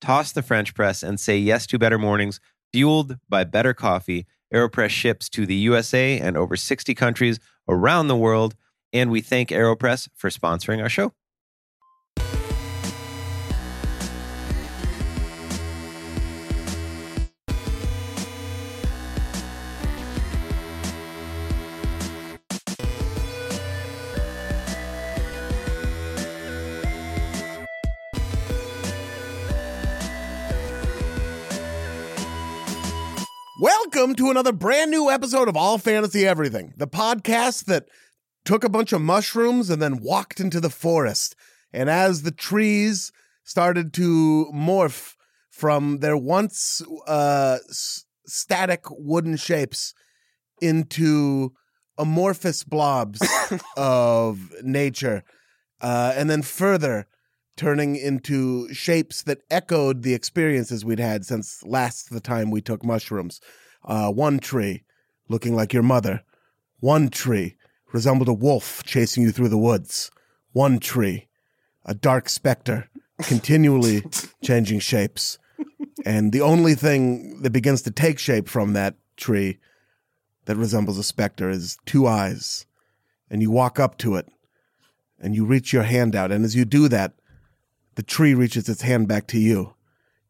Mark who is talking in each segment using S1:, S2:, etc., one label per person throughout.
S1: toss the french press and say yes to better mornings fueled by better coffee aeropress ships to the usa and over 60 countries around the world and we thank AeroPress for sponsoring our show.
S2: Welcome to another brand new episode of All Fantasy Everything, the podcast that took a bunch of mushrooms and then walked into the forest. And as the trees started to morph from their once uh, s- static wooden shapes into amorphous blobs of nature, uh, and then further turning into shapes that echoed the experiences we'd had since last the time we took mushrooms. Uh, one tree looking like your mother, one tree resembled a wolf chasing you through the woods. One tree, a dark specter, continually changing shapes. And the only thing that begins to take shape from that tree that resembles a specter is two eyes. And you walk up to it and you reach your hand out. And as you do that, the tree reaches its hand back to you.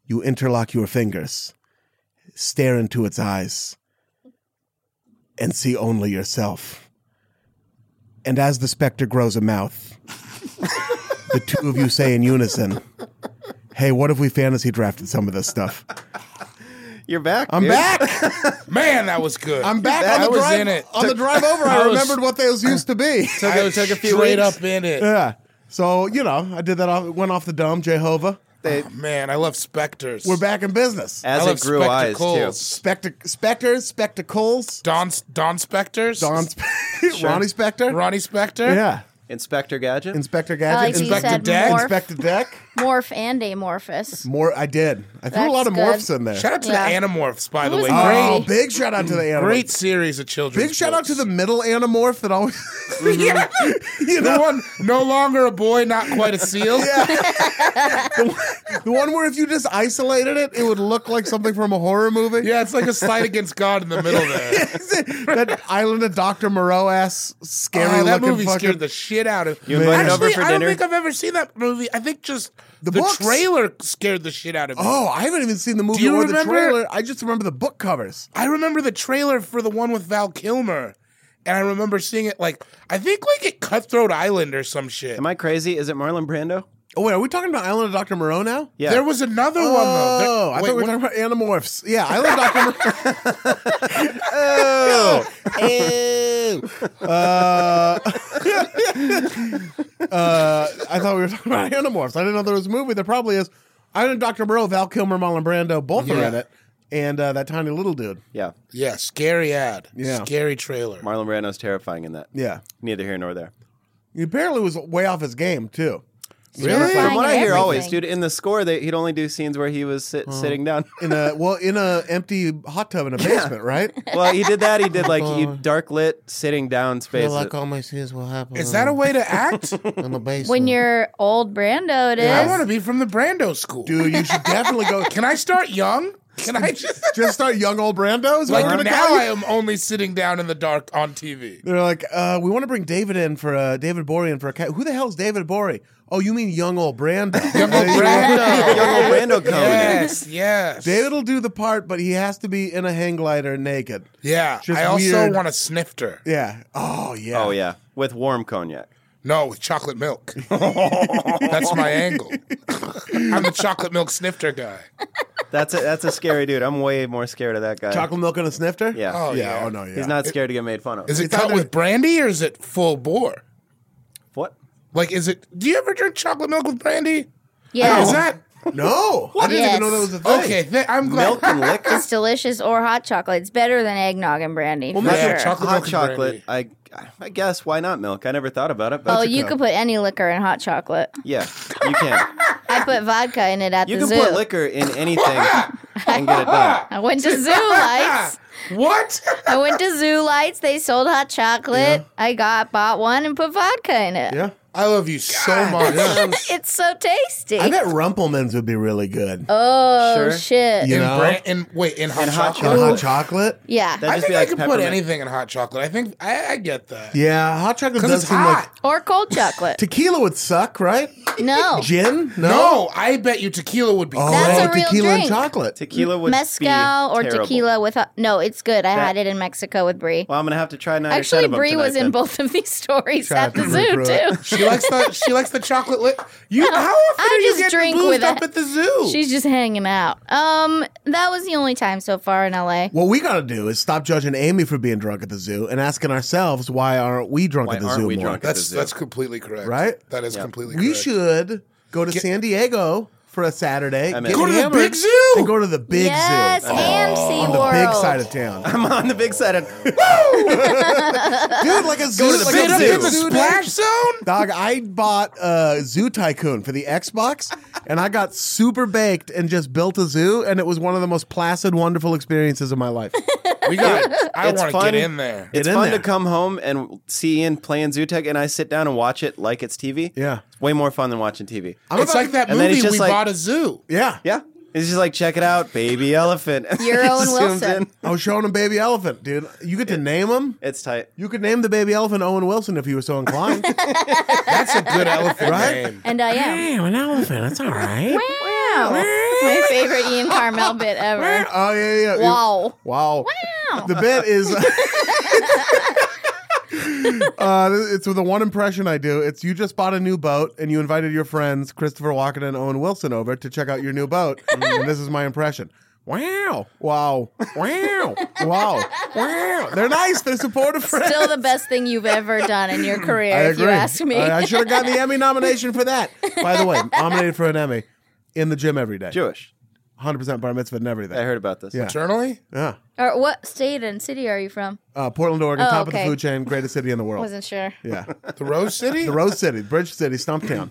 S2: You interlock your fingers, stare into its eyes, and see only yourself. And as the specter grows a mouth, the two of you say in unison, Hey, what if we fantasy drafted some of this stuff?
S1: You're back.
S2: I'm
S1: dude.
S2: back.
S3: Man, that was good.
S2: I'm back
S3: That
S2: on the
S3: was
S2: drive
S3: in it.
S2: on the drive over. I,
S3: I was-
S2: remembered what those used to be.
S1: Took,
S3: I
S1: it took a few
S3: straight
S1: weeks.
S3: up in it.
S2: yeah. So you know, I did that. Off, went off the dome, Jehovah.
S1: They-
S3: Man, I love specters.
S2: We're back in business.
S1: as
S3: I love
S1: it grew eyes too.
S3: spectacles.
S2: Spectre, specters, spectacles.
S3: Don Don specters.
S2: Don, Spe- Ronnie Specter.
S3: Ronnie Specter.
S2: Yeah.
S1: Inspector Gadget.
S2: Inspector
S4: I like
S2: Gadget.
S4: that you
S3: Inspector
S4: said
S3: Deck.
S4: morph,
S2: Inspector Deck.
S4: morph and amorphous.
S2: More. I did. I threw a
S4: That's
S2: lot of
S4: good.
S2: morphs in there.
S3: Shout out to
S4: Yeah.
S3: the Animorphs, by the
S4: Who
S3: way.
S4: is
S3: Great,
S2: Oh, big shout out to the animal.
S3: great series of children.
S2: Big shout out to the middle animorph that always. yeah. You
S3: the
S2: know,
S3: one no longer a boy, not quite a seal.
S2: the one where if you just isolated it, it would look like something from a horror movie.
S3: Yeah, it's like a slight against God in the middle there.
S2: that island of Dr. Moreau ass scary
S3: Oh, that
S2: looking
S3: movie
S2: fucking.
S3: scared the shit it out of.
S1: You invited
S3: Actually,
S1: over for
S3: I don't
S1: dinner?
S3: think I've ever seen that movie. I think just
S2: The
S3: the,
S2: books.
S3: trailer scared the shit out of me.
S2: Oh, I haven't even seen the movie
S3: Do you
S2: or the
S3: remember-
S2: trailer. I just remember the book covers.
S3: I remember the trailer for the one with Val Kilmer, and I remember seeing it like I think like at Cutthroat Island or some shit.
S1: Am I crazy? Is it Marlon Brando?
S2: Oh wait, are we talking about Island of Dr. Moreau now?
S1: Yeah.
S3: There was another one. Though. There-
S2: Oh, I
S3: wait,
S2: thought we were
S3: what-
S2: talking about Animorphs. Yeah, Island of Dr. Moreau. Uh, uh, I thought we were talking about Animorphs. I didn't know there was a movie. There probably is. I know Dr. Moreau, Val Kilmer, Marlon Brando, both are
S3: Yeah.
S2: in it. And uh, that tiny little dude.
S1: yeah.
S3: yeah, scary ad.
S2: Yeah.
S3: scary trailer.
S1: Marlon Brando's terrifying in that.
S2: Yeah.
S1: Neither here nor there.
S2: He apparently was way off his game, too.
S4: Terrifying
S1: From what
S4: in
S1: I hear,
S4: everything.
S1: always, dude, in the score, they, he'd only do scenes where he was sit, sitting down.
S2: In a well, in a empty hot tub in a basement, right?
S1: well, he did that. He did like he dark lit sitting down space.
S2: all my sins will happen.
S3: Is that a way to act?
S2: in the basement?
S4: When you're old Brando, it is.
S3: I want to be from the Brando school.
S2: dude, you should definitely go.
S3: Can I start young? Can I just
S2: just start young old Brando's?
S3: like
S2: We're gonna
S3: now?
S2: call you?
S3: I am only sitting down in the dark on TV.
S2: They're like, uh, we want to bring David in for uh, David Bory in for a cat. Who the hell's David Bory? Oh, you mean young old Brando?
S3: Young old Brando.
S1: Young old Brando coming in.
S3: Yes, yes.
S2: David'll do the part, but he has to be in a hang glider naked.
S3: yeah.
S2: Just
S3: I also
S2: weird.
S3: want a snifter.
S2: Yeah. Oh yeah.
S1: Oh yeah, with warm cognac.
S3: No, with chocolate milk. That's my angle. I'm the chocolate milk snifter guy.
S1: That's a, that's a scary dude. I'm way more scared of that guy.
S2: Chocolate milk and a snifter.
S1: Yeah.
S3: Oh
S2: yeah.
S3: yeah.
S2: Oh no. Yeah.
S1: He's not scared to get made fun of.
S3: Is it
S2: It's
S3: cut
S2: either-
S3: with brandy or is it full bore?
S1: what?
S3: Like, is it? Do you ever drink chocolate milk with brandy?
S4: yeah.
S3: Oh, Is that
S2: No. I didn't even
S4: Yes.
S2: know that was a thing.
S3: okay? Th- I'm glad.
S1: Milk and liquor.
S4: It's delicious or hot chocolate. It's better than eggnog and brandy. for
S3: not
S4: sure.
S3: hot chocolate.
S1: Hot
S3: milk and
S1: chocolate. I I guess why not milk? I never thought about it, but
S4: Oh, you could put any liquor in hot chocolate.
S1: yeah, you can.
S4: I put vodka in it at
S1: You
S4: the
S1: can
S4: zoo.
S1: put liquor in anything and get it done.
S4: I went to zoo lights.
S3: What?
S4: I went to zoo lights. They sold hot chocolate. I got bought one and put vodka in it.
S2: Yeah.
S3: I love you so much.
S4: It's so tasty.
S2: I bet Rumpelmans would be really good.
S4: oh
S1: Sure.
S4: shit!
S2: You
S3: in
S2: know?
S3: bran- in wait in hot
S1: In hot
S3: chocolate.
S2: And hot
S1: Ooh.
S2: chocolate.
S4: Yeah,
S1: That'd
S3: I
S1: just
S3: think
S1: be
S3: I
S1: like
S3: could put
S1: peppermint.
S3: anything in hot chocolate. I think I, I get that.
S2: Yeah. Hot chocolate
S3: 'Cause
S2: does
S3: it's
S2: seem
S3: hot.
S2: like
S4: or cold chocolate.
S2: tequila would suck, right?
S4: no,
S2: Gin? No.
S3: No, I bet you tequila would be.
S2: Oh,
S4: That's a real
S2: tequila and
S4: drink.
S2: chocolate.
S1: Tequila would
S4: mezcal
S1: be
S4: or
S1: terrible.
S4: tequila with hot- no. It's good. I
S1: That-
S4: had it in Mexico with brie.
S1: Well, I'm gonna have to try nine.
S4: Actually,
S1: brie
S4: brie was in both of these stories
S2: Try
S4: at
S2: to
S4: the zoo
S2: regroup.
S4: too.
S3: She likes the she likes the chocolate. Li- you how often
S4: I
S3: do you
S4: just
S3: get
S4: drink
S3: boozed
S4: with
S3: up
S4: it.
S3: at the zoo?
S4: She's just hanging out. Um, that was the only time so far in LA.
S2: What we gotta do is stop judging Amy for being drunk at the zoo and asking ourselves why aren't we drunk
S1: Why
S2: at the
S1: aren't
S2: zoo
S1: we
S2: more?
S1: drunk?
S3: that's
S1: zoo.
S3: that's completely correct.
S2: Right?
S3: That is completely.
S2: We
S3: correct.
S2: should go to San Diego for a Saturday.
S1: I'm
S2: get
S1: in. Go
S3: to the
S2: hammered,
S3: big zoo?
S2: Then go to the big
S4: yes,
S2: zoo.
S4: and
S2: on
S1: Oh.
S4: SeaWorld.
S2: the big side of town.
S1: I'm on the big side of
S2: Dude, like a zoo.
S1: to the
S2: like
S1: big
S2: a
S1: zoo.
S2: big
S3: in the
S2: zoo, dude.
S3: splash zone.
S2: Dog, I bought uh, Zoo Tycoon for the Xbox, and I got super baked and just built a zoo, and it was one of the most placid, wonderful experiences of my life.
S3: We got. I
S1: It's
S3: want to
S1: fun.
S3: get in there.
S1: It's
S2: in
S1: fun
S2: there.
S1: to come home and see Ian playing Zootech, and I sit down and watch it like it's TV.
S2: Yeah.
S1: it's way more fun than watching TV.
S2: I'm
S3: it's
S2: about-
S3: like that
S1: and then
S3: movie
S1: it's just
S3: we
S1: like-
S3: bought a zoo.
S2: yeah.
S1: yeah, it's just like check it out, baby elephant. And
S4: Your
S1: it
S4: own
S1: zooms
S4: Wilson.
S1: in.
S2: I was showing him Baby Elephant, dude. You get to name him.
S1: It's tight.
S2: You could name the baby elephant Owen Wilson if you were so inclined.
S3: That's a good elephant
S2: Right?
S3: name.
S4: and I am.
S2: an elephant. That's all right.
S4: Wow. My favorite Ian Carmel bit ever.
S2: Oh yeah, yeah. yeah.
S4: Wow.
S2: Wow.
S4: Wow.
S2: The bit is. uh, it's with the one impression I do. It's you just bought a new boat and you invited your friends Christopher Walken and Owen Wilson over to check out your new boat.
S4: Mm.
S2: and this is my impression. Wow. Wow. Wow. wow. Wow. They're nice. They're supportive friends.
S4: Still the best thing you've ever done in your career, if you ask me.
S2: I, I should have gotten the Emmy nomination for that. By the way, nominated for an Emmy in the gym every day.
S1: Jewish.
S2: 100% bar mitzvah and everything.
S1: I heard about this.
S2: Yeah.
S3: Internally,
S2: Yeah.
S4: or what state and city are you from?
S2: Uh, Portland, Oregon,
S4: Oh,
S2: top of
S4: okay.
S2: the food chain, greatest city in the world.
S4: Wasn't sure.
S2: yeah.
S3: the Rose City,
S2: The Rose City, Bridge City, Stumptown.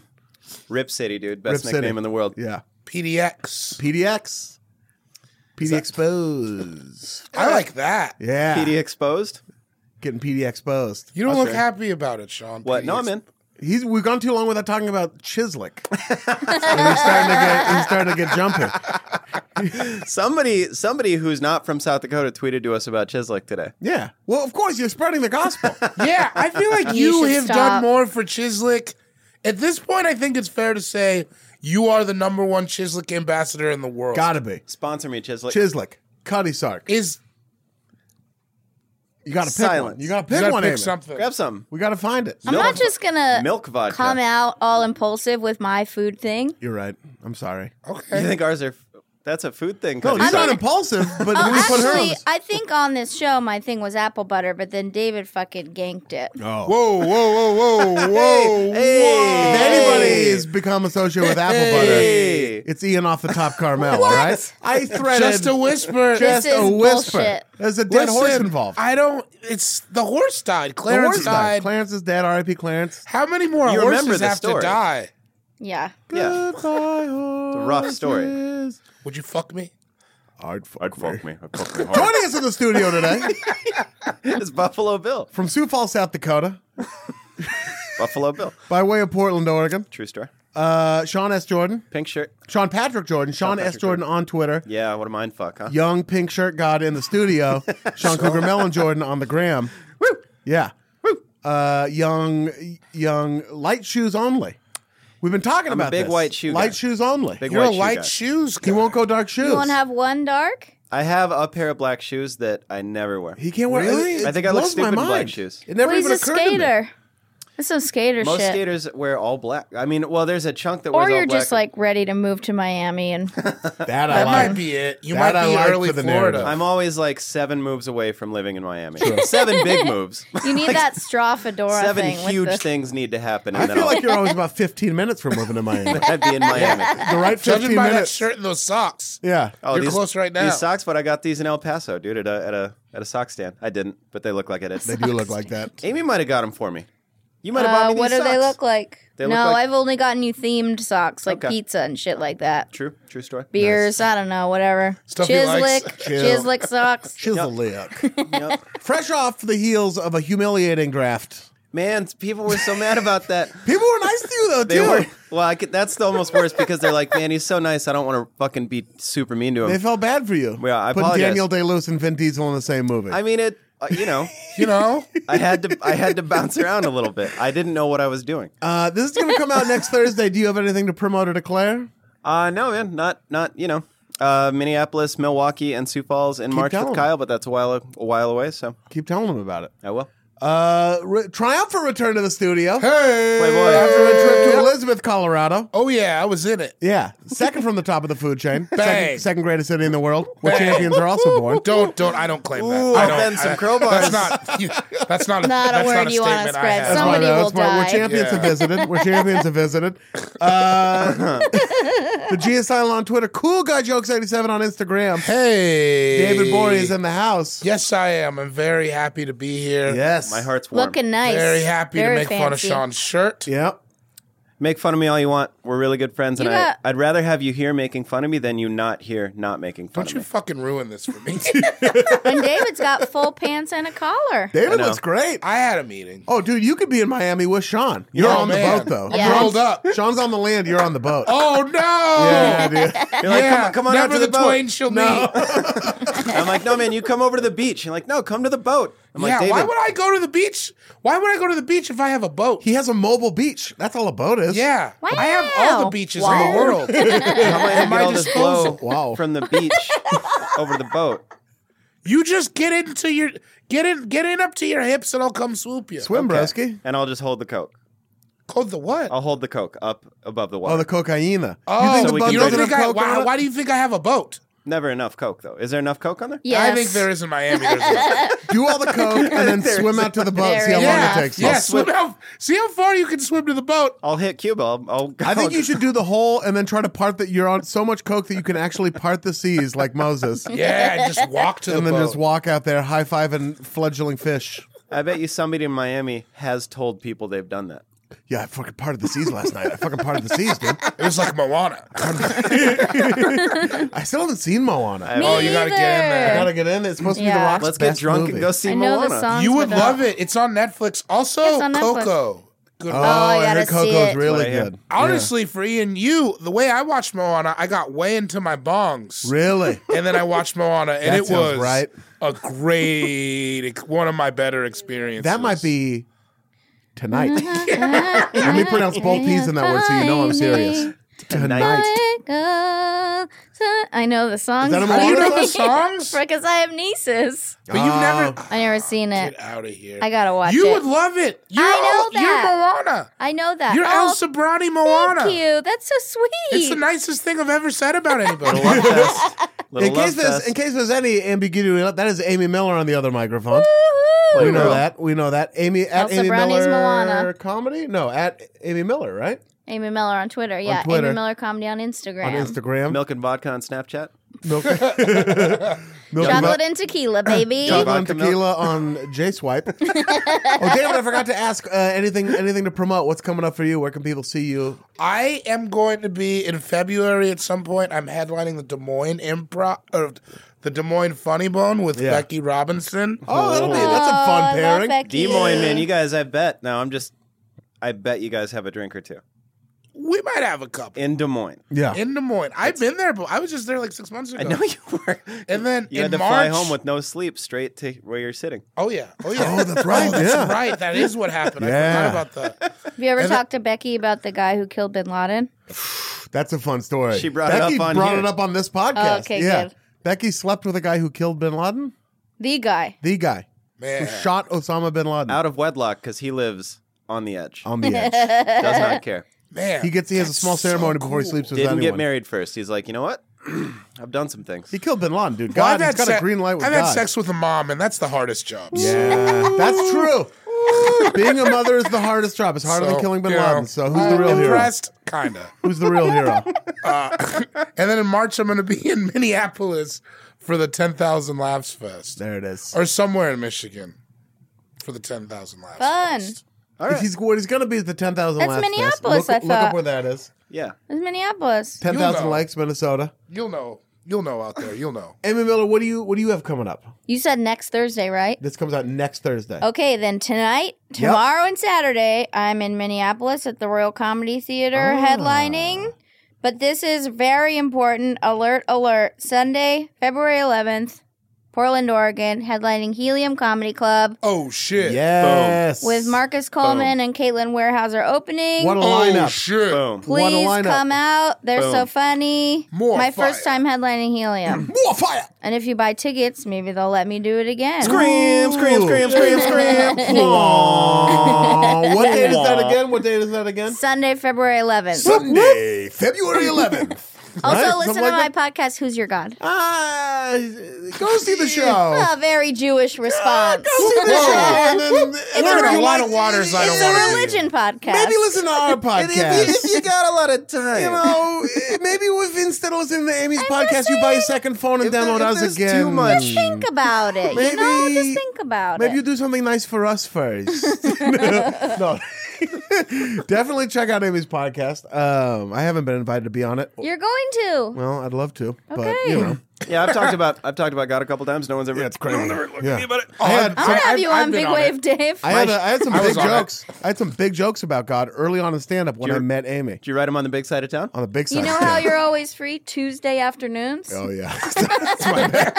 S1: Rip City, dude. Best
S2: Rip City.
S1: nickname in the world.
S2: Yeah.
S3: PDX.
S2: PDX. PD Expose.
S3: I like that.
S2: Yeah.
S1: PD exposed.
S2: Getting PD exposed.
S3: You don't look happy about it, Sean.
S1: What? No,
S3: PDX.
S1: I'm in.
S2: He's we've gone too long without talking about Chislik. and he's starting to get he's starting to get jumpy.
S1: somebody, somebody who's not from South Dakota tweeted to us about Chislik today.
S2: Yeah. Well, of course, you're spreading the gospel.
S3: Yeah, I feel like
S4: You
S3: you,
S4: should
S3: have
S4: stop.
S3: done more for Chislik. At this point, I think it's fair to say you are the number one Chislik ambassador in the world.
S2: gotta be.
S1: Sponsor me, Chislik.
S2: Chislik, Cuddy Sark.
S3: Is
S2: You gotta pick
S1: Silence.
S2: one. You gotta
S3: you
S2: pick
S3: gotta
S2: one.
S3: pick
S2: Amy.
S3: something.
S1: Grab some
S2: We gotta find it.
S4: I'm not just gonna
S1: milk vodka.
S4: come out all impulsive with my food thing.
S2: You're right. I'm sorry.
S1: You
S3: Okay.
S1: think ours are? That's a food thing.
S2: No,
S1: Cody.
S2: he's
S4: mean-
S2: not impulsive, but
S4: Oh,
S2: we put her on
S4: actually,
S2: this-
S4: I think on this show my thing was apple butter, but then David fucking ganked it.
S2: Oh.
S3: Whoa, whoa, whoa, whoa, whoa.
S1: Hey,
S2: If anybody has become associated with apple butter,
S1: Hey.
S2: it's Ian off the top Carmel, all right? I threaded
S3: Just a whisper.
S2: just
S4: This
S2: a
S4: is
S2: whisper.
S4: bullshit.
S2: There's a dead
S3: Listen,
S2: horse involved.
S3: I don't. It's the horse died.
S2: The
S3: Clarence
S2: horse died.
S3: died.
S2: Clarence is dead. R.I.P. Clarence.
S3: How many more
S1: You remember
S3: horses
S1: the
S3: have
S1: story.
S3: to die?
S4: Yeah.
S1: Yeah.
S2: Goodbye, horse.
S1: a rough story.
S3: Would you fuck me?
S2: Hard fuck
S1: I'd fuck me. I'd fuck me hard.
S2: Joining us in the studio today
S1: it's Buffalo Bill.
S2: from Sioux Falls, South Dakota,
S1: Buffalo Bill.
S2: by way of Portland, Oregon,
S1: True story.
S2: uh, Sean S. Jordan,
S1: Pink shirt.
S2: Sean Patrick Jordan, Sean, S.
S1: Patrick
S2: Jordan on Twitter,
S1: Yeah, what a mind fuck, huh?
S2: young pink shirt god in the studio, Sean Cougar Mellon Jordan on the gram. Woo! Yeah. Woo! Uh, young, young, light shoes only. We've been talking
S1: I'm a
S2: about
S1: big
S2: this.
S1: white shoe
S2: Light
S1: guy.
S2: shoes only.
S1: Big
S3: You're
S1: white
S3: a light
S1: shoe guy.
S3: shoes guy.
S2: he won't go dark shoes.
S4: You won't have one dark?
S1: I have a pair of black shoes that I never wear.
S2: He can't wear.
S3: Really?
S2: It, it
S1: I think I look
S2: blows my
S1: stupid in black
S2: mind.
S1: shoes.
S2: It never
S4: Well, he's
S2: even
S4: a
S2: occurred to me.
S4: skater. That's some skater
S1: Most
S4: shit.
S1: skaters wear all black. I mean, well, there's a chunk that
S4: or
S1: wears all
S4: you're
S1: black.
S4: just like ready to move to Miami and
S2: That I
S3: That
S2: like.
S3: might be it. You
S2: That
S3: might
S2: I
S3: be
S2: like
S3: early
S2: for the
S3: Florida.
S2: narrative.
S1: I'm always like seven moves away from living in Miami. seven big moves.
S4: you need that straw fedora
S1: seven
S4: thing. with
S1: huge
S4: the-
S1: things need to happen, and
S2: I
S1: then
S2: feel
S1: I'll
S2: like you're always about 15 minutes from living in Miami.
S1: I'd be in Miami.
S2: The right 15
S3: Judging by that
S2: minutes.
S3: shirt and those socks.
S2: Yeah.
S1: Oh,
S3: You're
S1: these-
S3: close right now.
S1: These socks, but I got these in El Paso, dude, at a at a at a sock stand. I didn't, but they look like I did.
S2: They do look like that.
S1: Amy might have got them for me. You might have bought
S4: Uh,
S1: me these
S4: what do they
S1: socks.
S4: look like?
S1: They
S4: no,
S1: look like-
S4: I've only gotten you themed socks like
S1: Okay.
S4: pizza and shit like that.
S1: True, true story.
S4: Beers, I don't know, whatever.
S3: Stuff he
S4: Chislik,
S3: likes.
S4: Chislik socks.
S2: Chisel it.
S1: Yep.
S2: Fresh off the heels of a humiliating draft.
S1: Man, people were so mad about that.
S2: People were nice to you, though,
S1: They
S2: too.
S1: were well. I could, that's the almost worse because they're like, "Man, he's so nice. I don't want to fucking be super mean to him."
S2: They felt bad for you.
S1: Yeah, I
S2: Putting
S1: apologize.
S2: Daniel Day Lewis and Vin Diesel in the same movie.
S1: I mean, it. Uh, you know,
S3: You know?
S1: I had to. I had to bounce around a little bit. I didn't know what I was doing.
S2: uh, this is going to come out next Thursday. Do you have anything to promote or declare?
S1: Uh no, man, not not you know, uh, Minneapolis, Milwaukee, and Sioux Falls in March
S2: telling
S1: with Kyle, but that's a while a while away. So oh
S2: Keep telling them about it.
S1: I will.
S2: Uh, re- triumphant return to the studio
S3: Hey!
S2: after a
S1: Playboy.
S2: trip to Elizabeth, Colorado.
S3: Oh, yeah, I was in it.
S2: Yeah, second from the top of the food chain.
S3: Bang.
S2: Second, second greatest city in the world, where
S3: Bang.
S2: champions are also born.
S3: Don't, don't, I don't claim that.
S1: Ooh,
S3: I don't,
S1: offend some
S3: I-
S1: crowbars.
S3: That's not, you- that's not, a,
S4: Not a
S3: that's
S4: word you wanna
S3: statement I
S4: spread.
S3: have.
S2: That's
S4: Some- Somebody
S2: why,
S4: will
S2: that's why
S4: die.
S2: We're champions
S3: Yeah.
S2: have visited. We're champions have visited. Uh, the GS Island on Twitter. Cool guy jokes eighty seven on Instagram.
S3: Hey!
S2: David Bory is in the house.
S3: Yes, I am. I'm very happy to be here.
S2: Yes.
S1: My heart's warm.
S4: Looking nice.
S3: Very happy
S4: Very
S3: to make fun of
S4: fancy.
S3: Sean's shirt.
S2: Yep.
S1: Make fun of me all you want. We're really good friends,
S4: You
S1: and
S4: got-
S1: I, I'd rather have you here making fun of me than you not here not making fun
S3: Don't
S1: of
S3: you
S1: me.
S3: fucking ruin this for me.
S4: And David's got full pants and a collar.
S2: David
S1: know.
S2: looks great.
S3: I had a meeting.
S2: Oh, dude, you could be in Miami with Sean. You're
S3: Oh,
S2: on
S3: man.
S2: the boat though.
S3: I'm
S4: Yeah.
S3: rolled up.
S2: Sean's on the land. You're on the boat.
S3: Oh, no!
S2: Yeah, dude.
S1: You're like,
S3: Yeah,
S1: come, come on
S3: never
S1: out to the,
S3: the,
S1: boat.
S3: twain shall meet.
S1: And I'm like, no, man, you come over to the beach. You're like, no, come to the boat. I'm
S3: yeah,
S1: like, David,
S3: why would I go to the beach? Why would I go to the beach if I have a boat?
S2: He has a mobile beach. That's all a boat is.
S3: yeah, I have all the beaches in
S4: Wow.
S3: the world.
S1: how am I gonna
S3: my
S1: get all this
S3: disposal.
S1: blow
S2: Wow.
S1: from the beach over the boat?
S3: you just get into your get in get in up to your hips, and I'll come swoop you.
S2: Swim,
S1: Okay.
S2: broski.
S1: And I'll just hold the coke.
S3: Called the what?
S1: I'll hold the coke up above the water.
S2: Oh, the cocaina.
S3: Oh,
S2: you
S1: so
S2: think
S1: we
S2: the boat
S1: can
S3: you
S1: go
S3: don't
S1: to
S2: doesn't
S3: think
S2: have
S3: I,
S2: coke
S3: why,
S2: on it?
S3: why do you think I have a boat?
S1: Never enough coke though. Is there enough coke on there?
S4: Yes.
S3: I think there is in Miami. There's a,
S2: Do all the coke and then swim out to the boat.
S4: There
S2: See how
S4: is.
S2: long it
S3: yeah,
S2: takes. you.
S3: yeah. Swim how, see how far you can swim to the boat.
S1: I'll hit Cuba. I'll, I'll
S2: I think you should do the whole and then try to part that you're on so much coke that you can actually part the seas like Moses.
S3: Yeah, and just walk to the
S2: And then
S3: boat.
S2: just walk out there, high five and fledgling fish.
S1: I bet you somebody in Miami has told people they've done that.
S2: Yeah, I fucking parted the seas last night. I fucking parted the seas, dude.
S3: it was like Moana.
S2: I still haven't seen Moana.
S4: Me
S3: Oh, you gotta get in there.
S4: either.
S2: I gotta get in. It's supposed to be the
S4: Yeah.
S2: Rock's
S1: Let's get
S2: best
S1: drunk
S2: movie.
S1: and go see
S4: I know
S1: Moana.
S4: the song.
S3: you would
S4: without-
S3: love it. It's on Netflix. Also,
S4: It's on Netflix.
S3: Coco. Good.
S2: Oh,
S3: one.
S4: I
S2: I heard
S4: gotta see
S2: Coco's
S4: it.
S2: really
S1: Right, yeah.
S2: good.
S3: Honestly, for Ian, you the way I watched Moana, I got way into my bongs,
S2: Really?
S3: and then I watched Moana, and
S2: That
S3: it
S2: sounds
S3: was
S2: right.
S3: a great, ex- one of my better experiences.
S2: That might be
S4: Uh-huh,
S2: tonight.
S4: Mm-hmm.
S2: Let me pronounce both P's in that word so you know I'm serious. Tonight.
S4: I know the song.
S2: Is that a
S3: Oh, you know
S2: Moana
S3: the songs,
S4: Because I have nieces.
S3: but you've
S2: Ah.
S3: never
S4: I never seen it.
S3: get out of here.
S4: I gotta watch
S3: you
S4: it.
S3: would love it. You're
S4: I know
S3: all-
S4: that.
S3: You're Moana.
S4: I know that.
S3: You're
S4: oh,
S3: El Sobrani Moana.
S4: Thank you. That's so sweet.
S3: It's the nicest thing I've ever said about anybody.
S1: Love fest. Little
S2: In
S1: love
S2: case, there's,
S1: fest.
S2: in case there's any ambiguity, that is Amy Miller on the other microphone.
S4: Woo-hoo.
S2: We know
S1: Girl.
S2: that. We know that. Amy at
S4: Elsa
S2: Amy
S4: Brownie's
S2: Miller
S4: Moana.
S2: comedy. No, at Amy Miller, right?
S4: Amy Miller on Twitter. Yeah,
S2: Twitter.
S4: Amy Miller comedy on Instagram.
S2: On Instagram.
S1: Milk and vodka on Snapchat.
S2: Milk. Milk-
S4: Chocolate and tequila, baby.
S1: Chocolate
S2: on
S1: Vodka milk.
S2: tequila on J Swipe. oh, damn it! I forgot to ask uh, anything. Anything to promote? What's coming up for you? Where can people see you?
S3: I am going to be in February at some point. I'm headlining the Des Moines Improv, or the Des Moines Funny Bone with
S2: Yeah.
S3: Becky Robinson.
S2: Oh, that'll be
S4: Oh,
S2: that's a
S4: I
S2: fun
S4: love
S2: pairing.
S4: Becky.
S1: Des Moines, man, you guys, I bet. No, I'm just, I bet you guys have a drink or two
S3: We might have a couple
S1: in Des Moines.
S2: Yeah.
S3: in Des Moines. I've been there, but I was just there like six months ago.
S1: I know you were.
S3: And then
S1: you
S3: in
S1: had to
S3: March,
S1: fly home with no sleep, straight to where you're sitting.
S3: Oh yeah, oh yeah.
S2: Oh, that's right,
S3: Oh, that's
S2: yeah.
S3: right. That is what happened.
S2: Yeah.
S3: I forgot about that.
S4: Have you ever
S3: And
S4: talked to Becky about the guy who killed Bin Laden?
S2: That's a fun story.
S1: She brought it
S2: Becky
S1: up on
S2: brought
S1: here.
S2: it up on this podcast.
S4: Oh, okay,
S2: yeah.
S4: good.
S2: Becky slept with a guy who killed Bin Laden.
S4: The guy.
S2: The guy who
S3: Man,
S2: shot Osama bin Laden
S1: Out of wedlock because he lives on the edge.
S2: on the edge.
S1: Does not care.
S3: man.
S2: he gets he has a small
S3: That's so
S2: ceremony before he
S3: cool.
S2: sleeps with
S1: Didn't
S2: anyone.
S1: get married first. He's like, you know what? I've done some things.
S2: He killed Bin Laden, dude.
S3: Well,
S2: God, he's got
S3: se-
S2: a green light with
S3: I've
S2: God.
S3: had sex with a mom, and that's the hardest job.
S2: Yeah, that's true. Being a mother is the hardest job. It's harder than
S3: So,
S2: killing Bin
S3: you know,
S2: Laden. So who's the
S3: I'm
S2: real hero?
S3: impressed, kinda.
S2: Who's the real hero?
S3: And then in March, I'm going to be in Minneapolis for the 10,000 Laughs Fest,
S2: There it is.
S3: or somewhere in Michigan for the 10,000 Laughs
S4: Fun.
S3: Fest.
S1: All right.
S2: He's what he's going to be at the ten thousand.
S4: That's
S2: likes.
S4: Minneapolis,
S2: Look,
S4: I
S2: look up
S4: thought.
S2: where that is.
S1: yeah.
S4: It's Minneapolis.
S2: Ten
S3: You'll
S2: thousand
S3: know.
S2: likes, Minnesota.
S3: You'll know. You'll know out there. You'll know.
S2: Amy Miller, what do you what do you have coming up?
S4: You said next Thursday, right?
S2: This comes out next Thursday.
S4: Okay, then tonight, tomorrow, and Saturday, I'm in Minneapolis at the Royal Comedy Theater
S2: Ah.
S4: headlining. But this is very important. Alert, alert. Sunday, February 11th, Portland, Oregon, headlining Helium Comedy Club
S3: Oh, shit.
S2: Yes.
S4: with Marcus Coleman and Caitlin Warehouser opening.
S2: What a
S3: Oh,
S2: lineup.
S3: shit.
S1: Boom.
S2: What a
S4: Please
S2: lineup.
S4: come out. They're so
S1: Boom.
S4: funny.
S3: More
S4: My
S3: fire.
S4: first time headlining Helium.
S3: More fire.
S4: and if you buy tickets, maybe they'll let me do it again.
S1: Scream, scream, scream, scream, scream.
S2: Aw, what date is that again? What date is that again?
S4: Sunday, February 11th.
S2: Sunday, February 11th.
S4: Also,
S2: Right?
S4: listen
S2: Something
S4: to my
S2: like
S4: podcast, Who's Your God?
S2: Ah, go see the show.
S4: A very Jewish response.
S2: Oh. See the show, and then- and
S3: Learn
S2: then
S3: a lot
S2: like-
S3: of waters I don't
S4: it's a
S3: want to
S4: religion podcast.
S2: Maybe listen to our
S1: If you, if
S2: podcast.
S1: you got a lot of time.
S2: You know, maybe if instead of listening to Amy's podcast, you buy a second phone and
S1: If there-
S2: download
S1: if
S2: ours
S1: there's
S2: again.
S1: too much.
S4: Think about it. you know,
S2: Maybe-
S4: just think about
S2: Maybe
S4: it.
S2: you do something nice for us first. no. Definitely check out Amy's podcast. Um, I haven't been invited to be on it.
S4: You're going to.
S2: Well, I'd love to, but
S4: Okay.
S2: you know,
S1: Yeah, I've talked about I've talked about God a couple times. No one's ever.
S2: it's crazy. Yeah.
S3: Oh,
S2: I had
S4: I'll
S2: some,
S4: have
S3: I've-
S4: you
S3: I've
S4: on
S3: been
S4: Big
S3: on
S4: Wave Dave.
S2: I had, a, I had some
S3: I was
S2: big
S3: on it.
S2: jokes. I had some big jokes about God early on in stand up when I
S1: You're-
S2: met Amy
S1: Did you write him on the big side of town?
S2: on the big side.
S4: you know
S2: of
S4: how
S2: stand-up.
S4: you're always free Tuesday afternoons?
S2: Oh yeah, that's my bad.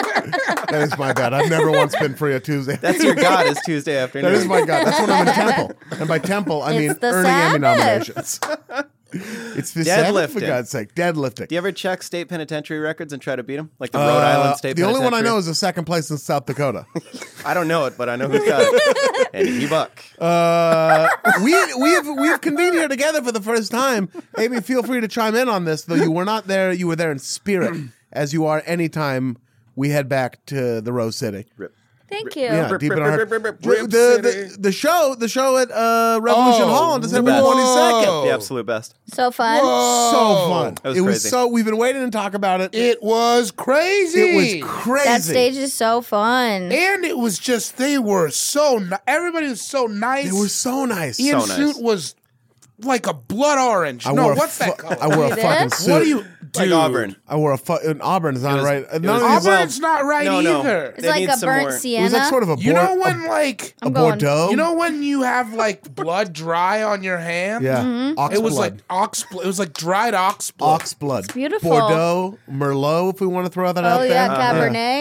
S2: That is my bad. I've never once been free a Tuesday.
S1: That's your God is Tuesday afternoon.
S2: That is my God. That's when I'm in temple, and by temple I
S4: It's
S2: mean
S4: the
S2: earning Emmy
S4: Sabbath.
S2: nominations. It's the Sabbath, for
S1: Deadlifting.
S2: God's sake, deadlifting.
S1: Do you ever check state penitentiary records and try to beat them? Like the
S2: Uh,
S1: Rhode Island state.
S2: the only one I
S1: penitentiary?
S2: know is the second place in South Dakota.
S1: I don't know it, but I know who's got it. And he buck.
S2: Uh, we we have we have convened here together for the first time. Amy, feel free to chime in on this, though you were not there. You were there in spirit, as you are anytime we head back to the Rose City.
S4: Thank you.
S2: Yeah,
S1: Rip,
S2: deep in
S1: rip,
S2: our heart.
S1: rip, rip, rip,
S2: The,
S1: rip
S2: the,
S1: city.
S2: the show, the show at uh, Revolution
S3: Oh,
S2: Hall on December
S1: best.
S2: twenty second.
S3: Whoa.
S1: The absolute best.
S4: So fun.
S2: So fun!
S1: That was
S2: it was
S1: crazy.
S2: so. We've been waiting to talk about it.
S3: It was crazy.
S2: It was crazy.
S4: That stage is so fun.
S3: And it was just, they were so, ni- everybody was so nice.
S2: They were so nice.
S3: Ian
S1: So nice.
S3: Suit was like a blood orange.
S2: I
S3: no,
S2: wore a
S3: what's that
S2: fu-
S3: color?
S2: I wore a
S4: You did?
S2: fucking suit.
S3: what do you?
S1: Like
S3: Dude.
S1: Auburn.
S2: I wore a fu- an Auburn is not
S1: was-
S2: right.
S1: it was-
S2: None of these- uh,
S1: well,
S3: Auburn's not right
S1: no, no.
S3: either.
S4: It's
S1: They
S4: like
S1: need
S4: a
S1: some
S4: burnt
S1: more.
S4: sienna.
S2: it was like sort of a,
S3: You
S2: bor-
S3: know
S2: a-
S3: when like
S2: a
S4: I'm going.
S2: Bordeaux.
S3: you know when you have like blood dry on your hand? Mm-hmm.
S2: yeah, ox
S3: It was
S2: blood.
S3: like ox blood. It was like dried ox blood.
S2: ox blood.
S4: beautiful.
S2: Bordeaux, Merlot. If we want to throw that out
S4: Oh,
S2: there,
S4: yeah,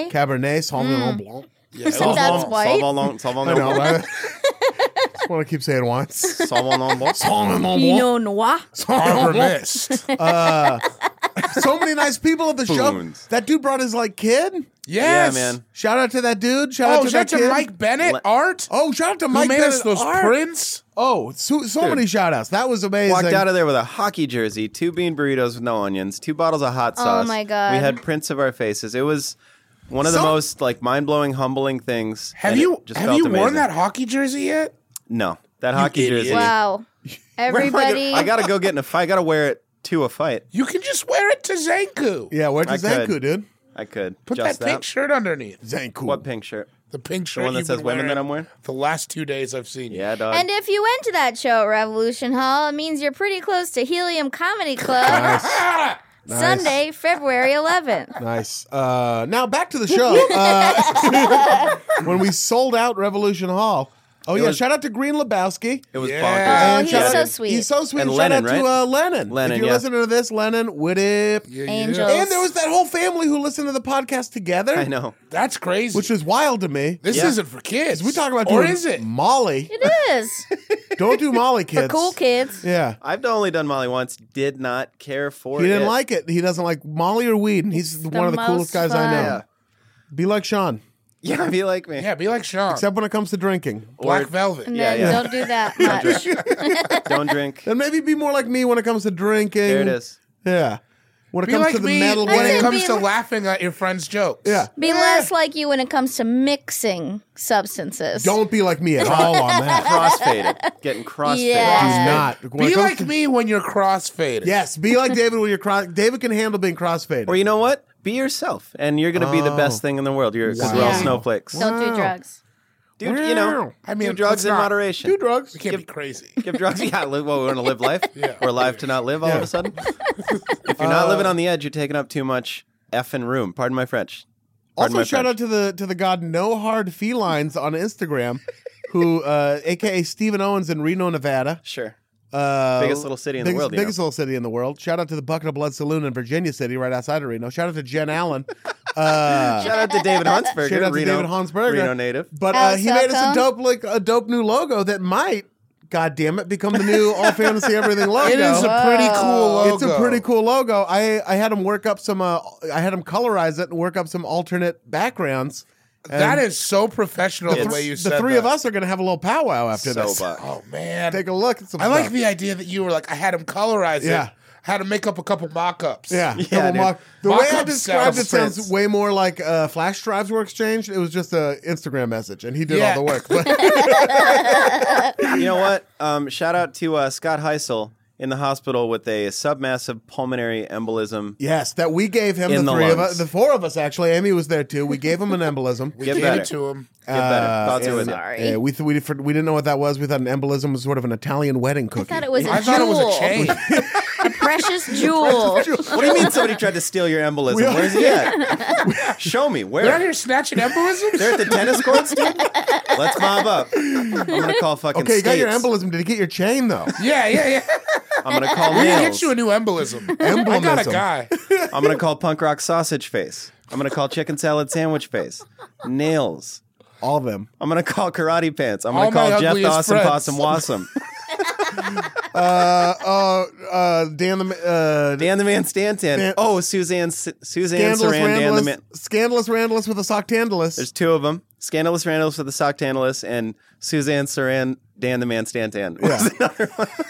S4: Cabernet.
S2: Cabernet, Sauvignon Blanc.
S4: Since that's
S1: Sauvignon-
S4: white.
S1: Sauvignon-
S2: I know.
S1: Sauvignon-
S2: but I just want to keep saying once.
S1: Sauvignon Blanc.
S4: Pinot Noir.
S3: Arbor mist.
S2: so many nice people at the
S1: Spoons.
S2: show. That dude brought his like kid.
S1: Yeah,
S3: yes.
S1: man.
S2: Shout out to that dude. Shout out
S3: Oh,
S2: to
S3: shout out
S2: that
S3: to
S2: kid.
S3: Mike Bennett,
S1: Le-
S3: art.
S2: Oh, shout out to
S3: Mike
S2: Mike.
S3: made us
S2: Bennett,
S3: those
S2: art.
S3: prints.
S2: Oh, so, so
S1: Dude.
S2: many shout outs. That was amazing.
S1: Walked out of there with a hockey jersey, two bean burritos with no onions, two bottles of hot
S4: Oh
S1: sauce.
S4: my God.
S1: We had prints of our faces. It was one of the
S2: So-
S1: most like mind blowing, humbling things.
S3: Have
S1: and
S3: you
S1: it just
S3: have
S1: felt
S3: you
S1: amazing.
S3: worn that hockey jersey yet?
S1: No, that hockey
S3: idiot.
S1: jersey.
S4: Wow.
S1: Where am I gonna-
S4: Everybody.
S1: I gotta go get in a fight. I gotta wear it to a fight.
S3: You can just wear it to Zanku.
S2: yeah, where's
S1: I
S2: Zanku,
S1: could.
S2: dude?
S1: I could
S3: Put
S1: just
S3: that pink shirt underneath.
S2: Zanku.
S1: What pink shirt?
S3: The pink shirt.
S1: one that
S3: you've
S1: says
S3: been
S1: women that I'm wearing?
S3: The last two days I've seen you.
S1: Yeah, dog.
S4: and if you went to that show at Revolution Hall, it means you're pretty close to Helium Comedy Club
S3: Ah!
S4: Sunday, February 11th.
S2: Nice. Uh, now back to the show. Uh, when we sold out Revolution Hall. Oh yeah,
S1: was-
S2: shout out to Green Lebowski.
S1: it was
S3: Yeah.
S1: bonkers.
S4: Oh,
S2: And
S4: he's
S2: shout
S4: so
S2: out-
S4: sweet.
S2: He's so sweet.
S1: And
S2: shout
S1: Lennon,
S2: out to
S1: right?
S2: uh, Lennon.
S1: Lennon,
S2: If you're
S1: yeah.
S2: listening to this, Lennon, Whitip.
S3: Yeah, yeah.
S4: Angels.
S2: And there was that whole family who listened to the podcast together.
S1: I know.
S3: That's crazy.
S2: Which was wild to me.
S3: this
S1: Yeah.
S3: isn't for kids.
S2: We talk about
S3: or
S2: doing
S3: is it?
S2: Molly.
S4: It is.
S2: Don't do Molly, kids.
S4: For cool kids.
S2: Yeah.
S1: I've only done Molly once. Did not care for
S2: He
S1: it.
S2: didn't like it. He doesn't like Molly or weed, and he's one of the coolest
S4: most
S2: guys I know.
S4: fun.
S2: Be like Sean,
S1: Yeah, be like me.
S3: Yeah, be like Sean.
S2: except when it comes to drinking.
S3: Black Velvet.
S4: And
S1: Yeah,
S4: then
S1: yeah.
S4: don't do that much.
S1: Don't drink.
S2: Then maybe be more like me when it comes to drinking.
S1: there it is.
S2: Yeah. When it
S3: Be
S2: comes
S3: like
S2: to the
S3: me
S2: metal
S3: when
S4: I
S3: it
S4: said
S2: game.
S3: comes
S4: be
S3: to
S4: like-
S3: laughing at your friend's jokes.
S2: Yeah.
S4: Be less like you when it comes to mixing substances.
S2: Don't be like me at all on that.
S1: Crossfaded. Getting crossfaded.
S4: Yeah.
S2: Do not. When it
S3: Be
S2: comes
S3: like
S2: to-
S3: me when you're crossfaded.
S2: Yes, be like David when you're cross. David can handle being crossfaded.
S1: Or you know what? Be yourself, and you're going to be the
S2: Oh.
S1: best thing in the world. You're because we're all
S4: Wow.
S1: snowflakes,
S4: Don't
S2: Wow.
S4: do drugs.
S1: dude. You know,
S3: I mean,
S1: do drugs
S3: let's
S1: in
S3: not-
S1: moderation.
S2: do drugs.
S3: We can't be crazy.
S1: Give drugs. Yeah, live, well, we want to live life.
S3: Yeah.
S1: We're alive to not live all of
S2: Yeah. Uh,
S1: a sudden. if you're not living on the edge, you're taking up too much effing room. Pardon my French. Pardon
S2: Also,
S1: my
S2: shout
S1: French.
S2: out to the to the god No Hard Felines on Instagram, who uh, aka Stephen Owens in Reno, Nevada.
S1: Sure.
S2: Uh,
S1: Biggest little city in the
S2: biggest-
S1: world, you
S2: Biggest little city in the world. Shout out to the Bucket of Blood Saloon in Virginia City, right outside of Reno. Shout out to Jen Allen. Uh,
S1: Shout out to David Hansberger.
S2: shout out to
S1: Reno,
S2: David Hansberger,
S1: Reno native.
S2: But uh,
S4: Alex
S2: he made us a
S4: Falcone.
S2: dope like a dope new logo that might, god damn it, become the new all fantasy everything logo.
S3: It is a pretty cool logo.
S2: It's a pretty cool logo. I I had him work up some. Uh, I had him colorize it and work up some alternate backgrounds.
S3: That is so professional the
S1: It's-
S3: way you
S2: the
S3: said
S2: three of
S3: that.
S2: us are going to have a little powwow after
S1: So
S2: this.
S1: buck.
S3: Oh man,
S2: Take a look at some.
S3: I like
S2: stuff.
S3: the idea that you were like, I had him colorize
S2: Yeah.
S3: it, had him make up a couple mock-ups.
S2: Yeah,
S1: Yeah,
S2: double
S1: dude.
S2: mock. The
S3: Mock
S2: way I
S3: up
S2: described it
S3: sounds
S2: sounds
S1: prints.
S2: way more like uh, flash drives were exchanged. It was just a Instagram message, and he did
S3: Yeah.
S2: all the work. But Oh.
S1: you know what? Um, shout out to uh, Scott Heisel in the hospital with a submassive pulmonary embolism.
S2: yes, that we gave him
S1: In
S2: the
S1: the
S2: three of
S1: lungs.
S2: us, the four of us actually. Amy was there too. We gave him an embolism. Uh,
S3: we
S1: Get
S3: gave
S1: better.
S3: it to him.
S1: Get better. Thoughts are
S4: yeah.
S1: with you.
S4: Sorry.
S2: Yeah, we, th- we, for- we didn't know what that was. We thought an embolism was sort of an Italian wedding
S4: I
S2: cookie.
S4: thought it was a
S3: I
S4: jewel.
S3: thought it was a chain.
S4: a precious jewel.
S1: What do you mean somebody tried to steal your embolism? Where's he at? Show me.
S3: They're out
S1: Where?
S3: here snatching embolisms.
S1: They're at the tennis courts, dude? Let's mob up. I'm going to call fucking
S2: okay, you got your
S1: states.
S2: embolism. Did he get your chain though?
S3: yeah, yeah, yeah.
S1: I'm going to call
S3: We can
S1: nails.
S3: get you a new embolism. I got a
S2: Embolism.
S3: guy.
S1: I'm going to call punk rock sausage face. I'm going to call chicken salad sandwich face. Nails.
S2: All of them.
S1: I'm going to call karate pants. I'm
S3: All
S1: going to
S3: my
S1: call Jeff
S3: ugliest
S1: Dawson
S3: friends.
S1: Possum Wassum.
S2: Uh, uh, uh, Dan the Ma- uh,
S1: Dan the Man Stanton.
S2: Dan-
S1: Oh, Suzanne, S- Suzanne
S2: scandalous
S1: Saran, Dan the
S2: Randalus,
S1: Man.
S2: scandalous Randalus with a socktandalus.
S1: There's two of them. Scandalous Randalus with the Socktandalus and Suzanne Saran, Dan the Man Stanton.
S2: Yeah.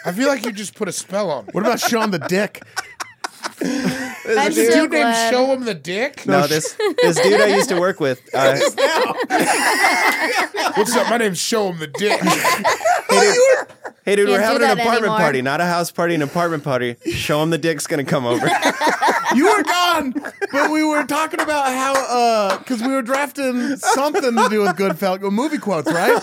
S3: I feel like you just put a spell on me.
S2: what about Sean the Dick?
S4: I'm
S3: There's a
S4: so
S3: dude named
S4: glad.
S3: Show Him the Dick.
S1: No, this this dude I used to work with. Uh,
S3: What's up? My name's Show Him the Dick.
S1: hey, dude, we're
S4: Can't
S1: having
S4: do
S1: an
S4: that
S1: apartment
S4: anymore.
S1: party, not a house party, an apartment party. Show him the dick's gonna come over.
S2: You were gone, but we were talking about how because we were drafting something to do with Goodfellas movie quotes, right?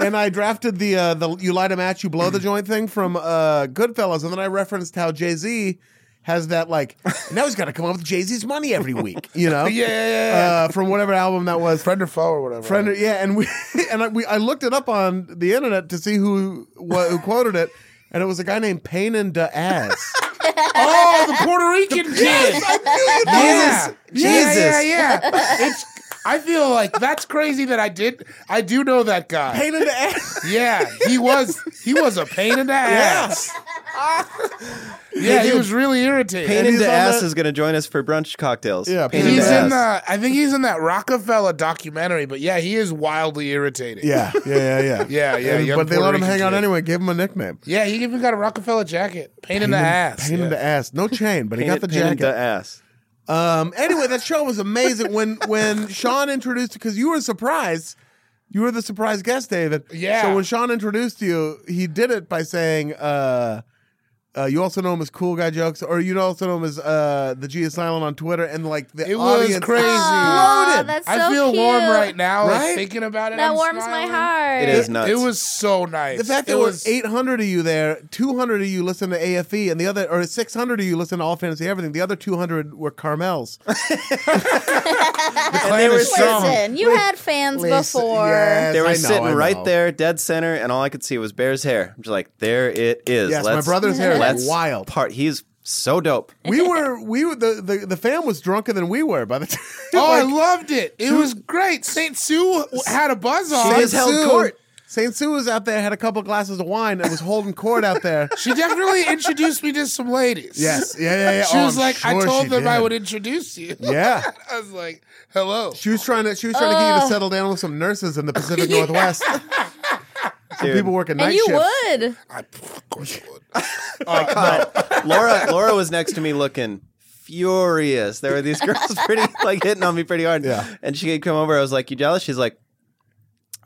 S2: And I drafted the uh, the "You light a match, you blow the joint" thing from uh, Goodfellas, and then I referenced how Jay Z has that like now he's got to come up with Jay Z's money every week, you know?
S3: Yeah, yeah, yeah,
S2: Uh, from whatever album that was,
S3: Friend or foe or whatever.
S2: Friend, yeah, and we and I, we I looked it up on the internet to see who what, who quoted it, and it was a guy named Painan Diaz.
S3: Oh, the Puerto Rican kid.
S1: Jesus. Jesus.
S3: Yeah, yeah, yeah. It's. I feel like that's crazy that I did. I do know that guy.
S2: Painan Diaz.
S3: Yeah, he was. He was a pain in the ass. Yeah, he was really irritating.
S1: Pain
S2: And he's
S1: into
S2: on
S1: ass
S2: the-
S1: is going to join us for brunch cocktails.
S2: Yeah,
S1: Pain
S2: Pain
S1: into
S3: He's in
S1: ass.
S3: the. I think he's in that Rockefeller documentary. But yeah, he is wildly irritating.
S2: Yeah, yeah, yeah, yeah,
S3: Yeah, yeah,
S2: And-
S3: young
S2: but they
S3: Puerto
S2: let him
S3: Rican
S2: hang out
S3: kid.
S2: anyway. Gave him a nickname.
S3: Yeah, he even got a Rockefeller jacket. Pain, in the
S2: Painan-
S3: ass.
S2: Painan
S3: yeah.
S2: Diaz. No chain, but he
S1: Pain-
S2: got the
S1: pain into
S2: jacket.
S1: ass.
S2: Um. Anyway, that show was amazing. when when Sean introduced because you were surprised. You were the surprise guest, David.
S3: Yeah.
S2: So when Sean introduced you, he did it by saying, uh, uh, "You also know him as Cool Guy Jokes, or you also know him as uh, the G is silent on Twitter." And like the
S3: It was
S2: audience
S3: crazy.
S4: Aw, that's so
S3: I feel warm
S4: cute.
S3: right now. like,
S2: Right?
S3: thinking about it,
S4: That
S3: I'm
S4: warms
S3: smiling.
S4: my heart.
S1: It is nuts.
S3: It was so nice.
S2: The fact
S3: it
S2: there was 800 of you there, 200 of you listen to AFE, and the other, or 600 of you listen to All Fantasy Everything. The other 200 were Carmel's.
S3: and they were
S4: Listen, you had fans
S2: Listen,
S4: before.
S2: yes,
S1: They were
S2: I know,
S1: sitting
S2: I
S1: right
S2: know.
S1: there, dead center, and all I could see was Bear's hair. I'm just like, there it is.
S2: Yes, my brother's hair is
S1: let's
S2: wild.
S1: Part. He's so dope.
S2: We were, we were the, the the fam was drunker than we were by the time.
S3: Oh, I loved it. It was great. St. Sue w- had a buzz on.
S1: just held
S2: Sue-
S1: court.
S2: Saint Sue was out there, had a couple glasses of wine, and was holding court out there.
S3: She definitely introduced me to some ladies.
S2: yes, yeah, yeah, yeah.
S3: She
S2: Oh,
S3: was
S2: I'm
S3: like, I
S2: sure
S3: told
S2: she
S3: them I
S2: did.
S3: would introduce you.
S2: Yeah.
S3: I was like, hello.
S2: She was trying to she was trying to get you to settle down with some nurses in the Pacific Northwest. Some
S1: Dude.
S2: people working night
S4: and you
S2: shifts.
S4: would.
S3: I, of course you would.
S1: Laura Laura was next to me looking furious. There were these girls pretty like hitting on me pretty hard.
S2: Yeah.
S1: And she could come over. I was like, You jealous? She's like,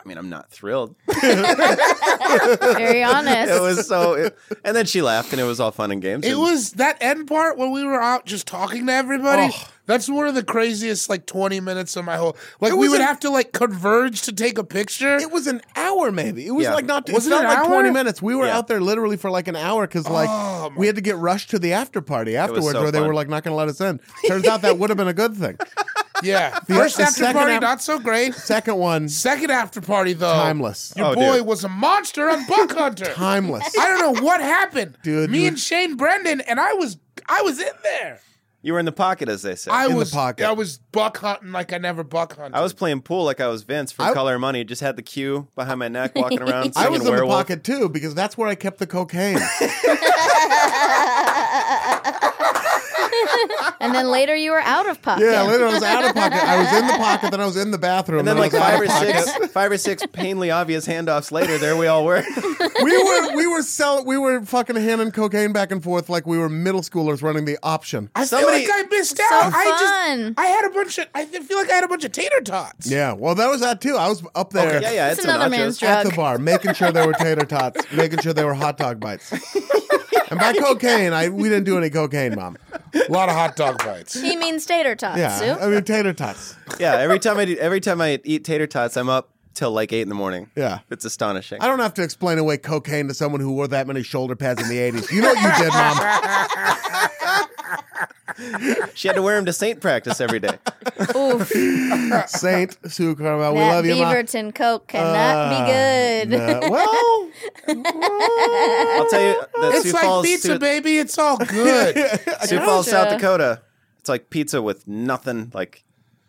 S1: I mean, I'm not thrilled.
S4: Very honest.
S1: It was so it- and then she laughed and it was all fun and games.
S3: It
S1: and
S3: was that end part when we were out just talking to everybody.
S2: Oh.
S3: That's one of the craziest like 20 minutes of my whole like
S2: It
S3: we
S2: was
S3: would
S2: a-
S3: have to like converge to take a picture.
S2: It was an hour, maybe. It was
S1: Yeah.
S2: like not. It
S3: Was it
S2: felt
S3: an
S2: like twenty
S3: hour?
S2: minutes. We were
S1: Yeah. Oh
S2: out there literally for like an hour because like we had to get rushed to the after party afterwards,
S1: so
S2: where they
S1: fun.
S2: were like not going to let us in. Turns out that would have been a good thing.
S3: yeah. First
S2: the
S3: after
S2: second
S3: party
S2: af-
S3: not so great.
S2: Second one,
S3: Second after party though.
S2: timeless,
S3: Your
S1: Oh,
S3: boy
S1: dude.
S3: was a monster on Buck Hunter.
S2: timeless.
S3: I don't know what happened.
S2: Dude,
S3: me
S2: you-
S3: and Shane Brendan and I was I was in there.
S1: you were in the pocket, as they say.
S3: I
S1: I,
S2: the
S3: was
S2: pocket.
S3: I was buck hunting like I never buck hunted.
S1: was playing pool like I was Vince for
S2: I-
S1: color money, just had the cue behind my neck walking around.
S2: I
S1: singing
S2: was in the
S1: werewolf.
S2: pocket too because that's where I kept the cocaine.
S4: and then later you were out of pocket.
S2: yeah, later I was out of pocket. I was in the pocket, then I was in the bathroom,
S1: And then
S2: I
S1: like
S2: was out
S1: five
S2: of
S1: or
S2: pocket.
S1: six five or six painfully obvious handoffs later, there we all were.
S2: we were we were selling we were fucking handing cocaine back and forth like we were middle schoolers running the option.
S3: I
S1: Somebody-
S3: feel like I missed
S4: so
S3: out. I
S4: fun.
S3: just I had a bunch of I feel like I had a bunch of tater tots.
S2: Yeah, well, that was that too. I was up there
S1: yeah, yeah,
S4: It's
S1: it's,
S4: another
S1: some
S4: man's
S1: nachos.
S4: job.
S2: at the bar making sure there were tater tots, making sure there were hot dog bites. and by cocaine, I we didn't do any cocaine, mom.
S3: A lot of hot dog bites.
S4: He means tater tots.
S2: Yeah,
S4: Sue.
S2: I mean tater tots.
S1: Yeah, every time I do, every time I eat tater tots, I'm up till like eight in the morning.
S2: Yeah.
S1: it's astonishing.
S2: I don't have to explain away cocaine to someone who wore that many shoulder pads in the '80s. You know what you did, mom?
S1: She had to wear them to Saint practice every day.
S4: Oof,
S2: Saint Sue Carmel, we
S4: that
S2: love you, mom.
S4: Beaverton Coke cannot
S2: Uh,
S4: be good.
S2: Uh, well,
S1: I'll tell you, that
S3: It's
S1: Sioux
S3: like
S1: Falls,
S3: pizza,
S1: Sioux,
S3: baby. It's all good.
S1: Sioux Falls, South
S4: Gotcha.
S1: Dakota. It's like pizza with nothing, like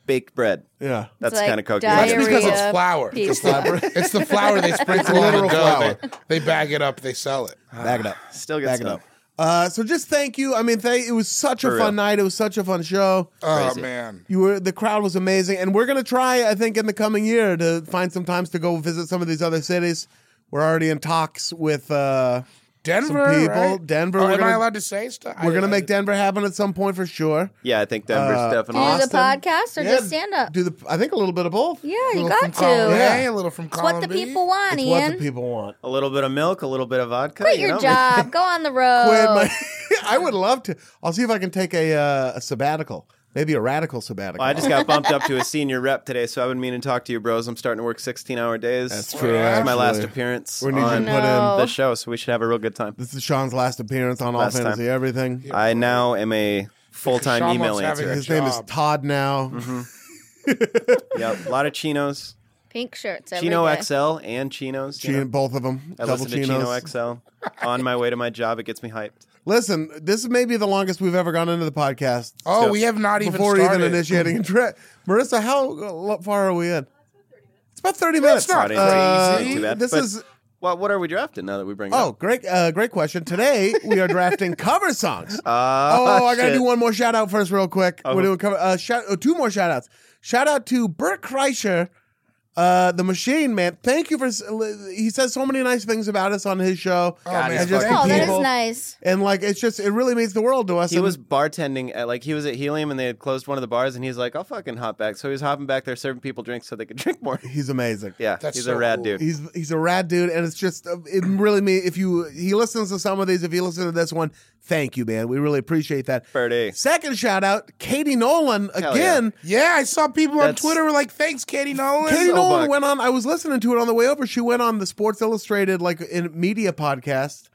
S1: baked bread.
S2: yeah.
S1: That's
S4: It's like
S1: kind of cocaine.
S4: diarrhea.
S3: That's because it's
S4: Diarrhea
S3: flour. It's the, it's the flour they sprinkle on the
S2: Literal
S3: dough. They, they bag it up. They sell it.
S2: Back it up.
S1: Still
S2: Back
S1: gets
S2: it up.
S1: done.
S2: Uh, so just thank you. I mean, thank, it was such a
S1: For
S2: fun
S1: real.
S2: night. It was such a fun show.
S3: Oh
S1: Crazy.
S3: man.
S2: You were the crowd was amazing, and we're gonna try. I think in the coming year to find some times to go visit some of these other cities. We're already in talks with. Uh,
S3: Denver,
S2: people,
S3: right?
S2: Denver,
S3: Oh,
S2: we're
S3: am I
S2: gonna-
S3: allowed to say stuff? I-
S2: we're gonna
S3: I-
S2: make Denver happen at some point for sure.
S1: Yeah, I think Denver's
S2: Uh,
S4: do
S1: definitely.
S4: the
S2: Austin.
S4: podcast or
S2: Yeah,
S4: just stand up.
S2: Do the I think a little bit of both.
S4: yeah,
S2: A
S4: you
S2: little
S4: got
S2: from
S4: to.
S3: Column
S2: Yeah.
S3: A, a little from
S4: It's
S3: column
S4: what the
S3: B.
S4: people want,
S2: It's
S4: Ian.
S2: what the people want.
S1: a little bit of milk, a little bit of vodka.
S4: Quit
S1: you
S4: your
S1: know?
S4: Oh. job. Go on the road.
S2: Quit my- I would love to. I'll see if I can take a, uh, a sabbatical, maybe a radical sabbatical.
S1: Well, I just got bumped up to a senior rep today, so I've been meaning to talk to you, bros. I'm starting to work 16 hour days.
S2: That's true,
S1: It's my
S2: actually.
S1: last appearance
S2: We need you to
S1: on
S2: put in.
S4: No.
S1: the show, so we should have a real good time.
S2: This is Sean's last appearance on All
S1: Last time.
S2: Fantasy Everything.
S1: I now am a full
S3: Sean
S1: time
S3: loves
S1: email
S3: having
S1: answer.
S3: his-
S2: His name is
S3: job.
S2: Todd now.
S1: Mm-hmm. Yep, a lot of chinos,
S4: Pink shirts. Every
S1: chino
S4: day.
S1: XL and chinos. you
S2: Chi-
S1: know.
S2: both of them.
S1: I
S2: double
S1: listen to
S2: chinos.
S1: Chino XL on my way to my job. It gets me hyped.
S2: Listen, this may be the longest we've ever gone into the podcast
S3: Oh,
S1: So-
S3: we have not even
S2: before
S3: started.
S2: even initiating a trip. Marissa, how lo- far are we in? It's about thirty minutes.
S3: not
S2: Uh,
S3: crazy.
S1: Too bad,
S2: This
S1: but-
S2: is
S1: Well, what are we drafting now that we bring it
S2: oh
S1: up?
S2: great, uh, great question. Today we are drafting cover songs.
S1: Uh,
S2: Oh, I gotta
S1: shit.
S2: do one more shout out first, real quick.
S1: Oh.
S2: We're doing cover, uh, shout, oh, two more shout outs. Shout out to Bert Kreischer, uh, the machine man. Thank you for. s- li- He says so many nice things about us on his show.
S3: Oh,
S1: God,
S3: man.
S1: he's
S3: thank
S2: fucking
S3: you.
S4: Oh, that is
S2: People-
S4: nice.
S2: And like, it's just, it really means the world to us.
S1: He
S2: And
S1: was bartending at like he was at Helium and they had closed one of the bars and he's like, I'll fucking hop back. So he was hopping back there serving people drinks so they could drink more.
S2: He's amazing.
S1: Yeah,
S3: That's
S1: he's
S3: so
S1: a rad
S3: cool.
S1: dude.
S2: He's he's a rad dude, and it's just uh, it really me. If you he listens to some of these, if he listens to this one, thank you, man. We really appreciate that.
S1: Birdie.
S2: Second shout out, Katie Nolan
S1: Hell
S2: again.
S3: Yeah, I saw people
S1: That's-
S3: on Twitter were like, "Thanks, Katie Nolan."
S2: Katie
S1: So
S2: Nolan
S1: buck.
S2: went on. I was listening to it on the way over. She went on the Sports Illustrated like in media podcast,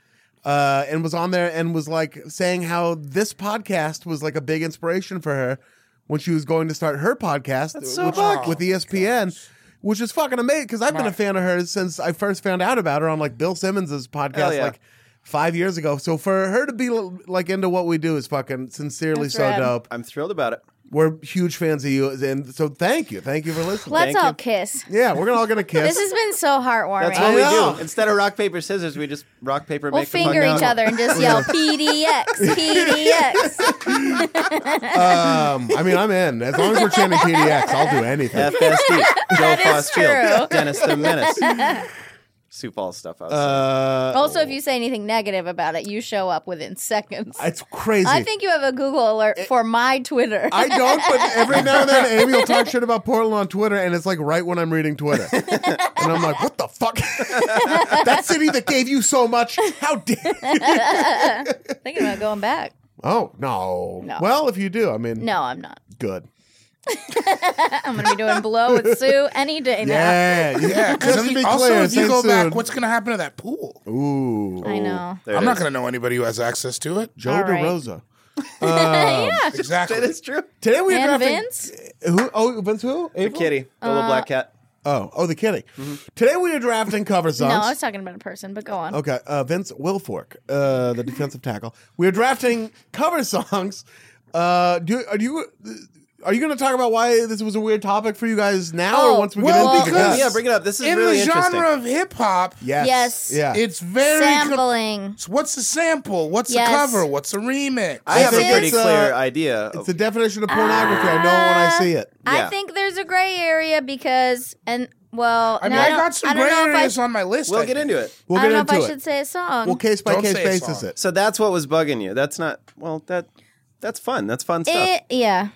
S2: uh, and was on there and was like saying how this podcast was like a big inspiration for her when she was going to start her podcast
S1: so
S2: which-
S1: buck.
S2: with E
S4: Oh,
S2: ESPN. Which is fucking amazing because I've been a
S3: Right.
S2: fan of hers since I first found out about her on like Bill Simmons's podcast
S1: yeah.
S2: like five years ago. So for her to be like into what we do is fucking sincerely
S4: That's
S2: so
S4: rad.
S2: dope.
S1: I'm thrilled about it.
S2: We're huge fans of you, and so thank you, thank you for listening.
S4: Let's uh,
S1: Thank
S4: all
S1: you.
S4: kiss.
S2: yeah, we're gonna all gonna kiss.
S4: This has been so heartwarming.
S1: That's what we
S2: I know.
S1: do. Instead of rock, paper, scissors, we just rock, paper,
S4: we'll
S1: make
S4: finger
S1: the fuck
S4: each
S1: out.
S4: other and just yell PDX, PDX.
S2: Um, I mean, I'm in. As long as we're chanting PDX, I'll do anything.
S1: FSD, Joe Foss
S4: true.
S1: Field, Dennis the Menace. Sioux Falls stuff. I was saying.
S2: Uh,
S4: Also, if you say anything negative about it, you show up within seconds. I,
S2: it's crazy.
S4: think you have a Google alert for my Twitter.
S2: I don't, but every now and then Amy will talk shit about Portland on Twitter, and it's like right when I'm reading Twitter. And I'm like, what the fuck? that city that gave you so much, how dare you?
S4: Thinking about going back.
S2: Oh, no.
S4: No.
S2: Well, if you do, I mean,
S4: No, I'm not.
S2: good.
S4: I'm gonna be doing blow with Sue any day now.
S2: Yeah.
S3: Yeah, because
S2: Just to be
S3: also,
S2: clear,
S3: if you
S2: stay
S3: go back,
S2: tuned.
S3: what's going to happen to that pool?
S2: Ooh.
S4: I know.
S1: There
S3: I'm
S1: it
S3: not
S1: is.
S3: going to know anybody who has access to it.
S2: Joe
S4: All right.
S2: DeRosa.
S3: Exactly.
S1: That is true.
S2: Today we are
S4: And
S2: drafting.
S4: Vince,
S2: Who? Oh, Vince who?
S1: The
S2: April?
S1: kitty, the little black cat.
S2: Oh, oh, the kitty. Today we are drafting cover songs.
S4: no, I was talking about a person, but go on.
S2: Okay, uh, Vince Wilfork, uh, the defensive tackle. We're drafting cover songs. Uh, do are you are you going to talk about why this was a weird topic for you guys now, or
S4: Oh,
S2: once we
S3: well,
S2: get into the
S3: because-
S2: guests?
S1: Yeah, bring it up. This is
S3: in
S1: really
S3: the
S1: interesting.
S3: genre of hip hop,
S2: yes,
S4: Yes.
S2: yeah.
S3: it's very. co-
S4: Sampling.
S3: what's a sample? What's
S4: Yes.
S3: a cover? What's a remix?
S1: I have a
S4: This
S1: pretty
S2: is-
S1: clear idea.
S2: it's
S1: of-
S2: the definition of pornography. I know it when
S4: Uh,
S2: I see it.
S1: Yeah.
S4: I think there's a gray area because, and well,
S3: I mean,
S4: no,
S3: I
S4: don't-
S3: got some
S4: I don't
S3: gray
S4: know if I
S3: areas
S4: sh-
S3: on my list.
S1: we'll
S3: I
S1: get
S3: think.
S1: into it.
S2: We'll
S4: I don't
S2: get
S4: know if
S2: into
S4: I
S2: it.
S4: should say a song.
S2: We'll case by
S3: Don't
S2: case
S3: say a
S2: basis
S3: song.
S2: it.
S1: So that's what was bugging you. That's not well. That that's fun. That's fun stuff.
S4: It, yeah.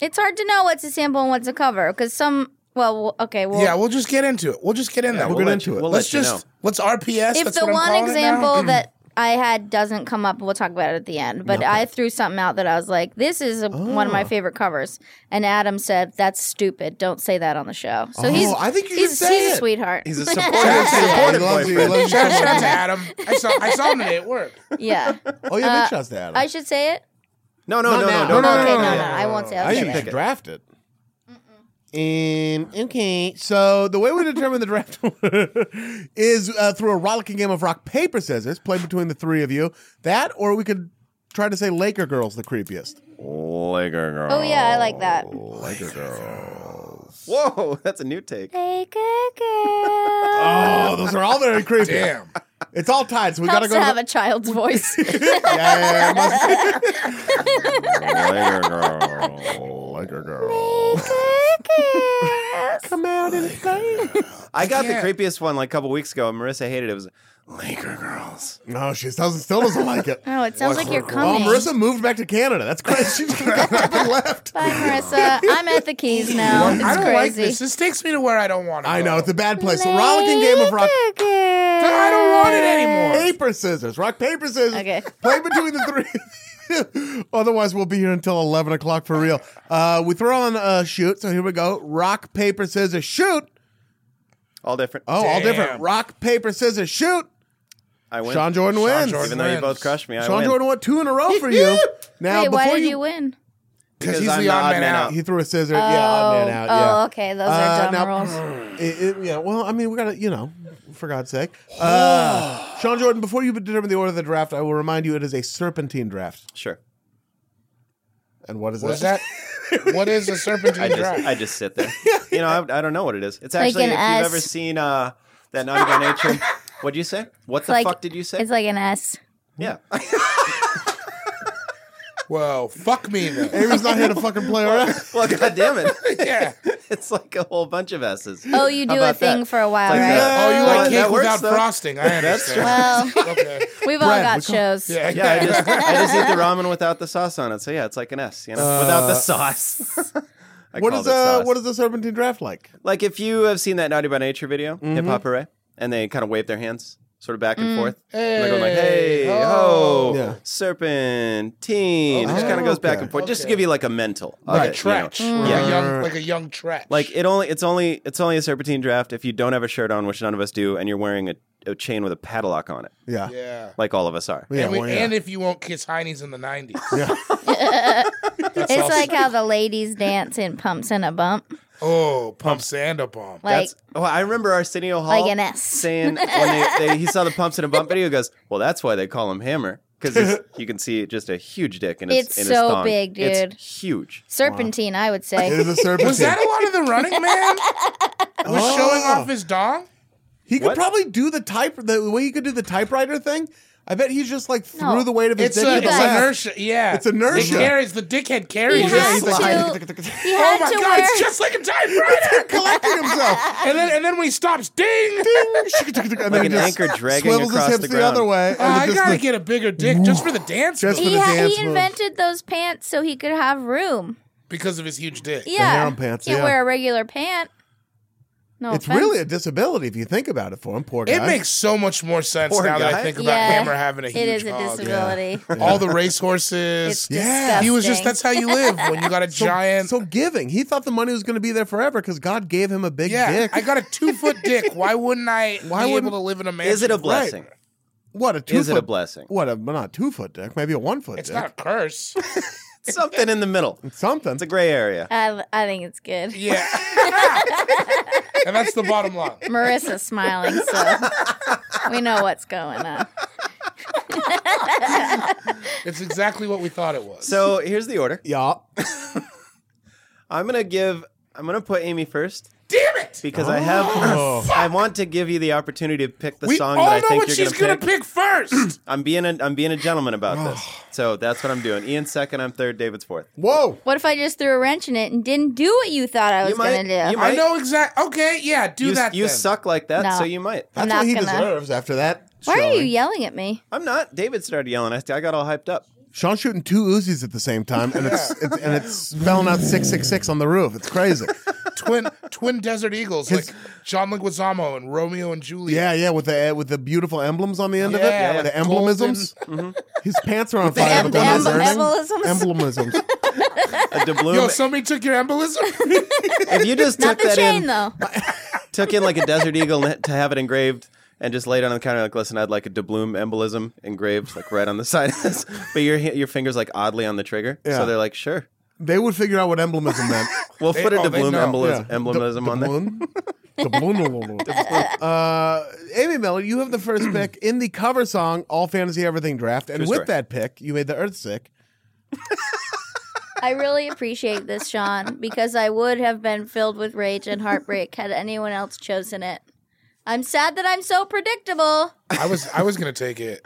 S4: It's hard to know what's a sample and what's a cover because some, well, we'll- okay, well,
S3: Yeah, we'll just get into it. We'll just get in there.
S1: we'll
S2: get
S1: let
S2: into
S1: you-
S2: it.
S1: We'll
S3: let's
S1: let you
S3: just
S1: know.
S3: let's RPS.
S4: if
S3: that's
S4: the
S3: what I'm
S4: one
S3: calling it now. Hmm. Mm.
S4: example that I had doesn't come up, we'll talk about it at the end. But I threw something out that I was like, this is a, one of my favorite covers. And Adam said, that's stupid. Don't say that on the show. So
S2: Oh,
S4: he's,
S2: I think you
S4: he's,
S2: should say
S4: he's
S2: it.
S4: a sweetheart.
S1: He's a supporter.
S2: Yeah, he
S1: supportive
S2: loves you. He
S1: boyfriend.
S2: loves you.
S3: Shout shout out to Adam. I saw I saw him today at work.
S4: yeah.
S2: Oh yeah, Vince shouts to Adam.
S4: Uh, I should say it?
S1: No, no,
S2: Not
S1: no, no,
S2: now.
S1: no,
S2: No,
S1: no,
S4: okay,
S1: no,
S4: no, no,
S1: no, no.
S4: I won't say I'll
S2: I
S4: say
S2: think you
S4: that.
S2: should draft it. And okay, so the way we determine the draft is uh, through a rollicking game of rock paper scissors played between the three of you. That, or we could try to say Laker girls the creepiest.
S1: Laker girl.
S4: Oh, yeah, I like that.
S2: Laker girls.
S1: Whoa, that's a new take.
S4: Hey, good girl.
S2: Oh, those are all very creepy.
S3: Damn.
S2: It's all tied, so we
S4: Helps
S2: gotta
S4: to
S2: go.
S4: have
S2: To
S4: a child's voice.
S2: the- yeah, yeah, yeah, it must-
S1: Laker girl.
S2: come out and play.
S1: I got the
S3: can't.
S1: creepiest one like a couple weeks ago. and Marissa hated it. It was Laker girls.
S2: No, Oh, she doesn't, still doesn't like it.
S4: Oh, it sounds like you're
S2: Oh,
S4: coming.
S2: Marissa moved back to Canada. That's crazy. She just got up and left.
S4: Bye, Marissa. I'm at the keys now. It's
S3: I don't
S4: crazy.
S3: like this. This takes me to where I don't want to.
S2: I
S3: go.
S2: know it's a bad place. The rollicking game of rock.
S3: I don't want it anymore.
S2: Paper scissors, rock paper scissors.
S4: Okay.
S2: Play between the three. Otherwise, we'll be here until eleven o'clock for real. Uh, we throw on a shoot, so here we go. Rock paper scissors shoot.
S1: All different.
S2: Oh, all
S3: Damn.
S2: different. Rock paper scissors shoot.
S1: I win.
S2: Sean Jordan
S3: Sean
S2: wins.
S3: Jordan
S1: Even though you
S3: wins.
S1: both crushed me, I
S2: Sean
S1: win.
S2: Jordan won two in a row for you. Now,
S4: Wait, why
S2: before
S4: did you, win?
S1: because
S3: he's
S1: I'm
S3: the
S1: the
S3: odd
S1: odd
S3: man
S1: man
S3: out.
S1: out.
S2: he threw a scissor. yeah, odd man out.
S4: oh,
S2: yeah.
S4: okay. Those are
S2: Uh,
S4: dumb
S2: now-
S4: rules.
S2: It- it- yeah, well, I mean, we gotta, you know, for God's sake. Uh, Sean Jordan, before you determine the order of the draft, I will remind you it is a serpentine draft.
S1: Sure.
S2: And what is
S3: What is
S2: that?
S3: that? what is a
S1: I
S3: serpentine
S1: just
S3: drive?
S1: I just sit there. You know, I, I don't know what it is. It's
S4: Like
S1: actually
S4: an
S1: if
S4: S.
S1: you've ever seen uh, that Naughty by Nature. What'd you say? What the
S4: like-
S1: fuck did you say?
S4: It's like an S.
S1: yeah.
S3: Well, fuck me then.
S2: Avery's not here to fucking play around.
S1: well, god damn it.
S3: yeah.
S1: it's like a whole bunch of S's.
S4: Oh, you
S1: How
S4: do a
S1: about
S4: thing
S1: that?
S4: for a while,
S1: Like,
S4: right?
S1: uh,
S3: Oh, you
S1: Well,
S3: like cake
S1: that works,
S3: without
S1: though.
S3: frosting? I understand.
S4: Well,
S3: okay.
S4: we've all
S2: Brad,
S4: got
S2: we call-
S4: shows.
S3: Yeah.
S1: Yeah, I just I just eat the ramen without the sauce on it. So yeah, it's like an S, you know, without the sauce. I
S2: Uh, What
S1: called
S2: is
S1: it
S2: uh,
S1: sauce.
S2: what is the serpentine draft like?
S1: like if you have seen that Naughty by Nature video,
S2: Mm-hmm.
S1: Hip Hop Hooray, and they kind of wave their hands sort of back and forth, and they're going like,
S3: Hey,
S1: "Hey, ho,
S2: Mm. oh. Yeah. Oh,
S1: serpentine." It just kind of goes back
S2: Okay.
S1: and forth, just to
S3: Okay.
S1: give you like a mental, of
S3: Like a
S1: it, you know.
S3: tretch. Like
S1: Yeah.
S3: a young, like a young tretch.
S1: Like it only it's only it's only a serpentine draft if you don't have a shirt on, which none of us do, and you're wearing a, a chain with a padlock on it,
S2: Yeah.
S3: yeah.
S1: like all of us are.
S2: Yeah,
S3: and, we,
S2: well, yeah.
S3: and if you won't kiss heinies in the 90s.
S2: Yeah.
S3: That's
S4: It's
S3: also-
S4: like how the ladies dance in pumps and a bump.
S3: oh, pump sand a bomb.
S4: Like,
S1: That's, oh, I remember Arsenio Hall
S4: Like an S.
S1: saying when they, they, he saw the pumps and a bump video, he goes, "Well, that's why they call him Hammer because you can see just a huge dick in his
S4: It's
S1: in
S4: so
S1: his thong.
S4: big, dude.
S1: It's huge.
S4: serpentine, I would
S2: It
S4: say.
S2: is a serpentine.
S3: Was that a lot of the running man? Was
S2: Oh.
S3: showing off his dong?
S2: He could
S1: What?
S2: probably do the type the way he could do the typewriter thing. I bet he's just like threw
S4: No.
S2: the weight of his
S3: It's,
S2: dick
S3: a,
S2: to the
S3: it's
S2: left.
S3: inertia. Yeah.
S2: It's inertia.
S3: It carries, the dickhead
S4: he
S3: carries
S4: had
S3: it.
S2: He's like-
S4: to, he
S3: Oh
S4: had
S3: my
S4: to
S3: god,
S4: wear,
S3: it's just like a typewriter.
S2: Collecting himself.
S3: and then and then when he stops, ding!
S2: and
S1: Like
S2: then
S1: an
S2: just
S1: anchor dragging
S2: swivels his
S1: across
S2: hips
S1: the
S2: the,
S1: ground.
S2: other way.
S3: Oh, I
S2: just
S3: gotta
S2: the-
S3: get a bigger dick just for the dance
S2: Just
S3: move.
S2: for
S4: he,
S2: the
S4: ha-
S2: dance
S4: he
S2: move.
S4: invented those pants so he could have room.
S3: because of his huge dick.
S4: Yeah.
S2: harem pants,
S4: Can't
S2: yeah.
S4: wear a regular pant. No
S2: It's
S4: offense.
S2: really a disability if you think about it for him. Poor guy.
S3: It makes so much more sense
S1: Poor
S3: now that
S1: guy.
S3: I think about
S4: Yeah.
S3: Hammer having a huge
S4: It is a
S3: hog.
S4: disability.
S3: All the racehorses.
S4: It's
S2: Yeah.
S3: He was just
S4: disgusting.
S3: that's how you live when you got a
S2: so,
S3: giant
S2: so giving. He thought the money was going to be there forever because God gave him a big
S3: Yeah,
S2: dick.
S3: I got a two foot dick. Why wouldn't I
S2: Why
S3: be
S2: wouldn't-
S3: able to live in a mansion?
S1: Is it a blessing?
S2: what a two
S1: Is
S2: foot
S1: it a blessing?
S2: What a not two foot dick, maybe a one foot
S3: It's
S2: dick.
S3: not a curse.
S1: Something in the middle.
S2: Something.
S1: It's a gray area.
S4: I, I think it's good.
S3: yeah. and that's the bottom line.
S4: Marissa's smiling, so we know what's going on.
S3: It's exactly what we thought it was.
S1: So here's the order.
S2: yeah.
S1: I'm gonna give. I'm gonna put Amy first
S3: Damn it!
S1: because I have. I want to give you the opportunity to pick the
S3: Oh. we
S1: song
S3: all
S1: that I
S3: know
S1: think
S3: what
S1: you're
S3: she's
S1: gonna
S3: gonna
S1: pick.
S3: pick, Oh. first.
S1: I'm being a I'm being a gentleman about this. So that's what I'm doing. Ian's second, I'm third, David's fourth.
S2: Whoa.
S4: What if I just threw a wrench in it and didn't do what you thought I was
S1: might-
S4: going to do?
S1: you
S3: I
S1: might-
S3: know exactly. Okay, yeah, do
S1: You,
S3: that.
S1: you
S3: then.
S1: suck like that,
S4: No.
S1: so you might.
S2: That's
S4: not
S2: what he
S4: gonna-
S2: deserves after that.
S4: Why are you
S2: showing.
S4: yelling at me?
S1: I'm not. David started yelling. I, I got all hyped up.
S2: Sean's shooting two Uzis at the same time, and it's, it's and it's spelling out six six six on the roof. It's crazy.
S3: Twin twin desert eagles
S2: His-
S3: like John Leguizamo and Romeo and Juliet.
S2: Yeah, yeah, with the with the beautiful emblems on the end
S3: Yeah,
S2: of it,
S3: with
S2: the emblemisms. Mm-hmm. His pants are on fire.
S4: em-
S2: but they're not
S4: em-
S2: burning.
S4: embolisms?
S2: Emblemisms.
S1: A doubloon.
S3: Yo, somebody took your embolism.
S1: if you just
S4: Not
S1: took
S4: the
S1: that
S4: chain,
S1: in,
S4: though.
S1: took in like a desert eagle net to have it engraved, and just laid it on the counter like, listen, I'd like a doubloon embolism engraved like right on the side of this. But your ha- your fingers like oddly on the trigger,
S2: Yeah.
S1: so they're like, sure,
S2: They would figure out what emblemism meant.
S1: we'll put a
S3: oh, they
S1: doubloon
S3: know.
S1: embolism, emblemism on there.
S2: there. uh, Amy Miller, you have the first pick in the cover song "All Fantasy Everything" draft, and
S1: True
S2: with
S1: story.
S2: that pick, you made the Earth sick.
S4: I really appreciate this, Sean, because I would have been filled with rage and heartbreak had anyone else chosen it. I'm sad that I'm so predictable.
S3: I was I was gonna take it.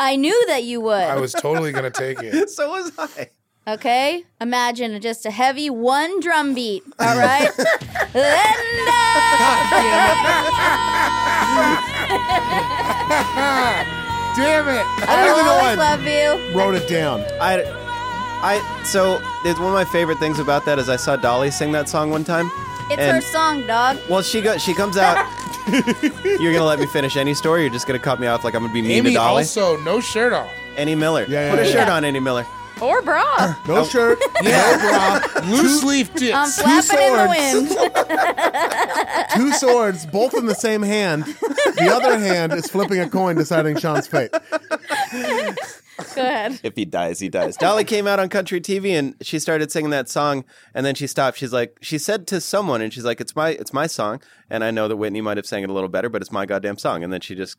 S4: I knew that you would.
S3: I was totally gonna take it.
S1: So was I.
S4: Okay? Imagine just a heavy one drum beat. All right? Linda!
S3: Damn it.
S2: I don't even know
S4: I
S2: why
S4: love you.
S2: I wrote it down.
S1: I, I so it's one of my favorite things about that is I saw Dolly sing that song one time.
S4: It's
S1: and,
S4: her song, dog.
S1: Well, she go, she comes out. you're gonna let me finish any story? You're just gonna cut me off like I'm gonna be mean to
S3: Amy
S1: Dolly?
S3: also no shirt on.
S1: Annie Miller.
S2: Yeah, yeah,
S1: Put a
S2: yeah.
S1: shirt
S4: Yeah.
S1: on, Annie Miller.
S4: Or bra.
S2: No shirt.
S3: Yeah, Loose leaf tits.
S4: I'm
S2: Two
S4: flapping in the
S2: swords.
S4: wind.
S2: two swords, both in the same hand. The other hand is flipping a coin, deciding Sean's fate.
S4: Go ahead.
S1: If he dies, he dies. Dolly came out on country TV and she started singing that song, and then she stopped. She's like, she said to someone, and she's like, "It's my, it's my song." And I know that Whitney might have sang it a little better, but it's my goddamn song. And then she just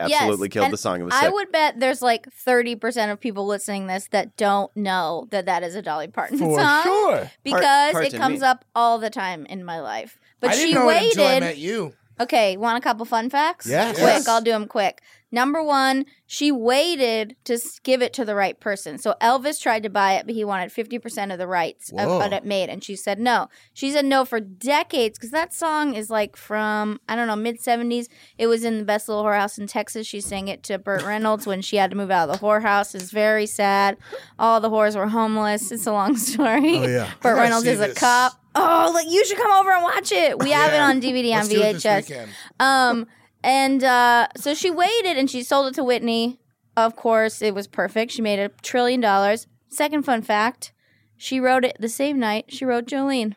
S1: absolutely
S4: yes.
S1: killed
S4: and
S1: the song. It was
S4: I
S1: sick.
S4: would bet there's like 30% of people listening this that don't know that that is a Dolly Parton
S2: For
S4: song.
S2: sure.
S4: Because
S1: Parton,
S4: it comes
S1: me.
S4: up all the time in my life. But
S3: I
S4: she
S3: didn't know
S4: waited.
S3: it until I met you.
S4: Okay, want a couple fun facts?
S2: Yes.
S4: Quick,
S3: Yes.
S4: I'll do them quick. Number one, she waited to s- give it to the right person. So Elvis tried to buy it, but he wanted 50% of the rights of
S2: Whoa.
S4: what it made. And she said no. She said no for decades because that song is like from, I don't know, mid 70s. It was in The Best Little Whorehouse in Texas. She sang it to Burt Reynolds when she had to move out of the whorehouse. It's very sad. All the whores were homeless. It's a long story.
S2: Oh, yeah.
S4: Burt
S3: gotta
S4: Reynolds
S3: see
S4: is a
S3: this.
S4: cop. Oh, look, you should come over and watch it.
S2: Oh,
S4: We have it
S3: Yeah.
S4: on DVD on
S3: Let's do it this
S4: VHS.
S3: weekend.
S4: Um, and uh, so she waited and she sold it to Whitney. Of course, it was perfect. She made a trillion dollars. Second fun fact she wrote it the same night she wrote Jolene.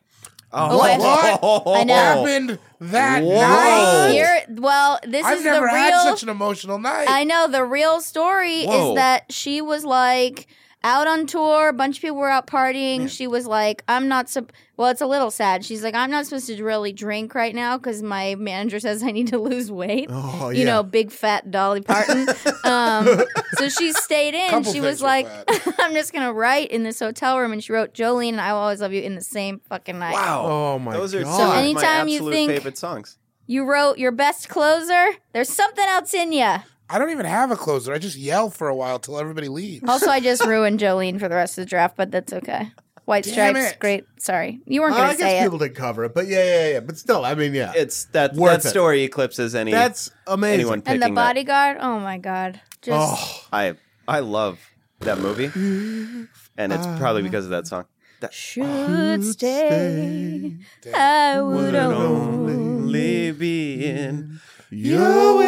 S1: Oh,
S4: What?
S1: whoa.
S4: I know.
S3: Happened that
S1: Whoa.
S3: night.
S4: Here, well, this
S3: I've
S4: is
S3: never
S4: the real.
S3: had such an emotional night.
S4: I know the real story
S1: Whoa.
S4: is that she was like out on tour. A bunch of people were out partying. She was like, "I'm not." Sup- well, it's a little sad. She's like, "I'm not supposed to really drink right now because my manager says I need to lose weight."
S2: Oh,
S4: you
S2: yeah.
S4: know, big fat Dolly Parton. um, so she stayed in.
S3: Couple
S4: she
S3: things
S4: was
S3: were
S4: like,
S3: fat.
S4: "I'm just gonna write in this hotel room," and she wrote Jolene and I will always love you in the same fucking night.
S1: Wow.
S2: Oh my
S1: Those are
S2: god.
S1: two of my
S4: anytime you
S1: absolute
S4: think-
S1: favorite songs.
S4: You wrote your best closer. There's something else in ya.
S3: I don't even have a closer. I just yell for a while till everybody leaves.
S4: Also, I just ruined Jolene for the rest of the draft, but that's okay. White
S3: Damn
S4: stripes,
S3: it.
S4: great. Sorry, you weren't
S2: Uh,
S4: gonna
S2: I
S4: say
S2: guess
S4: it.
S2: people did cover it, but yeah, yeah, yeah. But still, I mean, yeah,
S1: It's that
S2: Worth
S1: that
S2: it.
S1: story eclipses any
S2: that's amazing.
S1: anyone picking
S4: And the
S1: that.
S4: bodyguard. Oh my god, just
S2: Oh,
S1: I I love that movie, and it's probably because of that song. That
S4: should stay.
S3: Damn.
S4: I would
S1: would
S4: only.
S1: only be in.
S2: your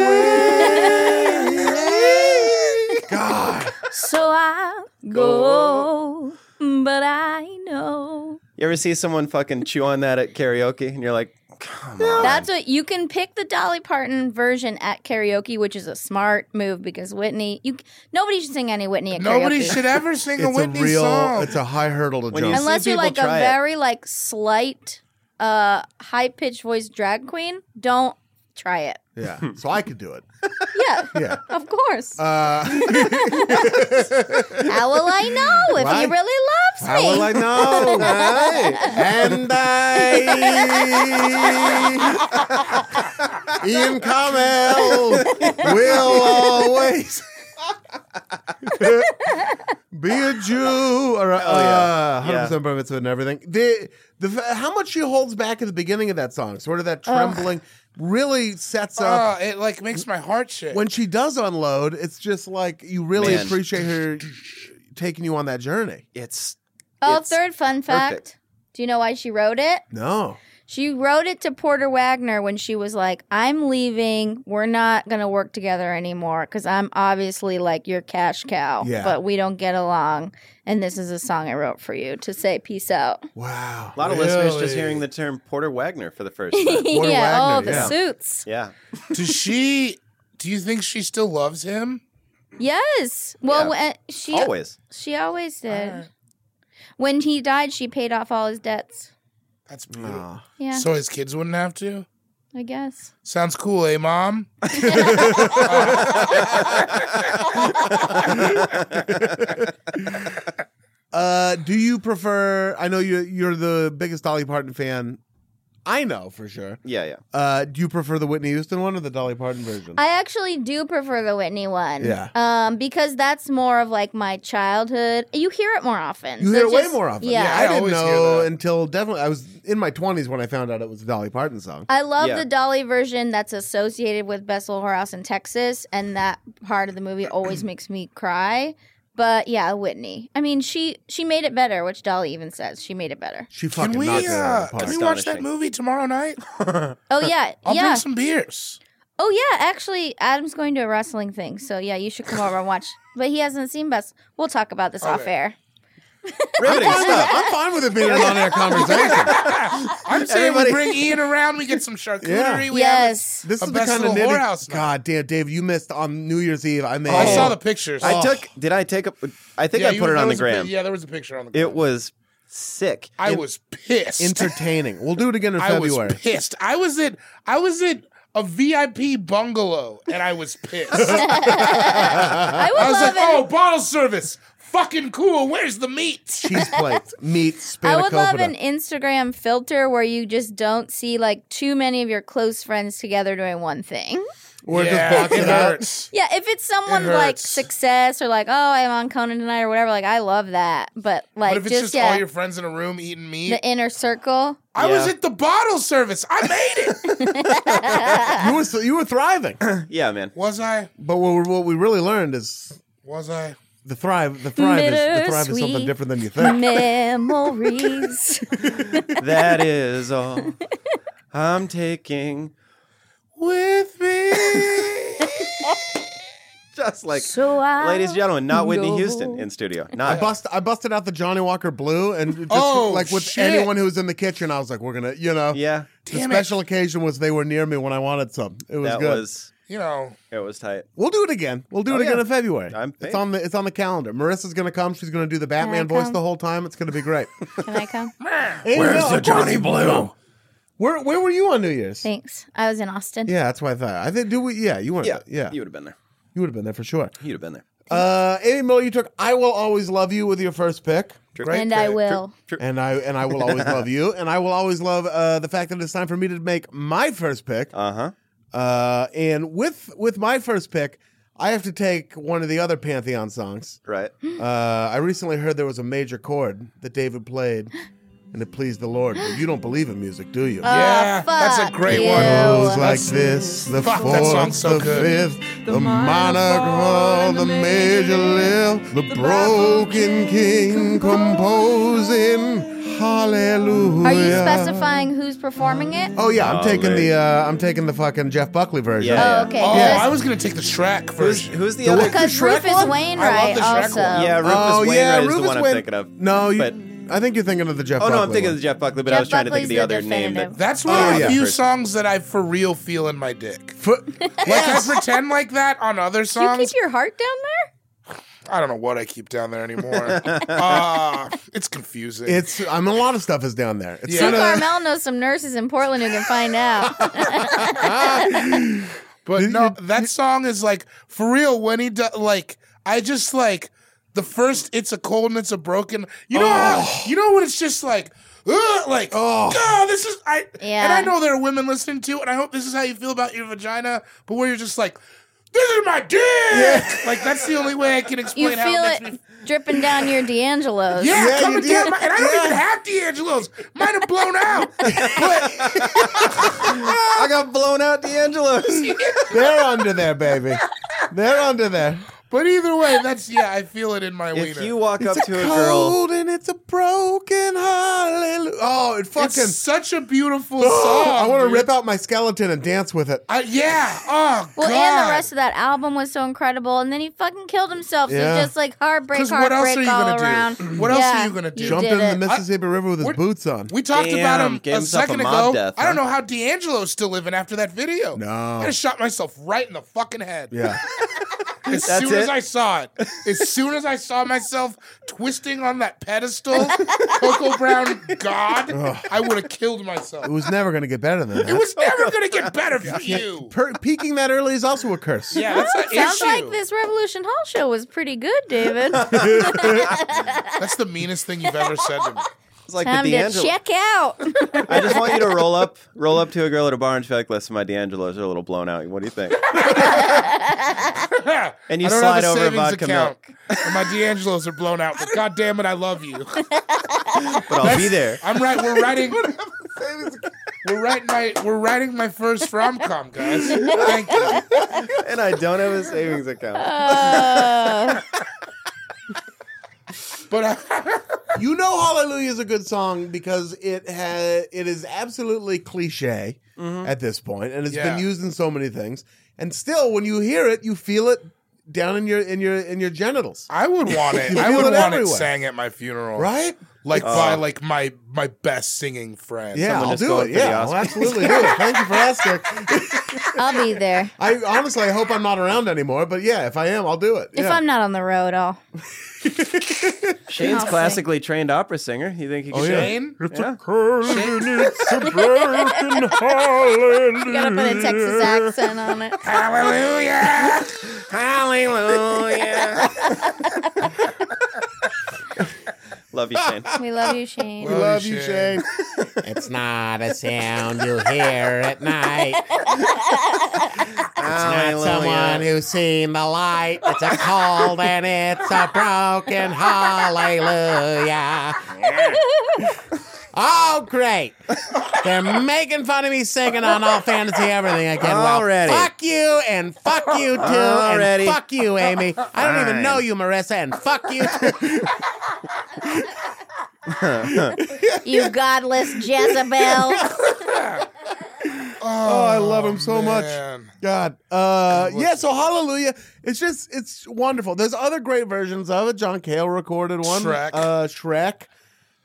S2: way. God,
S4: So I go, but I know.
S1: You ever see someone fucking chew on that at karaoke, and you're like, come on.
S4: That's what you can pick the Dolly Parton version at karaoke, which is a smart move because Whitney, you nobody should sing any Whitney at
S3: Nobody
S4: karaoke.
S3: should ever sing a
S2: it's a
S3: Whitney
S2: real,
S3: song.
S2: it's a high hurdle to
S1: When you
S2: jump.
S4: unless
S1: See
S4: you're
S1: people
S4: like
S1: try
S4: a
S1: it.
S4: very like slight, uh, high pitched voice drag queen. Don't try it.
S2: yeah, so I could do it.
S4: Yeah,
S2: Yeah.
S4: of course.
S2: Uh,
S4: How will I know if he
S2: Right?
S4: really loves me?
S2: I will I know? And I, Ian Carmel, will always be a Jew. Or, uh,
S1: Oh, yeah.
S2: 100% bar mitzvah and everything. The, the, f- how much she holds back at the beginning of that song, sort of that trembling, really sets up.
S3: Uh, it like makes my heart shake.
S2: when she does unload, it's just like you really
S1: Man.
S2: appreciate her taking you on that journey.
S1: it's
S4: oh,
S1: it's
S4: third fun fact.
S1: perfect.
S4: Do you know why she wrote it?
S2: No.
S4: She wrote it to Porter Wagner when she was like, I'm leaving. We're not going to work together anymore because I'm obviously like your cash cow,
S2: Yeah.
S4: but we don't get along. And this is a song I wrote for you to say peace out.
S2: Wow.
S1: a lot of listeners just
S3: Really?
S1: hearing the term Porter Wagner for the first time.
S2: Porter Wagner,
S4: yeah. oh, the
S2: yeah.
S4: suits.
S1: yeah,
S3: Does she? Do you think she still loves him?
S4: Yes. Well,
S1: Yeah.
S4: when, she
S1: always.
S4: she always did.
S3: Alright.
S4: When he died, she paid off all his debts.
S3: That's beautiful.
S2: Aw.
S4: Yeah,
S3: So his kids wouldn't have to.
S4: I guess.
S3: Sounds cool, eh, mom?
S2: Uh, do you prefer? I know you you're the biggest Dolly Parton fan. I know for sure.
S1: Yeah, yeah.
S2: Uh, do you prefer the Whitney Houston one or the Dolly Parton version?
S4: I actually do prefer the Whitney one.
S2: Yeah.
S4: Um, because that's more of like my childhood. You hear it more often.
S2: you
S4: So
S2: hear it
S4: it's
S2: way
S4: just-
S2: more often.
S4: Yeah.
S3: Yeah,
S2: I, didn't
S3: always hear
S2: know
S3: that.
S2: until definitely I was in my twenties when I found out it was a Dolly Parton song.
S4: I love
S1: Yeah.
S4: the Dolly version that's associated with Bessel House in Texas, and that part of the movie always makes me cry. But yeah, Whitney. I mean, she she made it better, which Dolly even says she made it better.
S2: She fucking
S3: Can we,
S2: knocked it out
S3: uh,
S2: of the park.
S3: can we watch that
S1: Astonishing.
S3: movie tomorrow night? I'll
S4: Oh yeah, yeah.
S3: bring some beers.
S4: oh yeah. Actually, Adam's going to a wrestling thing, so yeah, you should come over and watch. But he hasn't seen Bess. We'll talk about this off
S3: Okay.
S4: air.
S2: I'm, fine with it. I'm fine with it being an on-air conversation.
S3: I'm saying
S1: Everybody-
S3: we bring Ian around, we get some charcuterie.
S2: Yeah.
S3: We have this-
S4: yes.
S2: This
S3: A
S2: is the
S3: best
S2: kind of
S3: little
S2: nitty.
S3: whorehouse night.
S2: God damn, Dave, you missed on New Year's Eve. I made.
S3: I saw the pictures.
S1: Oh. I took. Did I take a? I think
S3: Yeah,
S1: I
S3: you-
S1: put it
S3: there
S1: on the
S3: was a pic-
S1: gram.
S3: yeah, there was a picture on the gram.
S1: It was sick.
S3: I
S1: It-
S3: was pissed.
S2: entertaining. We'll do it again in
S3: I
S2: February.
S3: was pissed. I was at I was at a VIP bungalow and I was pissed.
S4: I would
S3: I was like,
S4: love it.
S3: oh, bottle service. Fucking cool. Where's the meat?
S2: Cheese plates, meat, spanakopita.
S4: I would love an Instagram filter where you just don't see like too many of your close friends together doing one thing.
S2: We're
S3: Yeah,
S2: just boxing
S3: it
S2: out.
S3: hurts.
S4: Yeah, if it's someone
S3: Mm-hmm. It
S4: like
S3: hurts.
S4: success or like, oh, I'm on Conan tonight or whatever, like I love that. But like,
S3: But if it's
S4: just,
S3: just
S4: yeah,
S3: all your friends in a room eating meat,
S4: the inner circle.
S3: I was
S1: Yeah.
S3: at the bottle service. I made it.
S4: uh,
S2: You were you were thriving,
S1: yeah, man.
S3: was I?
S2: but what, we- what we really learned is
S3: Was I?
S2: the thrive. The thrive is the thrive is something
S4: Bittersweet.
S2: different than you think.
S4: Memories.
S1: That is all. I'm taking
S3: With me.
S1: just like,
S4: so I.
S1: ladies and gentlemen, not Whitney
S4: know.
S1: Houston in studio.
S2: I
S1: Not
S2: bust I busted out the Johnny Walker Blue and just
S3: Oh,
S2: like with
S3: shit.
S2: anyone who was in the kitchen, I was like, we're gonna, you know,
S1: yeah.
S2: The
S3: Damn it.
S2: special occasion was they were near me when I wanted some. It was
S1: that
S2: good.
S1: was
S3: you know,
S1: it was tight.
S2: We'll do it again. We'll do
S1: Oh,
S2: it again
S1: yeah.
S2: in February.
S1: I'm
S2: it's
S1: paid.
S2: on the it's on the calendar. Marissa's gonna come. She's gonna do the Batman
S4: Can I
S2: voice the
S4: come?
S2: whole time. It's gonna be great.
S4: Can I come?
S2: Where's the
S3: Johnny Blue.
S2: Where where were you on New Year's?
S4: Thanks. I was in Austin.
S2: Yeah, that's what I thought. I think do we? Yeah, you weren't.
S1: Yeah,
S2: Yeah, yeah.
S1: You
S2: You,
S1: would have been there.
S2: would have been there for sure.
S1: You'd have been there.
S2: Uh, Amy Miller, you took "I Will Always Love You" with your first pick,
S3: Great
S4: and I
S3: pick.
S4: will.
S2: and I and I will always love you, and I will always love uh, the fact that it's time for me to make my first pick.
S1: Uh huh.
S2: Uh, and with with my first pick, I have to take one of the other Pantheon songs.
S1: Right.
S2: Uh, I recently heard there was a major chord that David played, and it pleased the Lord. But you don't believe in music, do you?
S3: Yeah, that's a
S4: fuck
S3: great
S4: you.
S3: one.
S2: goes
S4: Ew.
S2: like this: the
S3: Fuck, that
S2: fourth,
S3: song's so
S2: the
S3: good.
S2: fifth, the minor chord, the major lift, the broken king composing. Hallelujah.
S4: Are you specifying who's performing it?
S2: Oh yeah, I'm taking the
S1: Hallelujah.
S2: uh, I'm taking the fucking Jeff Buckley version.
S1: Yeah.
S4: Oh, okay.
S3: Oh,
S4: Just-
S3: I was gonna take the Shrek
S1: Who's
S3: version.
S1: who's the, other?
S4: Because
S2: Shrek
S4: Rufus
S2: one?
S3: I love
S4: Wainwright
S3: the Shrek
S4: also.
S3: one.
S1: yeah, Rufus
S2: oh
S1: Wainwright
S2: yeah,
S1: is
S2: Rufus
S1: the one
S2: Wain-
S1: I'm thinking of.
S2: No, you,
S1: but
S2: I think you're thinking of the Jeff.
S1: oh no, I'm
S2: Buckley
S1: thinking
S2: one.
S1: of the Jeff Buckley, but I
S4: Jeff
S1: was trying to think
S4: Buckley's
S1: of the,
S4: the
S1: other name. That,
S4: definitive.
S3: That's one of
S2: Oh,
S3: the
S2: yeah.
S3: few
S1: First.
S3: songs that I for real feel in my dick.
S2: For-
S3: Like I pretend like that on other
S4: Do you keep
S3: songs.
S4: your heart down there?
S3: I don't know what I keep down there anymore. uh, it's confusing.
S2: it's I mean a lot of stuff is down there. It's
S3: Yeah.
S4: Sue
S2: kinda-
S4: Carmel knows some nurses in Portland who can find out.
S3: but no, that song is like for real. When he do, like, I just like the first. It's a cold and it's a broken. You know, how, you know when it's just like. Ugh, like
S2: Oh.
S3: oh. this is I
S4: Yeah.
S3: and I know there are women listening to, and I hope this is how you feel about your vagina, but where you're just like, this is my dick. Like that's the only way I can
S4: You
S3: explain how
S4: feel
S3: makes me
S4: it dripping down your D'Angelo's.
S3: Yeah,
S2: Yeah,
S3: coming
S2: you
S3: down
S2: did.
S3: my, and I don't
S2: Yeah.
S3: even have D'Angelo's. Might have blown out. But
S1: I got blown out, D'Angelo.
S2: They're under there, baby. They're under there.
S3: but either way, that's yeah, I feel it in my
S1: if
S3: wiener.
S1: you walk up to a girl,
S2: Cold and it's a broken hallelujah. Oh, it
S3: it's
S2: fucking. Oh,
S3: such a beautiful song.
S2: I want to
S3: dude.
S2: rip out my skeleton and dance with it.
S3: I- yeah. Oh
S4: Well,
S3: god.
S4: and the rest of that album was so incredible, and then he fucking killed himself. So
S2: Yeah.
S4: it's just like heartbreak,
S3: 'Cause what else
S4: heartbreak
S3: are you
S4: all
S3: gonna do?
S4: around.
S3: What else
S4: Yeah,
S3: are you gonna do?
S4: you
S2: Jump
S4: did
S2: in the
S4: it.
S2: Mississippi River with his
S3: What-
S2: boots on.
S3: we talked
S1: Damn,
S3: about him
S1: gave
S3: a
S1: himself a
S3: second
S1: mob
S3: ago.
S1: death,
S3: I don't
S1: huh?
S3: know how D'Angelo's still living after that video.
S2: No.
S3: I just shot myself right in the fucking head.
S2: yeah.
S3: As
S1: That's
S3: soon as
S1: it?
S3: I saw it, as soon as I saw myself twisting on that pedestal, Coco Brown God, I would have killed myself.
S2: It was never going to get better than that.
S3: It was never going to get better for you.
S2: Per- peaking that early is also a curse.
S3: Yeah, that's an
S4: Sounds
S3: issue.
S4: like this Revolution Hall show was pretty good, David.
S3: That's the meanest thing you've ever said to me.
S1: It's like
S4: Time
S1: the
S4: to
S1: D'Angelo.
S4: check out.
S1: I just want you to roll up, roll up to a girl at a bar and just be like, "Listen, my D'Angelo's are a little blown out. What do you think?" and you
S3: I don't
S1: slide
S3: have a
S1: over a
S3: savings
S1: vodka
S3: account.
S1: milk,
S3: and my D'Angelos are blown out. But God damn it, I love you.
S1: but I'll be there.
S3: I'm right. We're writing. we're writing my. We're writing my first rom com, guys. Thank you.
S1: And I don't have a savings account.
S4: Uh,
S3: But I,
S2: You know, Hallelujah is a good song because it ha- it is absolutely cliche at this point, and it's
S3: Yeah.
S2: been used in so many things. And still, when you hear it, you feel it down in your in your in your genitals,
S3: I would want it.
S2: You
S3: I
S2: feel
S3: would
S2: it
S3: want it
S2: everywhere.
S3: sang at my funeral,
S2: right?
S3: Like
S1: Uh,
S3: by like my my best singing friend.
S2: Yeah, I'll
S1: just
S2: do
S1: going
S2: it.
S1: for the
S2: Yeah, I'll
S1: Oscars.
S2: absolutely do it. Thank you for asking.
S4: I'll be there.
S2: I honestly, I hope I'm not around anymore, but yeah, if I am, I'll do it.
S4: If
S2: yeah.
S4: I'm not on the road, I'll.
S1: Shane's
S4: I'll
S1: classically trained opera singer. You think he can?
S2: Oh,
S1: do
S2: yeah.
S1: it?
S3: Shane?
S2: It's
S1: Yeah.
S2: a curtain, it's a broken hallelujah.
S4: You gotta put a Texas accent on it.
S3: Hallelujah.
S1: Hallelujah. Love you, Shane.
S4: We love you, Shane.
S2: We
S3: Love
S2: love
S3: you,
S2: you,
S3: Shane.
S2: Shane.
S5: It's not a sound you hear at night. It's not someone who's seen the light. It's a cold and it's a broken hallelujah. Oh, great. They're making fun of me singing on All Fantasy Everything again. Well,
S1: Already.
S5: fuck you and fuck you too
S1: Already.
S5: and fuck you, Amy. I don't
S1: Fine.
S5: even know you, Marissa, and fuck you too.
S4: You godless Jezebel.
S2: Oh, I love him so much.
S3: Man.
S2: God. Uh,
S3: love
S2: yeah,
S3: him.
S2: so hallelujah. It's just, it's wonderful. There's other great versions of it. John Cale recorded one.
S3: Shrek.
S2: Uh, Shrek,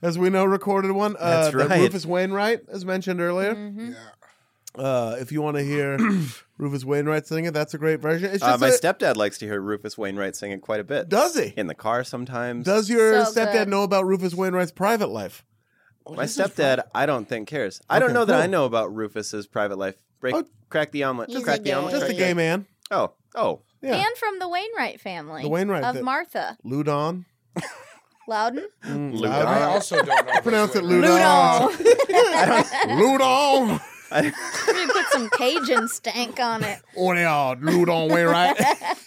S2: as we know, recorded one. Uh,
S1: That's
S2: that
S1: right.
S2: Rufus Wainwright, as mentioned earlier.
S4: Mm-hmm.
S2: Uh, if you want to hear Rufus Wainwright sing it, that's a great version. It's
S1: Uh,
S2: just,
S1: my
S2: a-
S1: stepdad likes to hear Rufus Wainwright sing it quite a bit.
S2: does he?
S1: in the car sometimes.
S2: Does your
S4: So
S2: stepdad
S4: good.
S2: know about Rufus Wainwright's private life?
S1: My stepdad, I don't think cares. I don't
S2: Okay,
S1: know that
S2: cool.
S1: I know about Rufus's private life. Break,
S2: Oh.
S1: crack the omelet.
S4: He's
S1: crack
S4: a
S1: the omelet.
S4: gay.
S2: Just a
S1: crack
S2: gay man.
S1: the- Oh, oh,
S2: Yeah.
S4: And from the Wainwright family.
S2: The Wainwright
S4: Of
S2: that-
S4: Martha.
S2: Ludon.
S4: Loudon.
S2: Mm,
S1: Ludon.
S2: Loudon.
S3: I also don't know.
S2: Pronounce it
S3: Ludon.
S2: Ludon.
S4: Ludon.
S2: Ludon.
S1: I,
S4: you put some Cajun stank on it.
S2: Oh, they are Ludon Wainwright.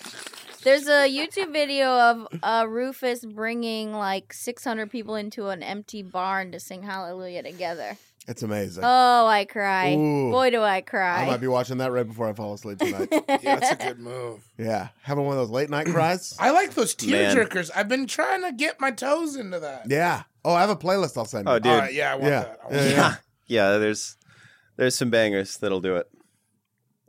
S4: There's a YouTube video of uh, Rufus bringing like 600 people into an empty barn to sing Hallelujah together.
S2: It's amazing.
S4: Oh, I cry.
S2: Ooh.
S4: Boy, do I
S2: I might
S4: cry.
S2: be watching that right before I fall asleep tonight.
S3: Yeah, that's a good move.
S2: yeah, having one of those late night cries.
S3: I like those tear
S1: Man.
S3: jerkers. I've been trying to get my toes into that.
S2: Yeah. Oh, I have a playlist. I'll send.
S1: oh,
S2: you.
S1: dude.
S3: All right, yeah, I want
S2: Yeah.
S3: that. I want
S2: Yeah,
S3: that.
S2: yeah.
S1: yeah, there's there's some bangers that'll do it.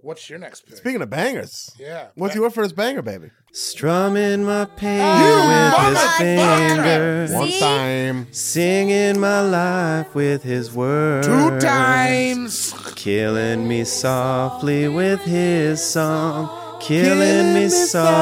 S3: What's your next pick?
S2: Speaking of bangers,
S3: yeah.
S2: what's your first banger, baby?
S1: Strumming my pain with his
S4: Oh,
S1: finger,
S4: One See?
S2: time.
S1: singing my life with his words,
S3: Two times.
S1: killing me softly with his song, killing me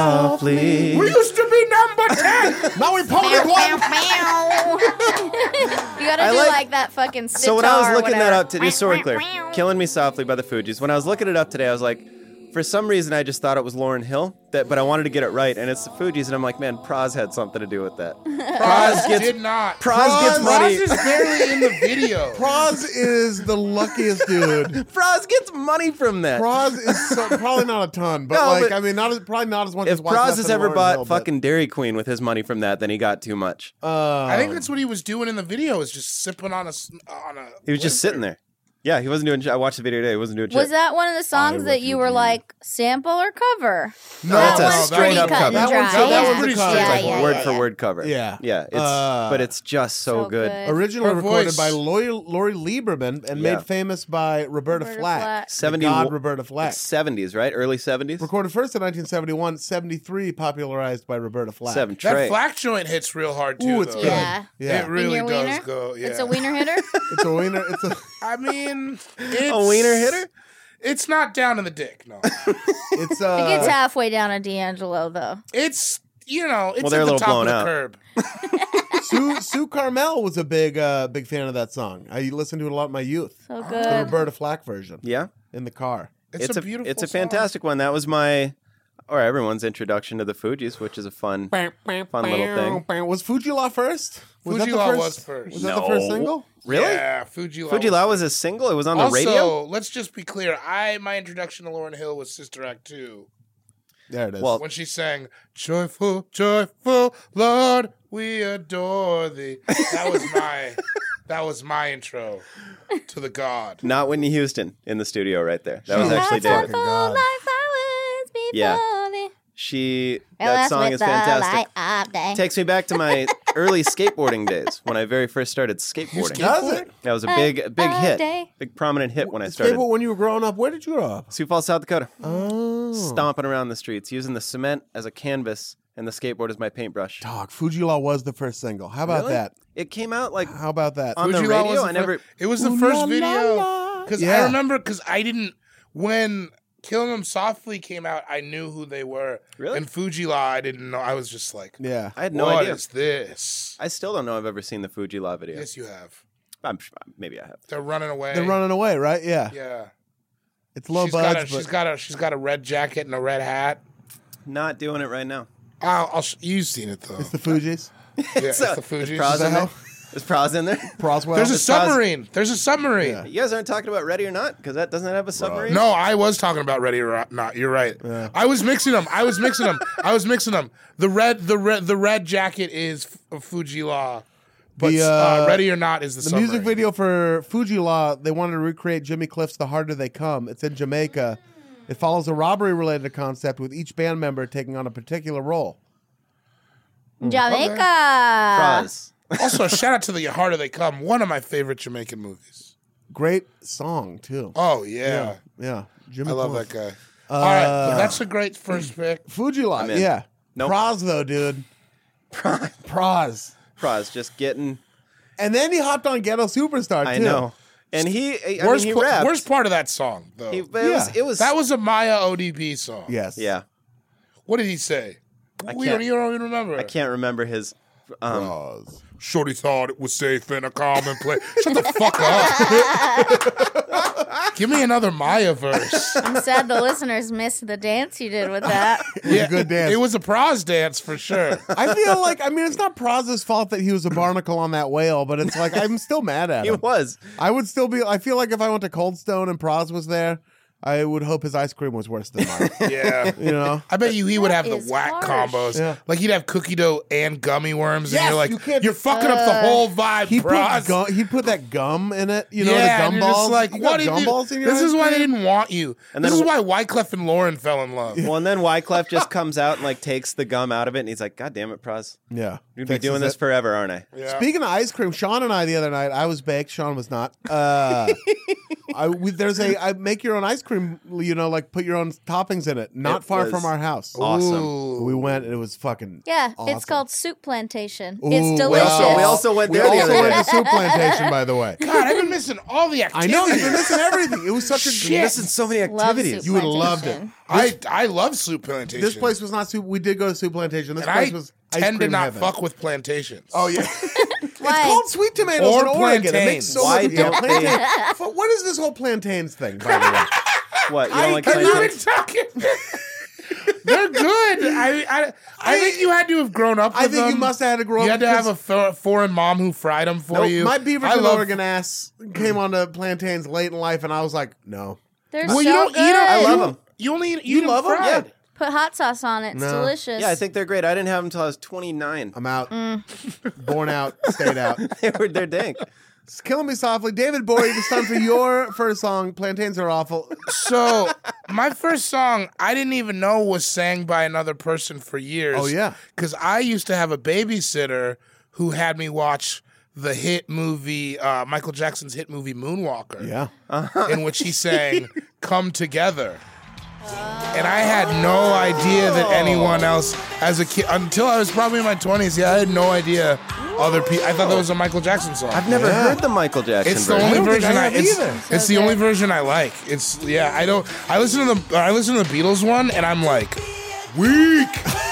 S1: softly.
S3: We used to be number 10.
S2: Now we
S4: Meow,
S2: posted
S4: meow,
S2: one.
S4: meow. you gotta
S1: I
S4: do
S1: like-
S4: like, that fucking sitar
S1: So when I was
S4: or
S1: looking that
S4: whatever.
S1: up today, so we're clear, "Killing Me Softly" by the Fugees. When I was looking it up today, I was like, for some reason, I just thought it was Lauren Hill, that, but I wanted to get it right, and it's the Fugees, and I'm like, man, Praz had something to do with that.
S3: Roz
S1: gets-
S3: did not.
S1: Praz gets money.
S3: Roz is barely in the video.
S2: Proz is the luckiest dude.
S1: Praz gets money from that.
S2: Proz is so, probably not a ton, but
S1: No,
S2: like
S1: but-
S2: I mean, not as, probably not as much.
S1: if
S2: as White
S1: Praz
S2: Death
S1: has
S2: and
S1: ever
S2: Lauren
S1: bought
S2: Hill, but,
S1: fucking Dairy Queen with his money from that, then he got too much.
S2: uh,
S3: I think
S1: Um,
S3: that's what he was doing in the video, is just sipping on a. s- On a
S1: He was just sitting there. Yeah, he wasn't doing. shit. I watched the video today. He wasn't doing.
S4: Was
S1: shit.
S4: that one of the songs
S1: I
S4: that you were
S1: refugee.
S4: like sample or cover?
S1: No, that's
S4: that
S1: a
S4: one's
S1: straight
S4: pretty
S1: up
S4: cut
S1: cover.
S4: and
S2: That
S4: dry.
S2: one's- that
S4: yeah.
S2: one's pretty cut.
S4: Yeah,
S1: It's like
S4: yeah,
S1: word
S4: yeah,
S1: for
S4: yeah.
S1: word cover.
S2: Yeah.
S1: yeah. It's
S2: Uh,
S1: but it's just so,
S4: So
S1: good.
S4: good.
S2: originally
S3: Her
S2: recorded
S3: voice.
S2: by Lori, Lori Lieberman and
S1: Yeah.
S2: made famous by Roberta,
S4: Roberta
S2: Flack.
S4: Flack.
S2: The
S1: 70
S2: God Roberta Flack.
S1: Seventies, right? Early seventies.
S2: Recorded first in 1971, 73 popularized by Roberta Flack.
S1: Seven.
S3: That
S1: Trey.
S3: flack joint hits real hard, too.
S2: Ooh, it's
S3: though.
S2: good.
S4: Yeah.
S2: Yeah.
S3: It really
S4: Wiener
S3: does
S4: wiener?
S3: go. Yeah.
S4: It's a wiener hitter.
S2: It's a wiener. It's a
S3: I mean,
S1: a
S3: it's-
S1: wiener hitter.
S3: It's not down in the dick, no.
S2: it's
S4: it gets
S2: uh
S4: halfway down a D'Angelo though.
S3: It's you know, it's
S1: Well, they're
S3: at
S1: a
S3: the
S1: little
S3: top
S1: blown
S3: of the
S1: out.
S3: curb.
S2: Sue Sue Carmel was a big uh big fan of that song. I listened to it a lot in my youth.
S4: So
S2: The
S4: Oh, good.
S2: Roberta Flack version
S1: Yeah,
S2: in the car.
S3: It's, a beautiful.
S1: It's a
S3: song.
S1: fantastic one. That was my. or everyone's introduction to the Fugees, which is a fun, fun little thing.
S2: Was Fuji Law first? Was that
S3: Fuji
S2: the
S3: Law
S2: first-
S3: was first.
S2: Was that the first
S1: No.
S2: single?
S1: Really?
S3: Yeah, Fuji Law.
S1: Fuji
S3: was-
S1: Law was a single. It was on the
S3: also,
S1: radio.
S3: let's just be clear. I my introduction to Lauren Hill was Sister Act two
S2: There it is.
S1: Well,
S3: when she sang "Joyful, Joyful Lord, we adore thee." That was my that was my intro to the God.
S1: Not Whitney Houston in the studio right there. That was
S2: She's
S1: actually
S4: That's
S1: David.
S4: how full life I was before
S1: Yeah.
S4: thee.
S1: She that
S4: Blessed
S1: song
S4: with
S1: is
S4: the
S1: fantastic.
S4: light of day.
S1: Takes me back to my early skateboarding days when I very first started skateboarding.
S2: Does it?
S1: That was a big, a big
S4: Of
S1: hit,
S4: day.
S1: big prominent hit when I started.
S2: Stable when you were growing up. Where did you grow up?
S1: Sioux Falls, South Dakota,
S2: Oh.
S1: stomping around the streets, using the cement as a canvas and the skateboard as my paintbrush.
S2: Dog, Fuji Law was the first single. How about
S1: Really?
S2: that?
S1: It came out like
S2: How about that?
S1: On the
S3: Fuji Law
S1: radio,
S3: was
S1: I
S3: the fir-
S1: never-
S3: it was the
S2: Ooh,
S3: first
S2: la, la,
S3: video
S2: la.
S3: because
S2: Yeah.
S3: I remember because I didn't when Killing 'Em Softly came out. I knew who they were.
S1: Really?
S3: And Fuji Law, I didn't know. I was just like,
S2: yeah.
S1: I had no
S3: "What
S1: idea.
S3: is this?"
S1: I still don't know I've ever seen the Fuji Law video.
S3: Yes, you have.
S1: I'm, sure- maybe I have.
S3: They're running away.
S2: They're running away, right? Yeah.
S3: Yeah.
S2: It's low
S3: she's
S2: buds,
S3: got a,
S2: but
S3: she's got a she's got a red jacket and a red hat.
S1: Not doing it right now.
S3: I'll, I'll sh- you've seen it though.
S2: it's the Fugees.
S3: yeah, it's
S1: So,
S3: the
S1: Is
S3: Fugees. Does
S1: Praz
S3: that
S1: in there?
S3: help?
S1: Is Praz in there?
S2: Proswell.
S3: There's a
S1: it's Praz-
S3: submarine. There's a submarine.
S1: You guys aren't talking about Ready or Not because that doesn't have a submarine.
S3: No, I was talking about Ready or Not. You're right. I was mixing them. I was mixing them. I was mixing them. The red, the red, the red jacket is F- Fuji Law, but
S2: The,
S3: uh,
S2: uh,
S3: Ready or Not is the,
S2: the
S3: submarine.
S2: music video for Fuji Law, they wanted to recreate Jimmy Cliff's The Harder They Come. It's in Jamaica. It follows a robbery related concept with each band member taking on a particular role.
S4: Jamaica.
S1: Praz.
S3: also, shout out to the Harder They Come, one of my favorite Jamaican movies.
S2: Great song, too.
S3: Oh yeah,
S2: Yeah. Jimmy
S3: I love
S2: Cliff.
S3: that guy. All right, that's a great first pick.
S2: Fuji Law,
S1: in.
S2: yeah.
S1: Nope.
S2: Praz, though, dude. Praz.
S1: Praz just getting.
S2: And then he hopped on Ghetto Superstar, too.
S1: I know. And he, I mean,
S3: Worst,
S1: he
S3: pl-
S1: rapped.
S3: worst part of that song though.
S1: He- but it
S2: Yeah.
S1: was. It was.
S3: that was a Maya ODB song.
S2: Yes.
S1: Yeah,
S3: What did he say? we
S1: can't-
S3: don't, you don't even remember.
S1: I can't remember his. Um,
S2: Praz.
S3: Shorty thought it was safe in a common place. Shut the fuck up. Give me another Maya verse.
S4: I'm sad the listeners missed the dance you did with that.
S3: yeah,
S2: good dance.
S3: It was a Proz dance for sure.
S2: I feel like I mean it's not Praz's fault that he was a barnacle on that whale, but it's like I'm still mad at
S1: he
S2: him.
S1: was.
S2: I would still be. I feel like if I went to Cold Stone and Praz was there, I would hope his ice cream was worse than mine.
S3: Yeah.
S2: you know,
S3: I bet you he would have the
S4: is
S3: whack
S4: harsh.
S3: combos.
S2: Yeah.
S3: Like he'd have cookie dough and gummy worms, and
S2: Yes,
S3: you're like,
S2: you
S3: you
S2: can't uh,
S3: are
S2: be-
S3: fucking up the whole vibe,
S2: he
S3: Proz.
S2: put gum, he put that gum in it. You know,
S3: yeah,
S2: the
S3: and
S2: gum
S3: you're
S2: balls.
S3: just like,
S2: You got
S3: what did
S2: gum
S3: you?
S2: balls in your
S3: This is
S2: ice
S3: why they
S2: cream?
S3: didn't want you.
S1: And
S3: this
S1: then-
S3: is why Wyclef and Lauren fell in love.
S1: Well, and then Wyclef just comes out and like takes the gum out of it, and he's like, "God damn it, Praz,
S2: Yeah,
S1: you've been
S2: Fixes
S1: doing this
S2: it.
S1: forever, aren't I?"
S3: Yeah.
S2: Speaking of ice cream, Sean and I the other night, I was baked. Sean was not. Uh, I, we, there's a I make your own ice cream. You know, like put your own toppings in it. Not
S1: It
S2: far
S1: was
S2: from our house.
S1: Awesome.
S3: Ooh.
S2: We went and it was fucking
S4: Yeah,
S2: Awesome.
S4: it's called Soup Plantation.
S2: Ooh,
S4: it's
S1: We
S4: delicious.
S1: also, we also went
S2: We
S1: there the
S2: also
S1: other
S2: went
S1: day.
S2: to Soup Plantation, by the way.
S3: God, I've been missing all the
S2: I
S3: activities.
S2: know you've been missing everything. It was such a
S3: Shit.
S2: this is-
S1: so many
S4: Love
S1: activities.
S4: Soup
S2: You would've loved it.
S4: Plantation.
S3: I, I love Soup Plantation.
S2: This place was not soup. We did go to Soup Plantation. This
S3: and
S2: place
S3: I
S2: was ice
S3: tend to
S2: cream
S3: not
S2: heaven.
S3: fuck with plantations.
S2: Oh yeah, it's
S4: Why?
S2: called sweet tomatoes
S3: Or
S2: in Oregon. It
S3: plantain.
S2: makes so
S1: Why
S2: much yeah,
S1: don't they-
S2: plantain. F- What is this whole plantains thing? By the way,
S1: What you don't like
S3: Have you
S1: plantains?
S3: been talking? They're good. I, I I think you had to have grown up. With
S2: I think you
S3: them.
S2: must have had to grow up.
S3: Um, You had to have a
S2: because-
S3: fo- foreign mom who fried them for
S2: Nope,
S3: you.
S2: My
S3: I
S2: Beaverton,
S3: love-
S2: Oregon ass came onto plantains late in life, and I was like, no.
S4: They're
S3: Well,
S4: so
S3: you don't
S4: good.
S3: eat them.
S1: I love
S3: You-
S1: them.
S3: You only eat,
S2: You
S3: eat 'em
S2: love 'em?
S3: fried.
S1: Yeah.
S4: Put hot sauce on it. It's
S2: No.
S4: delicious.
S1: Yeah, I think they're great. I didn't have them until I was 29.
S2: I'm out. Born out. Stayed out.
S1: they were they're dank.
S2: It's killing me softly. David Bory, it's time for your first song. Plantains are awful.
S3: So my first song I didn't even know was sang by another person for years.
S2: Oh, yeah.
S3: because I used to have a babysitter who had me watch the hit movie, uh, Michael Jackson's hit movie Moonwalker. in which he sang "Come Together." And I had no idea that anyone else, as a kid, until I was probably in my twenties, yeah, I had no idea other people. I thought that was a Michael Jackson song.
S1: I've never heard the Michael Jackson
S3: It's the
S1: version.
S3: only
S2: don't think I
S3: version I,
S2: have
S3: it's,
S2: either.
S3: it's the
S4: Okay.
S3: only version I like. It's yeah, I don't I listen to the I listen to the Beatles one and I'm like weak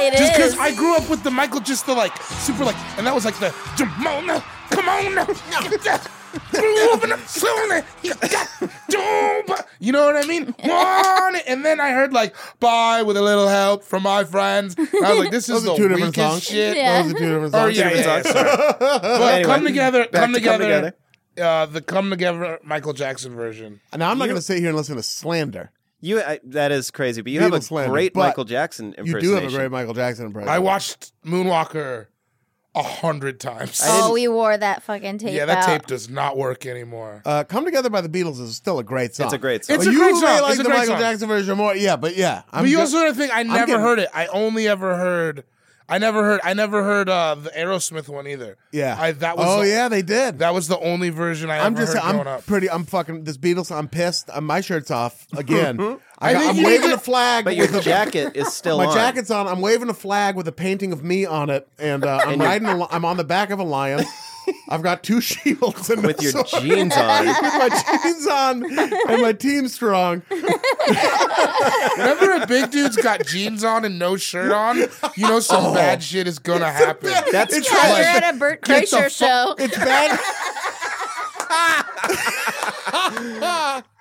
S4: It
S3: just
S4: is.
S3: because I grew up with the Michael just the like super like and that was like the Jamona come on now. blew up in the cylinder. You got doom, but- You know what I mean? Want it. And then I heard like "Bye" with a little help from my friends. And I was like, "This is
S2: Those
S3: the
S2: are two different
S3: weakest
S2: songs.
S3: shit."
S4: Yeah.
S2: Those are two different
S3: Oh
S2: songs.
S3: yeah, yeah, yeah, sorry. But
S1: Anyway,
S3: come together,
S1: back
S3: come
S1: to Come
S3: together. Uh, the come together Michael Jackson version.
S2: Now I'm not going to sit here and listen to slander.
S1: You I, that is crazy, but you have a
S2: Beatles slander,
S1: great
S2: but
S1: Michael Jackson
S2: You
S1: impersonation.
S2: do have a great Michael Jackson impression.
S3: I watched Moonwalker a hundred times.
S4: Oh, we wore that fucking tape.
S3: yeah, that
S4: out.
S3: tape does not work anymore.
S2: uh, "Come Together" by the Beatles is still a great song.
S1: It's a great song.
S3: It's
S2: But
S3: a
S2: you
S3: great song.
S2: may
S3: It's
S2: like
S3: a
S2: the
S3: great
S2: Michael
S3: song.
S2: Jackson version more. Yeah, but yeah, I'm
S3: but you
S2: go-
S3: also another thing I never
S2: getting-
S3: heard it. I only ever heard. I never heard. I never heard uh, the Aerosmith one either.
S2: yeah.
S3: I, that was.
S2: oh
S3: the-
S2: yeah, they did.
S3: that was the only version I
S2: I'm
S3: ever
S2: just
S3: heard
S2: I'm
S3: growing up.
S2: pretty I'm fucking this Beatles. I'm pissed. Uh, my shirt's off again. I,
S3: I think
S2: am
S3: you
S2: waving
S3: need to-
S2: a flag.
S1: but your
S2: with a-
S1: jacket is still
S2: my
S1: on.
S2: jacket's on. I'm waving a flag with a painting of me on it, and uh, I'm riding. A li- I'm on the back of a lion. I've got two shields and a
S1: with your
S2: sword.
S1: jeans on.
S2: with my jeans on and my team strong.
S3: Remember, a big dude's got jeans on and no shirt on. You know, some bad shit is gonna happen.
S1: That's
S2: Oh. It's
S4: Yeah,
S2: like-
S4: you're at a Bert
S2: Get the
S4: Kreischer
S2: fu-
S4: show.
S2: It's bad.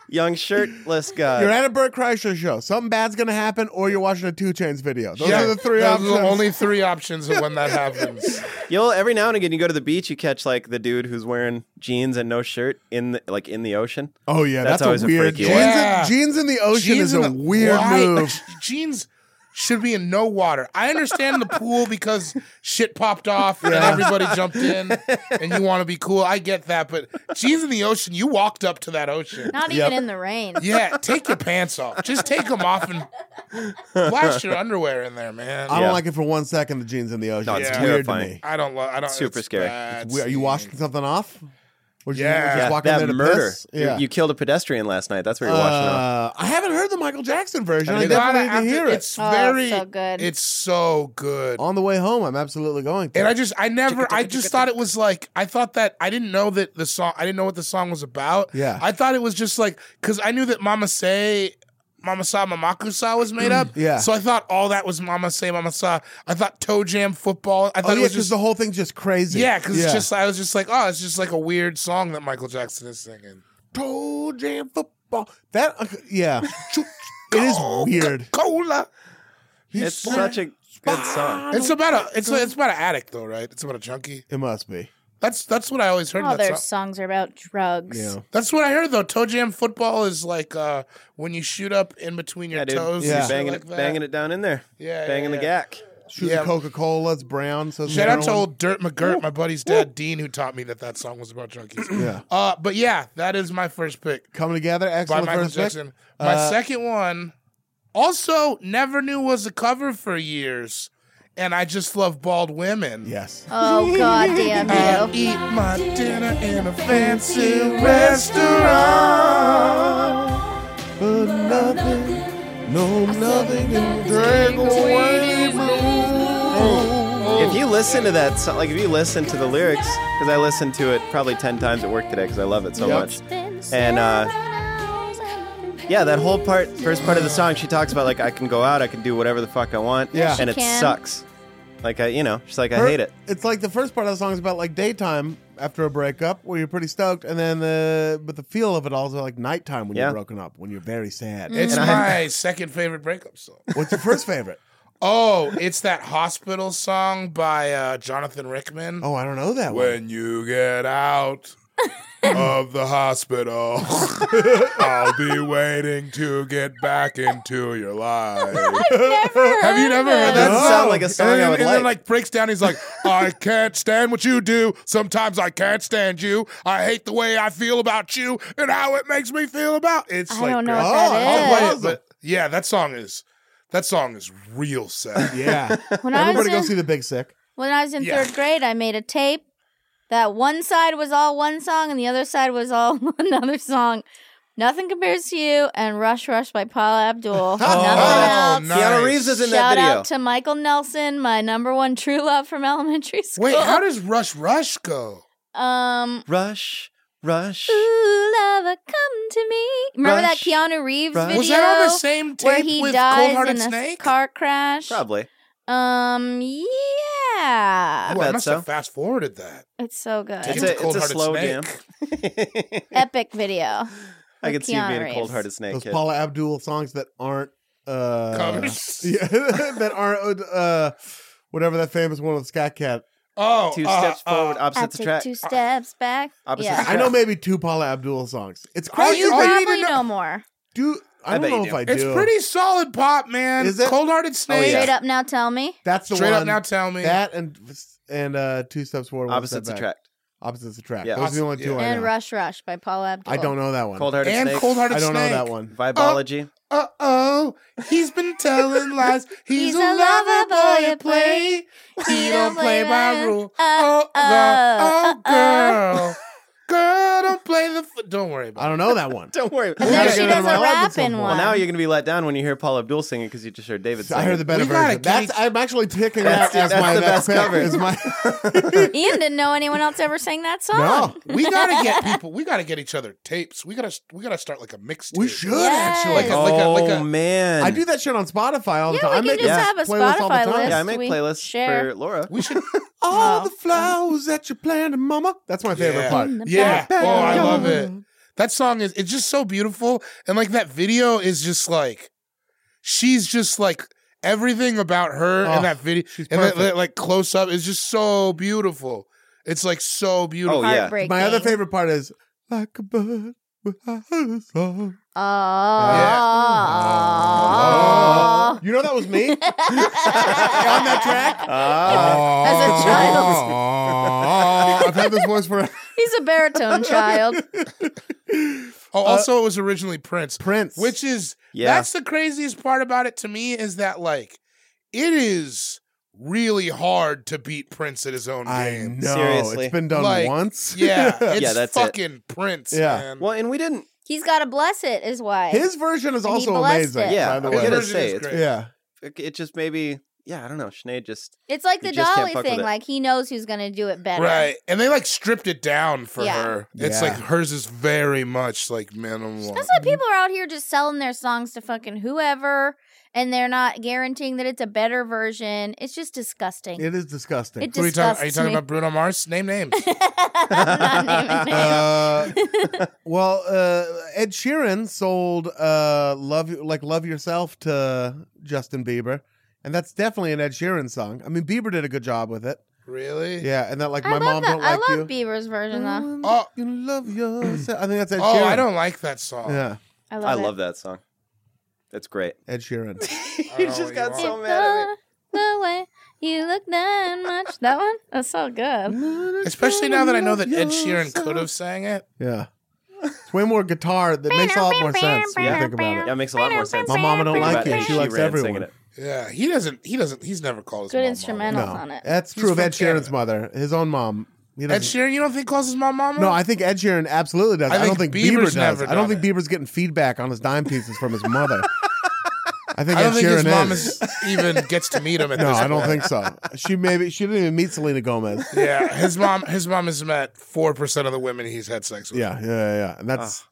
S1: young shirtless guy.
S2: You're at a Burt Kreischer show. Something bad's gonna happen, or you're watching a Two Chains video. Those
S3: Yeah,
S2: are the three
S3: those
S2: options.
S3: Are the only three options of when that happens.
S1: You'll every now and again you go to the beach, you catch like the dude who's wearing jeans and no shirt in the, like in the ocean.
S2: oh yeah, that's,
S1: That's always
S2: a
S1: a
S2: weird
S1: freaky
S2: jeans,
S1: one.
S2: in-
S3: Yeah.
S2: jeans in the ocean
S3: Jeans
S2: is
S3: in
S2: a
S3: the-
S2: weird
S3: why-
S2: move.
S3: Jeans should be in no water. I understand the pool because shit popped off and everybody jumped in, and you want to be cool. I get that, but jeans in the ocean, you walked up to that ocean.
S4: Not even in the rain.
S3: Yeah, take your pants off. Just take them off and flash your underwear in there, man.
S2: I
S3: I
S2: don't
S1: Yeah.
S2: like it for one second. The jeans in the ocean.
S1: No, it's
S3: Yeah.
S2: weird to
S1: terrifying.
S2: me.
S3: don't. love. I don't.
S1: Super
S3: it's
S1: scary.
S3: bad
S2: It's weird. Are you washing
S3: sneeze.
S2: something off? Or did you
S3: Yeah.
S2: just
S3: Yeah,
S2: walk in
S1: that
S2: there to
S1: murder.
S2: piss?
S1: You- You, killed a pedestrian last night. That's where you're watching off.
S2: Uh, I haven't heard the Michael Jackson version. I,
S1: Haven't either.
S3: Gotta
S2: definitely need to
S3: have
S2: hear
S3: to-
S2: it.
S3: It's
S4: Oh,
S3: very
S4: so good.
S3: It's so good.
S2: On the way home, I'm absolutely going to.
S3: And I just, I never, I just thought it was like, I thought that, I didn't know that the song, I didn't know what the song was about.
S2: Yeah.
S3: I thought it was just like, because I knew that Mama Say, Mama Sa, Mamaku Sa was made up.
S2: Yeah.
S3: So I thought all that was Mama Say, Mama Sa. I thought Toe Jam football. I
S2: oh
S3: thought
S2: yeah,
S3: it was
S2: because
S3: just,
S2: the whole thing's just crazy.
S3: yeah, because it's just, I was just like, oh, it's just like a weird song that Michael Jackson is singing.
S2: toe jam football. That uh, yeah, it is
S3: Oh,
S2: weird.
S3: Cola.
S1: It's such a good song.
S3: It's about a, it's, a, it's about an addict though, right? It's about a junkie.
S2: It must be.
S3: That's, that's what I always heard. in that
S4: All their
S3: song.
S4: songs are about drugs.
S2: Yeah.
S3: That's what I heard though. Toe jam football is like uh, when you shoot up in between your
S1: Yeah, dude.
S3: toes.
S2: Yeah.
S3: Yeah,
S1: You're banging
S3: like
S1: it,
S3: that.
S1: banging it down in there.
S3: Yeah,
S1: banging
S3: yeah,
S1: the
S3: yeah.
S1: gack.
S2: Shooting
S3: Yeah.
S2: Coca Cola. It's brown. So it's
S3: Shout out to
S2: heroin.
S3: old Dirt McGirt, my buddy's dad, Dean, who taught me that that song was about junkies.
S2: Yeah.
S3: Uh, but yeah, that is my first pick
S2: coming together.
S3: by
S2: Excellent
S3: Michael
S2: first pick.
S3: Jackson. My
S2: Uh,
S3: second one, also never knew was a cover for years, and I just love bald women.
S2: Yes.
S4: Oh god damn
S3: I
S4: you.
S3: eat my dinner in a fancy restaurant.
S2: But nothing, no nothing can drag away
S1: If you listen to that song, like if you listen to the lyrics, because I listened to it probably ten times at work today because I love it so
S2: Yep.
S1: much. And uh, yeah, that whole part, first part of the song, she talks about like I can go out, I can do whatever the fuck I want,
S2: Yeah.
S1: and
S4: She
S1: it
S4: can.
S1: sucks. Like I, you know, she's like
S2: Her-
S1: I hate it.
S2: It's like the first part of the song is about like daytime after a breakup where you're pretty stoked, and then the but the feel of it also like nighttime when you're
S1: Yeah.
S2: broken up when you're very sad.
S3: It's my second favorite breakup song.
S2: What's your first favorite?
S3: Oh, it's that hospital song by uh, Jonathan Rickman.
S2: Oh, I don't know that one.
S3: When you get out of the hospital, I'll be waiting to get back into your life. Have you never heard that?
S1: That
S3: song?
S1: sounds like a song
S3: and,
S1: I
S3: then-
S1: would
S3: and
S1: like.
S3: then like breaks down. He's like, I can't stand what you do. Sometimes I can't stand you. I hate the way I feel about you and how it makes me feel about. It's
S4: I
S3: like
S4: don't know
S3: great.
S4: what
S2: Oh,
S4: that
S2: oh,
S4: is.
S3: Wait, but yeah, that song is that song is real sad.
S2: Yeah,
S4: When I was
S2: everybody go
S4: in,
S2: see the Big Sick.
S4: when I was in
S3: Yeah.
S4: third grade, I made a tape that one side was all one song and the other side was all another song. Nothing compares to you and Rush Rush by Paula Abdul. Nothing
S3: oh,
S4: else.
S3: nice.
S1: Keanu Reeves is in that
S4: Shout
S1: video.
S4: out to Michael Nelson, my number one true love from elementary school.
S3: Wait, how does Rush Rush go?
S4: um
S1: rush, rush.
S4: Ooh, lover, come to me. Remember
S1: Rush,
S4: that Keanu Reeves
S1: rush.
S4: video
S3: Was that on the same
S4: where
S3: tape
S4: he
S3: with
S4: dies
S3: Cold Hearted
S4: in a
S3: Snake?
S4: car crash?
S1: Probably.
S4: Um, yeah. Yeah.
S3: Well, I
S1: bet
S3: must
S1: so.
S3: have fast forwarded that.
S4: It's so good.
S3: Take
S1: It's
S3: it
S1: a, it's
S3: to
S1: a
S3: Cold-Hearted
S1: slow
S3: Snake.
S1: jam.
S4: Epic video.
S1: I
S4: With
S1: could see you
S4: Keanu
S1: being a
S4: Reeves.
S1: cold hearted snake
S2: Those
S1: kid.
S2: Paula Abdul songs that aren't uh
S3: Covers.
S2: Yeah, that aren't uh whatever that famous one with Scat Cat.
S3: Oh,
S1: Two
S3: uh,
S1: steps
S3: uh,
S1: forward,
S4: I
S1: opposite the
S4: take
S1: track.
S4: two steps back.
S1: Opposite
S4: yeah.
S1: track.
S2: I know maybe two Paula Abdul songs. It's
S4: Oh,
S2: crazy.
S4: you
S2: that
S4: probably
S2: even
S4: know, more.
S2: Do I,
S1: I
S2: don't
S1: bet
S2: know
S1: you
S2: if
S1: do.
S2: I do.
S3: It's pretty solid pop, man.
S2: Is it?
S3: Cold hearted snake.
S1: yeah.
S4: Straight up now, tell me.
S2: That's the
S3: Straight
S2: one.
S3: up now, tell me.
S2: That and and uh two steps forward. one
S1: Opposites
S2: step back.
S1: attract.
S2: Opposites attract.
S1: Yeah.
S2: Those are the only two
S3: Yeah.
S2: I
S4: and
S2: know.
S4: Rush Rush by Paul Abdul.
S2: I don't know that one.
S1: Cold hearted
S3: and Oh.
S1: snake.
S3: cold hearted
S2: I
S3: snake.
S2: don't know that one.
S1: Vibology.
S3: Uh oh, he's been telling lies. He's,
S4: He's
S3: a
S4: a
S3: lover
S4: lover
S3: boy
S4: boy
S3: at play. He don't play by
S4: by
S3: rule.
S4: uh,
S3: Oh, girl. oh,
S4: uh, uh.
S3: girl, girl, don't play the. F- don't worry
S2: I
S3: about.
S2: don't know that one.
S1: Don't worry.
S4: And
S2: gotta
S4: then
S2: get
S4: she
S2: rid of
S4: does a
S2: my love at
S4: rap
S2: some
S4: in
S2: point.
S4: one.
S1: Well, now you're going to be let down when you hear Paul Abdul singing because you just heard David sing.
S2: I heard the better
S3: We gotta
S2: version. That's
S3: keep-
S2: I'm actually picking
S1: That's
S2: that as
S1: the-
S2: my
S1: that's the
S2: next pick,
S1: best
S2: Is my
S4: Ian didn't know anyone else ever sang that song.
S2: no.
S3: it. We gotta get people. We gotta get each other tapes. We gotta. We gotta start like a mixtape.
S2: We should
S4: Yes.
S2: actually.
S3: Like a-
S1: oh,
S3: like a- like a-
S1: man.
S2: I do that shit on Spotify all the
S4: Yeah,
S2: time.
S4: we
S2: I
S4: can
S2: make
S4: just
S2: this
S4: have a
S2: playlist all the
S4: Spotify
S2: time.
S4: list.
S1: Yeah, I make
S4: We
S1: playlists
S4: share.
S1: for Laura.
S3: We should.
S2: All
S4: Oh.
S2: the flowers that you planted, mama. That's my favorite
S3: Yeah.
S2: part.
S3: Yeah.
S4: back.
S3: Oh, I love it. That song is. It's just so beautiful, and like that video is just like, she's just like everything about her
S2: Oh,
S3: in that video,
S2: she's
S3: and that,
S2: perfect.
S3: that, like close up is just so beautiful. It's like so beautiful.
S1: Oh, yeah.
S4: Heartbreaking.
S2: My other favorite part is like a bird without a song.
S4: Oh.
S2: Oh. You know that was me on that track.
S1: Ah.
S4: As a child.
S2: Oh, I've had this voice for
S4: He's a baritone child.
S2: Uh,
S3: Oh, also, it was originally Prince,
S2: Prince.
S3: which is
S1: Yeah.
S3: that's the craziest part about it to me is that like it is really hard to beat Prince at his own
S2: I
S3: game.
S2: know
S1: Seriously.
S2: it's been done
S3: Like,
S2: once.
S3: Yeah, it's
S1: Yeah, that's it.
S3: fucking Prince.
S2: Yeah.
S3: man.
S1: Um, well, and we didn't.
S4: He's got to bless it, is why.
S2: His version is
S4: And he
S2: also
S4: blessed
S2: amazing.
S4: it.
S1: Yeah,
S2: by the
S1: I was
S3: His
S2: way.
S1: gonna
S3: version
S1: say
S3: is
S1: it's-
S3: great.
S2: yeah.
S1: It just maybe. Yeah, I don't know. Sinead just.
S4: it's like
S1: You
S4: the
S1: just can't
S4: Dolly
S1: fuck with
S4: thing.
S1: it.
S4: Like, he knows who's going to do it better.
S3: Right, and they like stripped it down for
S4: Yeah.
S3: her. It's
S2: Yeah.
S3: like hers is very much like minimal.
S4: That's why people are out here just selling their songs to fucking whoever, and they're not guaranteeing that it's a better version. It's just disgusting. It,
S2: It is disgusting.
S4: disgusts
S3: Who are you talking? Are you talking
S4: me.
S3: about Bruno Mars? Name names.
S4: I'm not naming names.
S2: Uh, well, uh, Ed Sheeran sold uh, "Love Like Love Yourself" to Justin Bieber, and that's definitely an Ed Sheeran song. I mean, Bieber did a good job with it.
S3: really?
S2: Yeah, and that like
S4: I
S2: my mom
S4: love that.
S2: don't like
S4: I
S2: you.
S4: love Bieber's version though.
S3: Oh.
S2: You love yourself. I think that's Ed
S3: Oh,
S2: Sheeran.
S3: I don't like that song.
S2: Yeah,
S4: I
S1: I
S4: love.
S1: love that song. That's great.
S2: Ed Sheeran.
S1: you
S3: know what
S1: just
S3: you
S1: got
S3: want.
S1: so
S4: It.
S1: mad at me.
S4: The, the way you look that much. That one. That's so good.
S3: Especially now that I know that Ed Sheeran could have sang it.
S2: Yeah, it's way more guitar that makes a lot more sense when you
S1: Yeah.
S2: think about
S1: Yeah, it
S2: it.
S1: makes a lot more sense.
S2: My mama don't
S1: Think
S2: like
S1: about
S2: you.
S1: Ed
S2: She likes
S1: Sheeran singing
S2: everyone.
S1: it.
S3: Yeah, he doesn't. He doesn't. He's never called his
S4: Good
S3: mom
S4: instrumental.
S3: Mama.
S4: Mama's on
S2: No,
S4: it.
S2: that's
S3: He's
S2: true of
S3: from
S2: Ed Sheeran's
S3: Canada.
S2: mother. His own mom. He
S3: Ed
S2: doesn't-
S3: Sheeran, you don't think calls his mom Mama?
S2: No, I think Ed Sheeran absolutely does.
S3: I
S2: I, don't think
S3: think
S2: Bieber does.
S3: Bieber's never
S2: I don't
S3: done
S2: think Bieber's getting feedback on his dime pieces from his mother. I think
S3: I
S2: Ed
S3: don't think
S2: Sheeran
S3: his mom
S2: is.
S3: is, even gets to meet him at
S2: No,
S3: this
S2: I
S3: point.
S2: don't think so. She maybe she didn't even meet Selena Gomez.
S3: Yeah, his mom. His mom has met four percent of the women he's had sex with.
S2: Yeah, yeah, yeah. And that's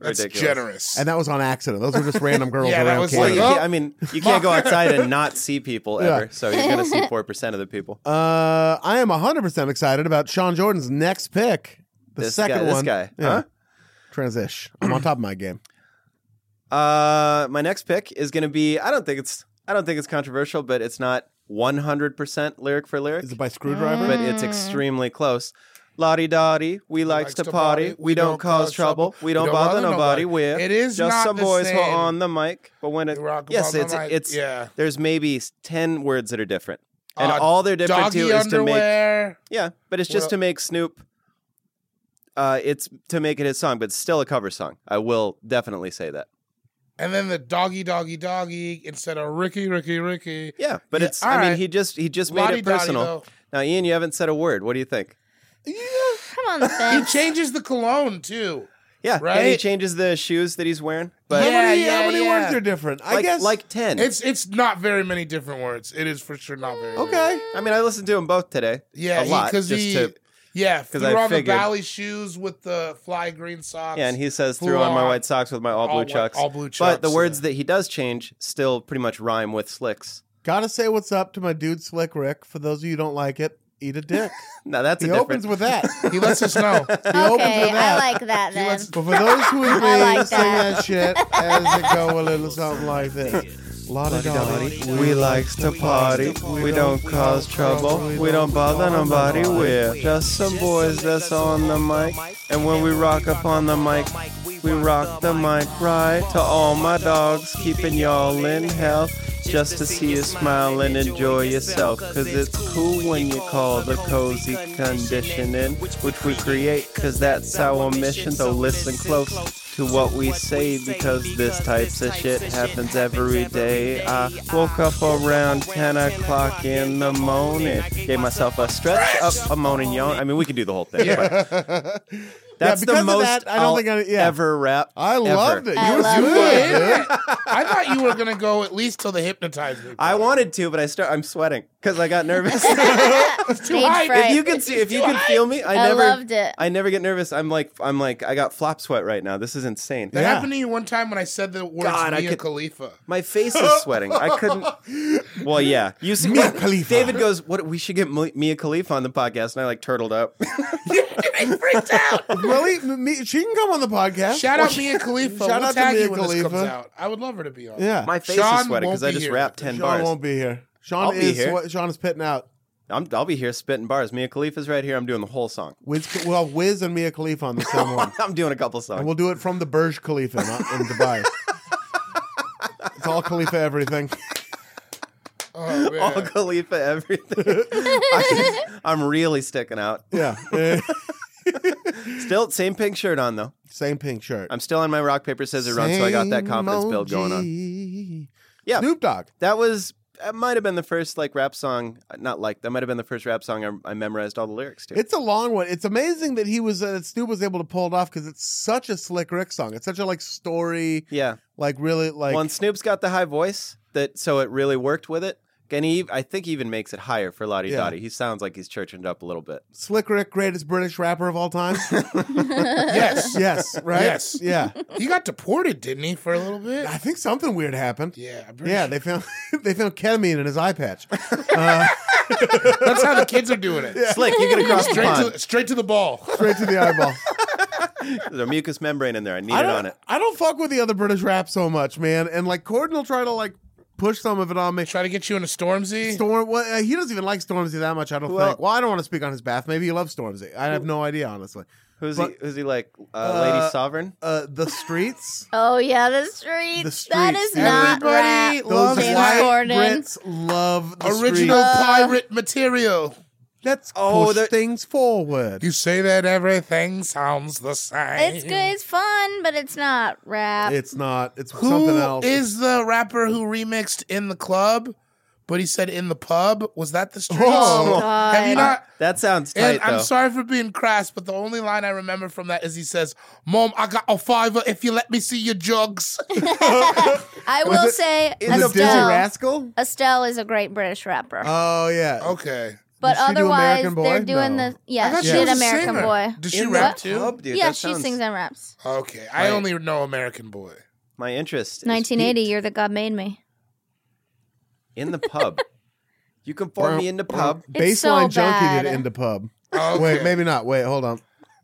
S3: that's
S1: ridiculous.
S3: generous.
S2: and that was on accident. Those were just random girls
S3: Yeah, that
S2: around
S3: was like-
S1: Well, you
S2: Canada.
S1: can't, I mean, you can't go outside and not see people
S2: Yeah.
S1: ever. So you're gonna see four percent of the people.
S2: uh, I am hundred percent excited about Sean Jordan's next pick. The
S1: This
S2: second
S1: guy- this
S2: one.
S1: guy,
S2: Yeah.
S1: huh?
S2: Transish. I'm on top of my game.
S1: Uh, my next pick is gonna be. I don't think it's. I don't think it's controversial, but it's not 100 percent lyric for lyric.
S2: Is it by Screwdriver?
S1: but it's extremely close. Lottie dottie, we likes to party. We don't cause trouble. We don't bother nobody. We're
S3: It is
S1: just
S3: not
S1: some
S3: the
S1: boys who
S3: same.
S1: are on the mic. But when it
S3: You rock
S1: yes,
S3: about
S1: it's
S3: the mic.
S1: it's
S3: Yeah.
S1: There's maybe ten words that are different, and
S3: Uh,
S1: all they're different
S3: Doggy
S1: to is to make
S3: underwear.
S1: yeah. But it's just
S3: Well-
S1: to make Snoop. Uh, it's to make it his song, but it's still a cover song. I will definitely say that.
S3: And then the doggy, doggy, doggy instead of Ricky, Ricky, Ricky.
S1: Yeah, but
S3: Yeah,
S1: it's.
S3: all
S1: I mean,
S3: right.
S1: he just he just made
S3: Lottie
S1: it
S3: dottie,
S1: personal.
S3: though.
S1: Now, Ian, you haven't said a word. What do you think?
S4: Come on, the
S3: He
S4: fence.
S3: changes the cologne too.
S1: Yeah, and he
S3: Right?
S1: changes the shoes that he's wearing.
S2: how
S1: But
S3: Yeah,
S2: many,
S3: yeah,
S2: how many
S3: yeah.
S2: words are different? I
S1: like,
S2: guess
S1: like ten.
S3: It's it's not very many different words. It is for sure not very. many.
S2: okay.
S1: I mean, I listened to them both today.
S3: Yeah,
S1: a lot.
S3: because
S1: just
S3: he,
S1: to,
S3: yeah,
S1: 'cause
S3: threw
S1: I
S3: on the
S1: figured-
S3: Bally shoes with the fly green socks.
S1: yeah, and he says
S3: Full
S1: threw on my
S3: on.
S1: white socks with my all
S3: All
S1: blue
S3: white-
S1: chucks.
S3: all blue
S1: But the
S3: chucks,
S1: words
S3: yeah.
S1: that he does change still pretty much rhyme with slicks.
S2: Gotta say what's up to my dude Slick Rick. For those of you who don't like it, eat a dick.
S1: Now that's
S2: he
S1: a
S2: opens
S1: different.
S2: with that.
S3: He lets us know.
S2: He opens
S4: okay,
S2: with that.
S4: I like that
S3: He
S4: then.
S3: lets,
S2: But for those who agree,
S4: like
S2: sing
S4: that.
S2: that shit as it go a little something like this. Lottie dolly.
S1: We likes to party. We don't cause trouble. We don't bother nobody. We're just some boys that's on the mic. And when we rock up on the mic, we rock the mic right to all my dogs, keeping y'all in health. Just to see you smile and enjoy yourself. Cause it's cool when you call the cozy conditioning, which we create, cause that's our mission. So listen close to what we say because this types of shit happens every day. I woke up around 10 o'clock in the morning, gave myself a stretch up a moaning yawn. I mean, we can do the whole thing. but that's
S2: because
S1: the
S2: of
S1: most
S2: that, I don't
S1: I'll
S2: think I- yeah.
S1: ever rap.
S2: I
S1: ever.
S2: loved it. You
S4: I
S2: was
S4: loved
S2: good, dude.
S3: I thought you were gonna go at least till the hypnotize me.
S1: I wanted to, but I start. I'm sweating because I got nervous. if
S4: Stage fright.
S1: you can see, if you can feel me, I,
S4: I
S1: never.
S4: loved it.
S1: I never get nervous. I'm like, I'm like, I got flop sweat right now. This is insane.
S3: That happened to you one time when I said the words
S1: God, I
S3: Mia
S1: could-
S3: Khalifa.
S1: My face is sweating. I couldn't. Well, yeah. You see,
S2: Mia Khalifa.
S1: David goes, "What? We should get Mi- Mia Khalifa on the podcast." And I like turtled up.
S2: Really? M- me- she can come on the podcast.
S3: Shout out Mia Khalifa.
S2: Shout out
S3: we'll
S2: to
S3: tag
S2: Mia
S3: you when
S2: Khalifa.
S3: this comes out. I would love her to be on.
S2: yeah.
S1: My face
S3: Sean
S1: is sweating because
S3: won't
S1: I
S3: be
S1: just
S3: here.
S1: rapped ten
S2: Sean
S1: bars.
S2: won't be here. Sean
S1: I'll be
S2: is
S1: here.
S2: swe- Sean is pitting out.
S1: I'm, I'll be here spitting bars. Mia Khalifa's right here. I'm doing the whole song.
S2: Wiz, we'll have Wiz and Mia Khalifa on the same one.
S1: I'm doing a couple songs.
S2: And we'll do it from the Burj Khalifa not in Dubai. it's all Khalifa everything.
S3: Oh, man.
S1: All Khalifa, everything. I, am really sticking out.
S2: Yeah. Eh,
S1: Still, same pink shirt on though.
S2: Same pink shirt.
S1: I'm still on my rock paper scissors run, so I got that confidence build going on.
S2: on.
S1: Yeah.
S2: Snoop Dogg.
S1: That was that might have been the first like rap song. Not like that might have been the first rap song I, I memorized all the lyrics to.
S2: It's a long one. It's amazing that he was uh, Snoop was able to pull it off because it's such a slick Rick song. It's such a like story,
S1: yeah.
S2: like really like
S1: well, and Snoop's got the high voice that, so it really worked with it. And he, I think, he even makes it higher for Lottie
S2: Yeah.
S1: Dottie. He sounds like he's churching it up a little bit.
S2: slick Rick, greatest British rapper of all time.
S3: Yes.
S2: yes, right.
S3: Yes.
S2: yeah.
S3: He got deported, didn't he, for a little bit?
S2: I think something weird happened.
S3: Yeah. I'm pretty
S2: Yeah,
S3: sure.
S2: they found they found ketamine in his eye patch.
S3: That's how the kids are doing it.
S1: Slick, you get across the
S3: Straight
S1: pond.
S3: to straight to the ball.
S2: Straight to the eyeball.
S1: There's a mucous membrane in there. I need
S2: I
S1: it
S2: don't,
S1: on it.
S2: I don't fuck with the other British rap so much, man. And like Corden will try to like push some of it on me.
S3: Try to get you in a Stormzy.
S2: Storm, well, uh, he doesn't even like Stormzy that much. I don't
S1: Well-
S2: think. Well, I don't want to speak on his behalf. Maybe he loves Stormzy. I have no idea, honestly.
S1: Who's
S2: But-
S1: he? Who's he like? Uh, Lady Sovereign.
S2: Uh, the streets.
S4: oh yeah, the streets.
S2: The
S4: that
S2: streets.
S4: is not
S3: Everybody
S4: rap.
S2: Those
S3: loves
S4: James
S3: white
S4: Corden.
S2: Brits love the
S3: Original
S2: streets.
S3: pirate material.
S2: Let's
S1: Oh,
S2: push
S1: they're-
S2: things forward.
S3: You say that everything sounds the same.
S4: It's good. It's fun, but it's not rap.
S2: It's not. It's
S3: Who
S2: something else.
S3: is the rapper who remixed in the club? But he said in the pub. Was that the streets?
S2: Oh,
S4: God.
S3: Have you not?
S1: That sounds
S3: And
S1: tight
S3: I'm
S1: though.
S3: sorry for being crass, but the only line I remember from that is he says, "Mom, I got a fiver if you let me see your jugs."
S4: I will say
S2: Was it Dizzy
S4: Estelle.
S2: Rascal?
S4: Estelle is a great British rapper,
S2: Oh yeah.
S3: okay.
S4: but
S2: did she do
S4: otherwise
S2: American Boy?
S4: they're doing
S2: No.
S4: the yeah.
S3: thought
S4: She
S3: she was
S4: did
S3: a
S4: American
S3: singer.
S4: Boy.
S3: Did she
S1: In
S3: rap
S4: the
S3: too?
S1: Club, dude,
S4: yeah,
S1: that
S4: she
S1: sounds-
S4: sings uh, and raps.
S3: Okay, I
S1: Right.
S3: only know American Boy.
S1: My interest. is
S4: 1980,
S1: peaked.
S4: You're the God Made Me.
S1: in the pub. You can form me in the pub.
S4: It's so
S2: Baseline Junkie
S4: bad.
S2: did it in the pub.
S3: Okay.
S2: Wait, maybe not. Wait, hold on.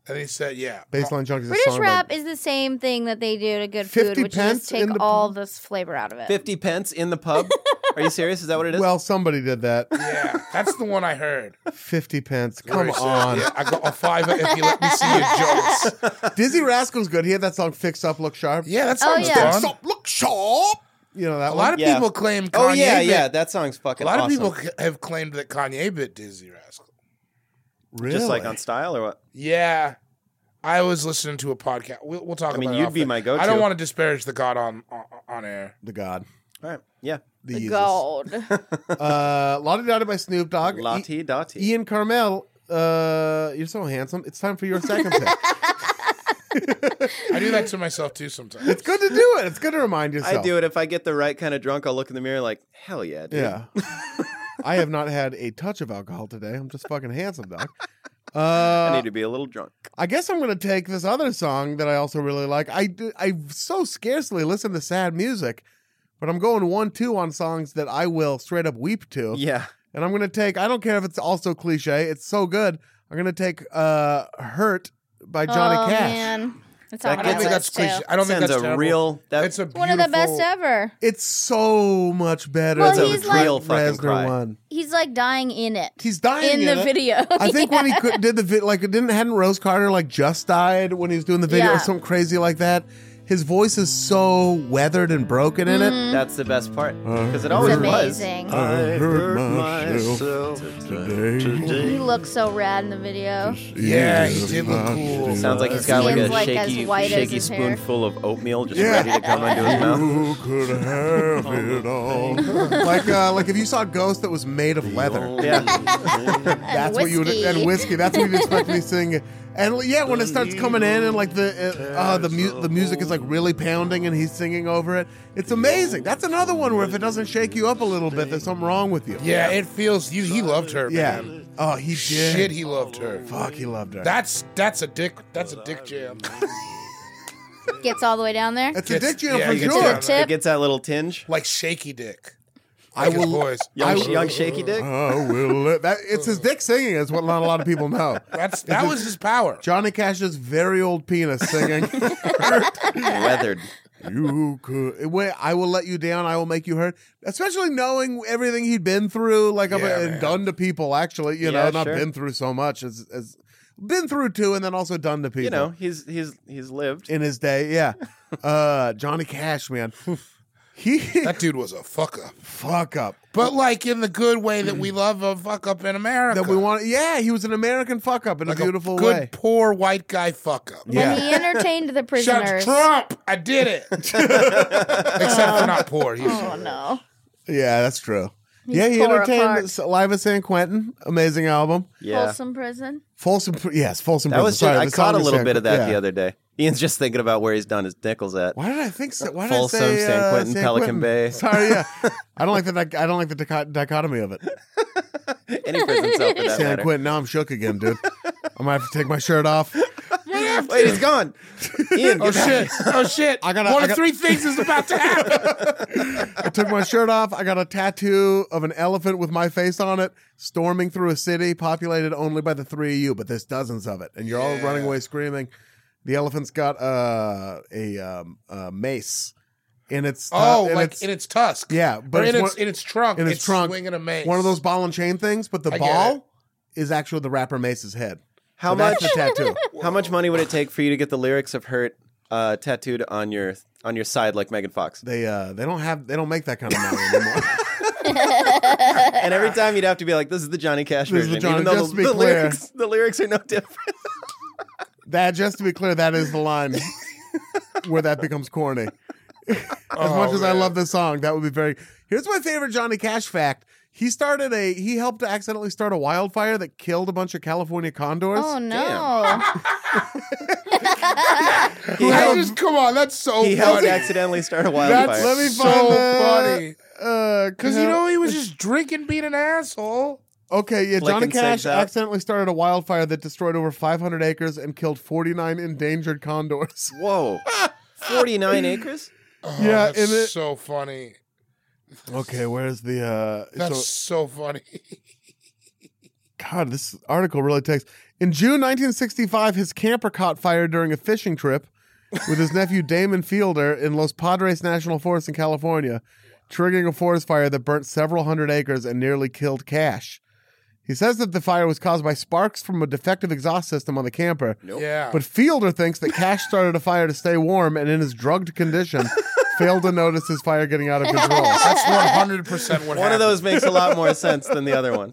S3: And he said, "Yeah,
S2: Baseline Junkie's a
S4: British
S2: song.
S4: rap is the same thing that they do to good
S2: 50
S4: food, which is
S2: pence
S4: just take
S2: in the
S4: all
S2: pub.
S4: this flavor out of it.
S1: Fifty pence in the pub. Are you serious? Is that what it
S2: by-
S1: is?
S2: Well, somebody did that.
S3: yeah." That's the one I heard.
S2: Fifty pence. Come
S3: Where he said,
S2: on.
S3: "Yeah, I got a fiver if you let me see your jugs.
S2: Dizzy Rascal's good. He had that song "Fix Up, Look Sharp."
S3: Yeah, that
S4: Oh,
S3: sounds
S4: yeah.
S3: fun.
S2: Up, look sharp. You know that
S3: A
S2: one.
S3: lot of
S1: Yeah.
S3: people claim Kanye.
S1: oh yeah,
S3: bit-
S1: yeah. That song's
S3: A
S1: fucking.
S3: lot
S1: awesome.
S3: of people c- have claimed that Kanye bit Dizzy Rascal.
S2: really?
S1: just like on style or what?
S3: Yeah. I was listening to a podcast. We'll, we'll talk.
S1: I mean,
S3: about it
S1: you'd
S3: off
S1: be
S3: air.
S1: my go-to.
S3: I don't want to disparage the God on on, on air.
S2: the God.
S1: All right. Yeah.
S2: The,
S4: The
S2: Jesus.
S4: gold.
S2: Uh, Lottie Dottie by Snoop Dogg.
S1: Lottie Dottie.
S2: Ian Carmel, uh, you're so handsome. It's time for your second pick.
S3: I do that to myself too sometimes.
S2: It's good to do it. It's good to remind yourself.
S1: I do it if I get the right kind of drunk. I'll look in the mirror like, hell yeah, dude.
S2: Yeah. I have not had a touch of alcohol today. I'm just fucking handsome, dog. Uh,
S1: I
S2: I,
S1: need to be a little drunk.
S2: guess I'm gonna take this other song that I also really like. I do, I so scarcely listen to sad music, but I'm going one two on songs that I will straight up weep to.
S1: Yeah,
S2: And I'm going to take, I don't care if it's also cliche, it's so good. I'm going to take uh, Hurt by Johnny
S4: oh,
S2: Cash.
S4: man. It's
S1: That
S4: on my
S3: I don't think
S4: list,
S3: that's cliche.
S4: too.
S3: I don't think
S1: Sounds
S3: that's
S1: a
S3: terrible.
S1: real. That,
S3: It's a
S4: One of the best
S3: beautiful-
S4: ever.
S2: It's so much better
S4: Well,
S2: than
S4: he's
S2: the
S4: like-
S1: Real fucking
S2: Rezner
S1: cry.
S2: one.
S4: He's like dying in it.
S2: He's dying
S4: in, the
S2: it.
S4: video.
S2: I think when he could, did the vid, like it didn't hadn't Rose Carter like just died when he was doing the video
S4: Yeah.
S2: or something crazy like that. His voice is so weathered and broken in it.
S1: that's the best part
S2: Uh-huh.
S1: because it
S4: it's
S1: always Oh, was.
S4: amazing.
S2: I hurt myself
S4: He looks so rad in the video.
S3: Yeah, he did look cool.
S1: Sounds like he's got
S4: His
S1: like a
S4: skin's like as
S1: shaky,
S4: white as
S1: shaky
S4: his hair.
S1: spoonful of oatmeal just
S2: Yeah.
S1: ready to come into his mouth.
S2: Who could have it all? like, uh, like if you saw a ghost that was made of leather,
S1: Yeah,
S2: that's what you would,
S4: whiskey.
S2: and whiskey. That's what you'd expect me to sing. And yeah, when it starts coming in and like the uh, uh, the mu- the music is like really pounding and he's singing over it, it's amazing. That's another one where if it doesn't shake you up a little bit, there's something wrong with you.
S3: Yeah, it feels you. He loved her.
S2: yeah.
S3: man.
S2: Oh, he did.
S3: Shit, he loved her.
S2: Fuck, he loved her.
S3: That's that's a dick. That's a dick jam.
S4: Gets all the way down there.
S2: That's
S3: Gets-
S2: a dick jam
S3: yeah,
S2: for
S3: he gets
S2: sure.
S3: down
S4: there.
S1: it gets that little tinge.
S3: Like shaky dick.
S2: I
S3: Like his
S2: will. Uh-huh.
S3: voice.
S1: Young,
S2: I-
S1: young shaky dick.
S2: I will. let- That, it's his dick singing. Is what not a lot of people know.
S3: That's that was his power.
S2: Johnny Cash's very old penis singing.
S1: Weathered.
S2: you could. Wait, I will let you down. I will make you hurt. Especially knowing everything he'd been through, like of-
S3: Yeah,
S2: and
S3: man.
S2: done to people. Actually, you
S1: Yeah,
S2: know, not
S1: sure.
S2: been through so much as as been through too, and then also done to people.
S1: You know, he's he's he's lived.
S2: in his day, yeah. uh, Johnny Cash, man, he
S3: That dude was a fuck up.
S2: fuck up.
S3: But like in the good way that we love a fuck up in America.
S2: Mm. that we want. Yeah, he was an American fuck up in
S3: like
S2: a beautiful
S3: good
S2: way.
S3: poor white guy fuck up.
S4: And he entertained the
S3: Shout
S4: prisoners.
S3: Trump. I did it. Except for not poor. He's
S4: Oh no.
S2: Yeah, that's true. yeah, he
S4: tore
S2: entertained
S4: apart.
S2: S- Live at San Quentin, amazing album.
S1: Yeah,
S4: Folsom Prison.
S2: Folsom, Pri- yes, Folsom.
S1: that
S2: Prison.
S1: was. Just,
S2: Sorry,
S1: I
S2: the
S1: caught
S2: song
S1: a
S2: is
S1: little
S2: San
S1: bit of
S2: Quentin.
S1: that the
S2: Yeah.
S1: other day. Ian's just thinking about where he's don his nickels at.
S2: Why did I think so? Why did
S1: Folsom,
S2: I say
S1: San
S2: uh,
S1: Quentin,
S2: San
S1: Pelican
S2: Quentin?
S1: Bay.
S2: Sorry, yeah, I don't like the dic- I don't like the dichot- dichotomy of it.
S1: Any prison cell for that
S2: San
S1: matter.
S2: Quentin. Now I'm shook again, dude. I might have to take my shirt off.
S1: Wait, he's gone. Ian,
S3: Oh
S1: get back.
S3: shit! Oh shit!
S2: I gotta-
S3: One
S2: I
S3: of
S2: gotta- Uh,
S3: three things is about to happen.
S2: I took my shirt off. I got a tattoo of an elephant with my face on it, storming through a city populated only by the three of you, but there's dozens of it, and you're all running away screaming. The elephant's got uh, a um, uh, mace in its
S3: Oh,
S2: uh, in
S3: like
S2: its,
S3: in its tusk.
S2: yeah,
S3: Or
S2: but
S3: in
S2: it's
S3: its,
S2: one,
S3: in its trunk.
S2: in its trunk,
S3: swinging a mace.
S2: one of those ball and chain things, but the
S3: I get it.
S2: ball is actually the rapper Mace's head.
S1: How
S2: So that's
S1: much?
S2: the tattoo?
S1: How much money would it take for you to get the lyrics of "Hurt" uh, tattooed on your on your side like Megan Fox?
S2: They uh, they don't have they don't make that kind of money anymore.
S1: And every time you'd have to be like, "This is the Johnny Cash
S2: This is
S1: version,"
S2: the Johnny-
S1: even though
S2: just to
S1: the,
S2: be
S1: the
S2: clear.
S1: lyrics the lyrics are no different.
S2: that just to be clear, that is the line where that becomes corny. as
S3: Oh,
S2: much as I
S3: man.
S2: love this song, that would be very. Here's my favorite Johnny Cash fact. He started a. He helped to accidentally start a wildfire that killed a bunch of California condors.
S4: Oh no.
S1: He
S3: I
S1: helped,
S3: just come on. That's so
S1: he helped
S3: funny.
S1: accidentally start a
S2: That's-
S1: wildfire.
S2: let me
S3: So
S2: find
S3: funny.
S2: Because
S3: Because you know he was just drinking, being an asshole.
S2: Okay, yeah.
S1: Flicking
S2: Johnny Cash
S1: cigs out.
S2: accidentally started a wildfire that destroyed over 500 acres and killed 49 endangered condors.
S1: Whoa, forty nine acres.
S3: Oh,
S2: Yeah,
S3: that's
S2: and it-
S3: so funny.
S2: Okay, where's the? uh
S3: That's
S2: so-
S3: so funny.
S2: God, this article really takes. In June 1965, his camper caught fire during a fishing trip with his nephew Damon Fielder in Los Padres National Forest in California, triggering a forest fire that burnt several hundred acres and nearly killed Cash. He says that the fire was caused by sparks from a defective exhaust system on the camper,
S3: Yeah.
S2: but Fielder thinks that Cash started a fire to stay warm and in his drugged condition failed to notice his fire getting out of control.
S3: that's one hundred percent
S1: One
S3: what.
S1: of
S3: happened.
S1: those makes a lot more sense than the other one.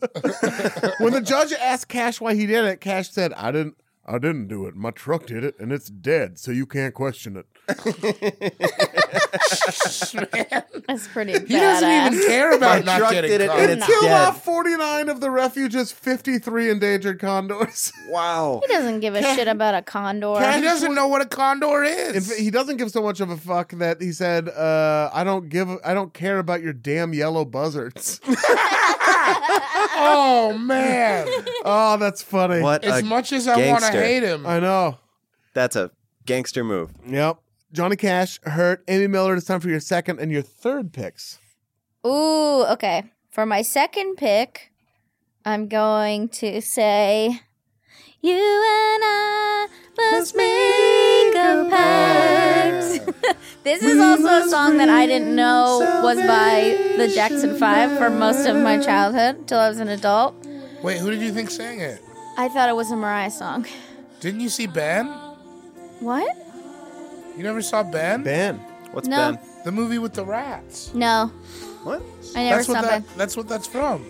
S2: when the judge asked Cash why he did it, Cash said, "I didn't. I didn't do it. My truck did it, and it's dead, so you can't question it."
S4: That's pretty badass.
S3: He doesn't even care about
S1: My
S3: not
S1: truck
S3: getting
S1: did it,
S3: caught.
S1: and it's
S2: Killed
S1: dead.
S2: off forty nine of the refuge's fifty three endangered condors.
S1: Wow.
S4: He doesn't give a shit about a condor.
S3: he doesn't know what a condor
S2: In
S3: is.
S2: fact, he doesn't give so much of a fuck that he said, uh, "I don't give. a- I don't care about your damn yellow buzzards."
S3: oh man!
S2: oh, that's funny.
S1: What?
S3: As
S1: a-
S3: much as I want to
S1: gangster.
S3: hate him,
S2: I know.
S1: That's a gangster move.
S2: Yep. Johnny Cash, Hurt, Amy Miller. It's time for your second and your third picks.
S4: Ooh, okay. For my second pick, I'm going to say, You and I must make a pact. this is also a song that I didn't know was by the Jackson Five for most of my childhood till I was an adult.
S3: Wait, who did you think sang it?
S4: I thought it was a Mariah song.
S3: Didn't you see Ben?
S4: What?
S3: You never saw Ben?
S2: Ben.
S1: What's
S4: No.
S1: Ben?
S3: The movie with the rats.
S4: No,
S1: What?
S4: I never
S3: that's
S4: saw
S3: what
S4: that.
S3: that, that's what that's from.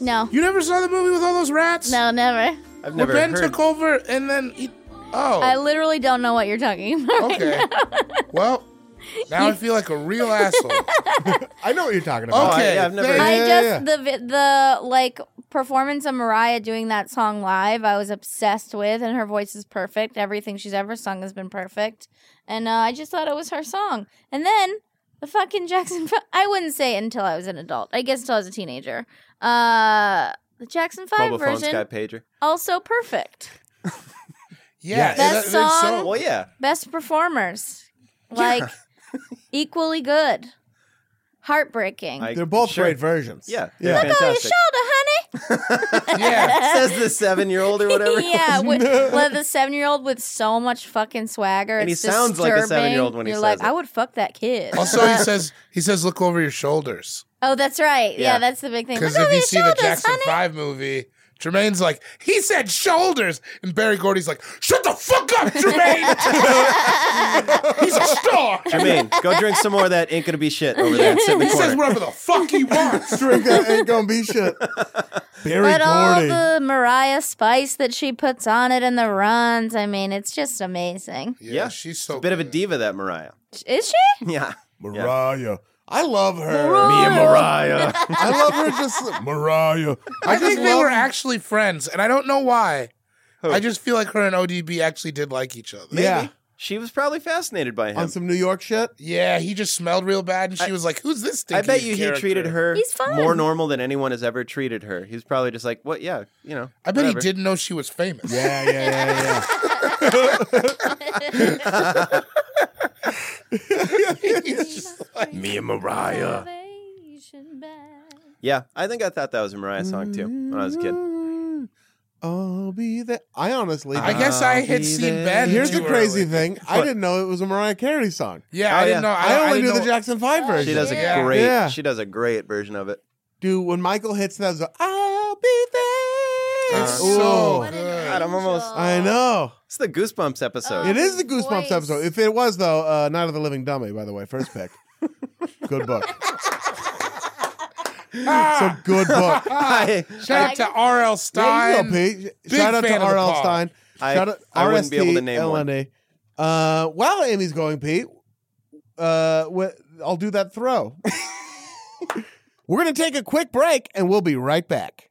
S4: No,
S3: You never saw the movie with all those rats?
S4: no, never.
S1: I've
S3: Well,
S1: never
S3: Ben
S1: heard.
S3: took over and then he, oh.
S4: I literally don't know what you're talking about.
S3: Okay. well, now I feel like a real asshole.
S2: I know what you're talking
S3: Okay.
S2: about.
S1: Oh, I- yeah, I've never-
S3: thank-
S4: I
S2: Yeah, yeah,
S4: just the vi- the like performance of Mariah doing that song live. I was obsessed with, and her voice is perfect. Everything she's ever sung has been perfect, and uh, I just thought it was her song. And then the fucking Jackson. Fi- I wouldn't say it until I was an adult. I guess until I was a teenager. Uh, the Jackson Five
S1: Mobile phone,
S4: version
S1: Sky Pager.
S4: also perfect.
S3: yeah.
S2: Yes.
S3: that-
S4: That
S3: that's so-
S4: song-
S1: Well, yeah.
S4: Best performers, like equally good. Heartbreaking.
S1: I-
S2: They're both
S1: sure.
S2: great versions.
S1: Yeah.
S2: Yeah.
S1: They're
S2: Look
S4: Oh, your
S1: fantastic.
S4: shoulder, honey.
S3: yeah.
S1: Says the seven-year-old or whatever. it
S4: yeah,
S1: was.
S4: with, well, the seven year old with so much fucking swagger.
S1: And he
S4: it's
S1: sounds like a
S4: disturbing.
S1: seven-year-old when he
S4: You're
S1: says
S4: like,
S1: it.
S4: I would fuck that kid.
S3: Also, he says he says look over your shoulders
S4: oh, that's right. Yeah,
S1: Yeah.
S4: that's the big thing. Look
S3: because
S4: over
S3: if you
S4: your
S3: see the
S4: shoulders,
S3: Jackson
S4: honey.
S3: Five movie, Jermaine's like he said shoulders, and Barry Gordy's like shut the fuck up, Jermaine. He's a star.
S1: Jermaine, go drink some more of that. Ain't gonna be shit over there. Sit in the
S3: He says
S1: corner.
S3: whatever the fuck he wants.
S2: Drink that ain't gonna be shit. Barry
S4: But all
S2: Gordy.
S4: the Mariah Spice that she puts on it and the runs, I mean, it's just amazing.
S3: Yeah,
S1: Yeah.
S3: she's so
S1: Bit of a
S3: good.
S1: diva, that Mariah.
S4: Is she?
S1: Yeah.
S2: Mariah. I love her.
S4: Mariah. Me and
S2: Mariah. I love her just Mariah.
S3: I, think they
S2: love-
S3: were actually friends, and I don't know why. I just feel like her and ODB actually did like each other.
S2: Yeah.
S1: She was probably fascinated by him.
S2: On some New York shit.
S3: Yeah, he just smelled real bad, and she was like, "Who's this?"
S1: I bet
S3: stinky
S1: you
S3: character?
S1: he treated her
S4: He's fun.
S1: more normal than anyone has ever treated her. He's probably just like, what? Yeah, you know.
S3: I bet
S1: whatever.
S3: he didn't know she was famous.
S2: Yeah, yeah, yeah, yeah.
S4: Me and
S3: uh,
S4: Mariah.
S1: Yeah, I think I thought that was a Mariah song too when I was a kid.
S2: Mm-hmm. I'll be there. I honestly.
S3: I guess I
S1: I'll
S3: had
S1: be
S3: seen
S1: there.
S3: Ben.
S2: Here's
S3: too
S2: the crazy
S3: early.
S2: thing. I didn't know it was a Mariah Carey song.
S3: Yeah,
S1: Oh,
S3: I didn't
S1: yeah.
S3: know.
S2: I, only
S3: didn't
S2: knew the
S3: know-
S2: Jackson Five version.
S1: She does a
S4: Yeah.
S1: great.
S2: Yeah.
S1: She does a great version of it.
S2: Dude, when Michael hits that, song, I'll be there.
S3: It's
S1: Uh,
S3: so
S2: Ooh.
S3: good.
S1: God, I'm almost-
S2: I know.
S1: It's the Goosebumps episode.
S4: Oh.
S2: It is the Goosebumps
S4: voice.
S2: episode. If it was though, uh, Night of the Living Dummy, by the way, first pick. good book. it's a good book.
S1: I,
S3: Shout out to R.L.
S2: There you go,
S3: Ah. Stein.
S2: Pete. Shout out to
S3: fan of the
S2: R.L.
S3: pod.
S2: Stein.
S1: I-
S2: Shout out
S1: I wouldn't be able to name one.
S2: RSTLNA. Uh, while Amy's going, Pete, uh, wh- I'll do that throw. We're going to take a quick break and we'll be right back.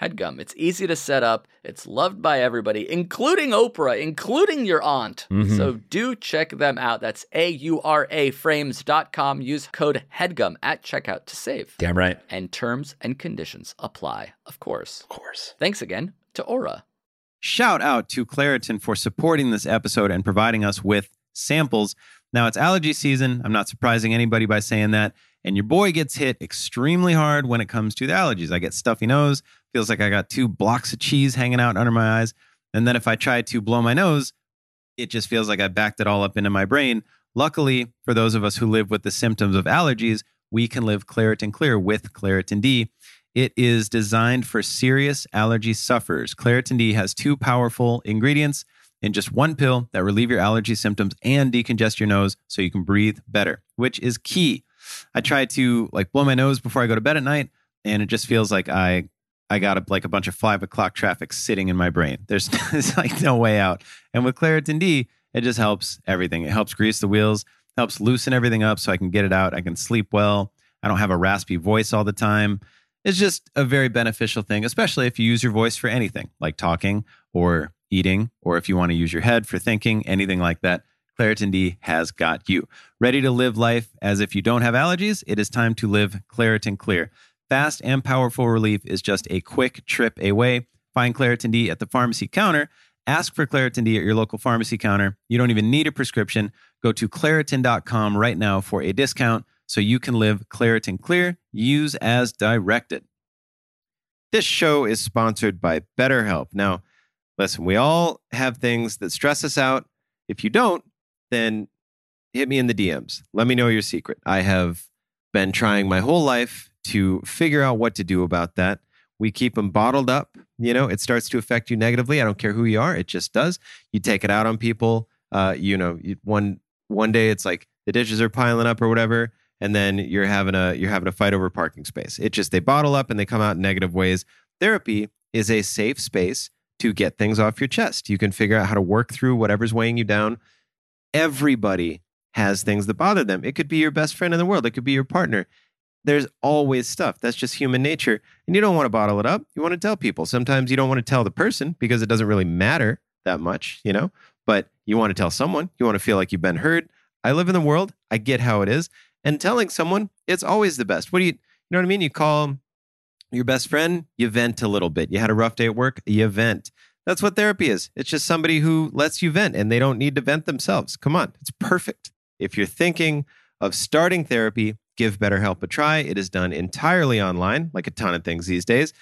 S6: HEADGUM. It's easy to set up, it's loved by everybody, including Oprah, including your aunt.
S7: Mhm.
S6: So do check them out. That's A U R A frames.com. Use code HEADGUM at checkout to save.
S7: Damn right.
S6: And terms and conditions apply, of course.
S7: Of course.
S6: Thanks again to Aura.
S8: Shout out to Claritin for supporting this episode and providing us with samples.
S1: Now it's allergy season. I'm not surprising anybody by saying that. And your boy gets hit extremely hard when it comes to the allergies. I get stuffy nose, feels like I got two blocks of cheese hanging out under my eyes. And then if I try to blow my nose, it just feels like I backed it all up into my brain. Luckily, for those of us who live with the symptoms of allergies, we can live Claritin Clear with Claritin D. It is designed for serious allergy sufferers. Claritin D has two powerful ingredients in just one pill that relieve your allergy symptoms and decongest your nose so you can breathe better, which is key. I try to like blow my nose before I go to bed at night, and it just feels like I I got a, like a bunch of five o'clock traffic sitting in my brain. There's, there's like no way out. And with Claritin D, it just helps everything. It helps grease the wheels, helps loosen everything up so I can get it out. I can sleep well. I don't have a raspy voice all the time. It's just a very beneficial thing, especially if you use your voice for anything like talking or eating, or if you want to use your head for thinking, anything like that. Claritin D has got you. Ready to live life as if you don't have allergies? It is time to live Claritin Clear. Fast and powerful relief is just a quick trip away. Find Claritin D at the pharmacy counter. Ask for Claritin D at your local pharmacy counter. You don't even need a prescription. Go to Claritin.com right now for a discount so you can live Claritin Clear. Use as directed. This show is sponsored by BetterHelp. Now, listen, we all have things that stress us out. If you don't, then hit me in the DMs. Let me know your secret. I have been trying my whole life to figure out what to do about that. We keep them bottled up. You know, it starts to affect you negatively. I don't care who you are; it just does. You take it out on people. Uh, you know, you, one one day it's like the dishes are piling up or whatever, and then you're having a you're having a fight over parking space. It just they bottle up and they come out in negative ways. Therapy is a safe space to get things off your chest. You can figure out how to work through whatever's weighing you down. Everybody has things that bother them. It could be your best friend in the world. It could be your partner there's always stuff. That's just human nature. And you don't want to bottle it up. You want to tell people. Sometimes you don't want to tell the person because it doesn't really matter that much, you know, but you want to tell someone. You want to feel like you've been heard. I live in the world. I get how it is. And telling someone, it's always the best. What do you, you know what I mean? You call your best friend, you vent a little bit. You had a rough day at work, you vent. That's what therapy is. It's just somebody who lets you vent and they don't need to vent themselves. Come on, it's perfect. If you're thinking of starting therapy, Give BetterHelp a try. It is done entirely online, like a ton of things these days.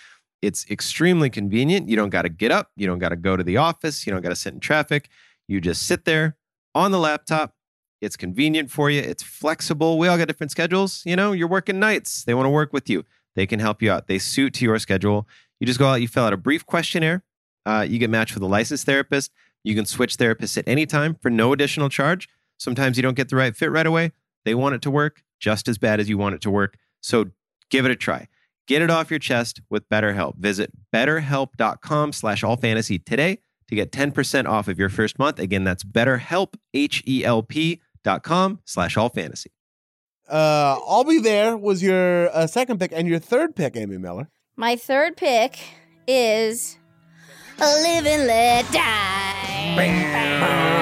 S1: It's extremely convenient. You don't got to get up. You don't got to go to the office. You don't got to sit in traffic. You just sit there on the laptop. It's convenient for you. It's flexible. We all got different schedules. You know, you're working nights. They want to work with you. They can help you out. They suit to your schedule. You just go out, you fill out a brief questionnaire. Uh, you get matched with a licensed therapist. You can switch therapists at any time for no additional charge. Sometimes you don't get the right fit right away. They want it to work just as bad as you want it to work. So give it a try. Get it off your chest with BetterHelp. Visit betterhelp.com slash allfantasy today to get 10% off of your first month. Again, that's betterhelp, E H-E-L-P dot com slash allfantasy.
S2: Uh, I'll be there was your uh, second pick and your third pick, Amy Miller.
S4: My third pick is Live and Let Die.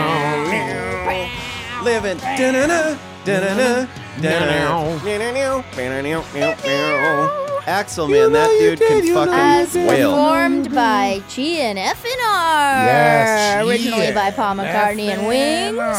S9: Living. Da-na-na, da-na-na, da-na-na, da-na-na, da-na-na, da-na-na. Axel, man, that dude can
S4: As
S9: fucking wail.
S4: performed by G and F and R.
S2: Yes,
S4: Originally
S3: yeah.
S4: by Paul McCartney and Wings.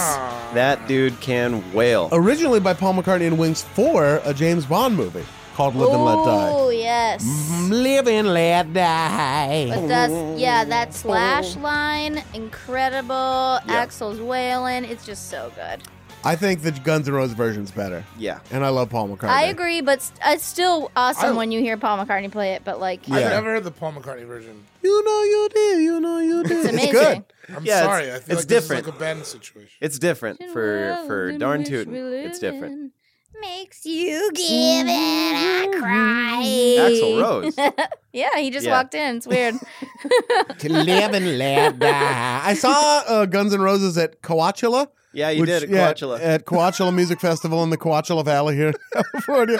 S9: That dude can wail.
S2: Originally by Paul McCartney and Wings for a James Bond movie called Live and Let Die.
S4: Oh yes.
S9: Mm-hmm.
S10: Live and let die.
S4: But that's yeah, that slash line, incredible. Axel's wailing, it's just so good.
S2: I think the Guns N' Roses version's better,
S9: Yeah.
S2: and I love Paul McCartney.
S4: I agree, but st- it's still awesome
S3: I-
S4: when you hear Paul McCartney play it. But like,
S3: I've
S2: Yeah.
S3: never heard the Paul McCartney version.
S2: You know you did. You know you did.
S4: it's amazing.
S2: good.
S3: I'm
S9: Yeah, it's-
S3: sorry. I
S9: it's
S3: feel like this is
S9: different.
S3: like a Ben situation.
S9: It's different for for darn tootin'. It's different.
S4: Makes you give it a cry.
S9: Mm-hmm. Axel Rose.
S4: Yeah, he just
S9: Yeah.
S4: walked in. It's weird.
S10: To live and let die.
S2: I saw uh, Guns N' Roses at Coachella.
S9: Yeah, you
S2: which-
S9: did it,
S2: yeah,
S9: Coachella.
S2: at Coachella Music Festival in the Coachella Valley here in California,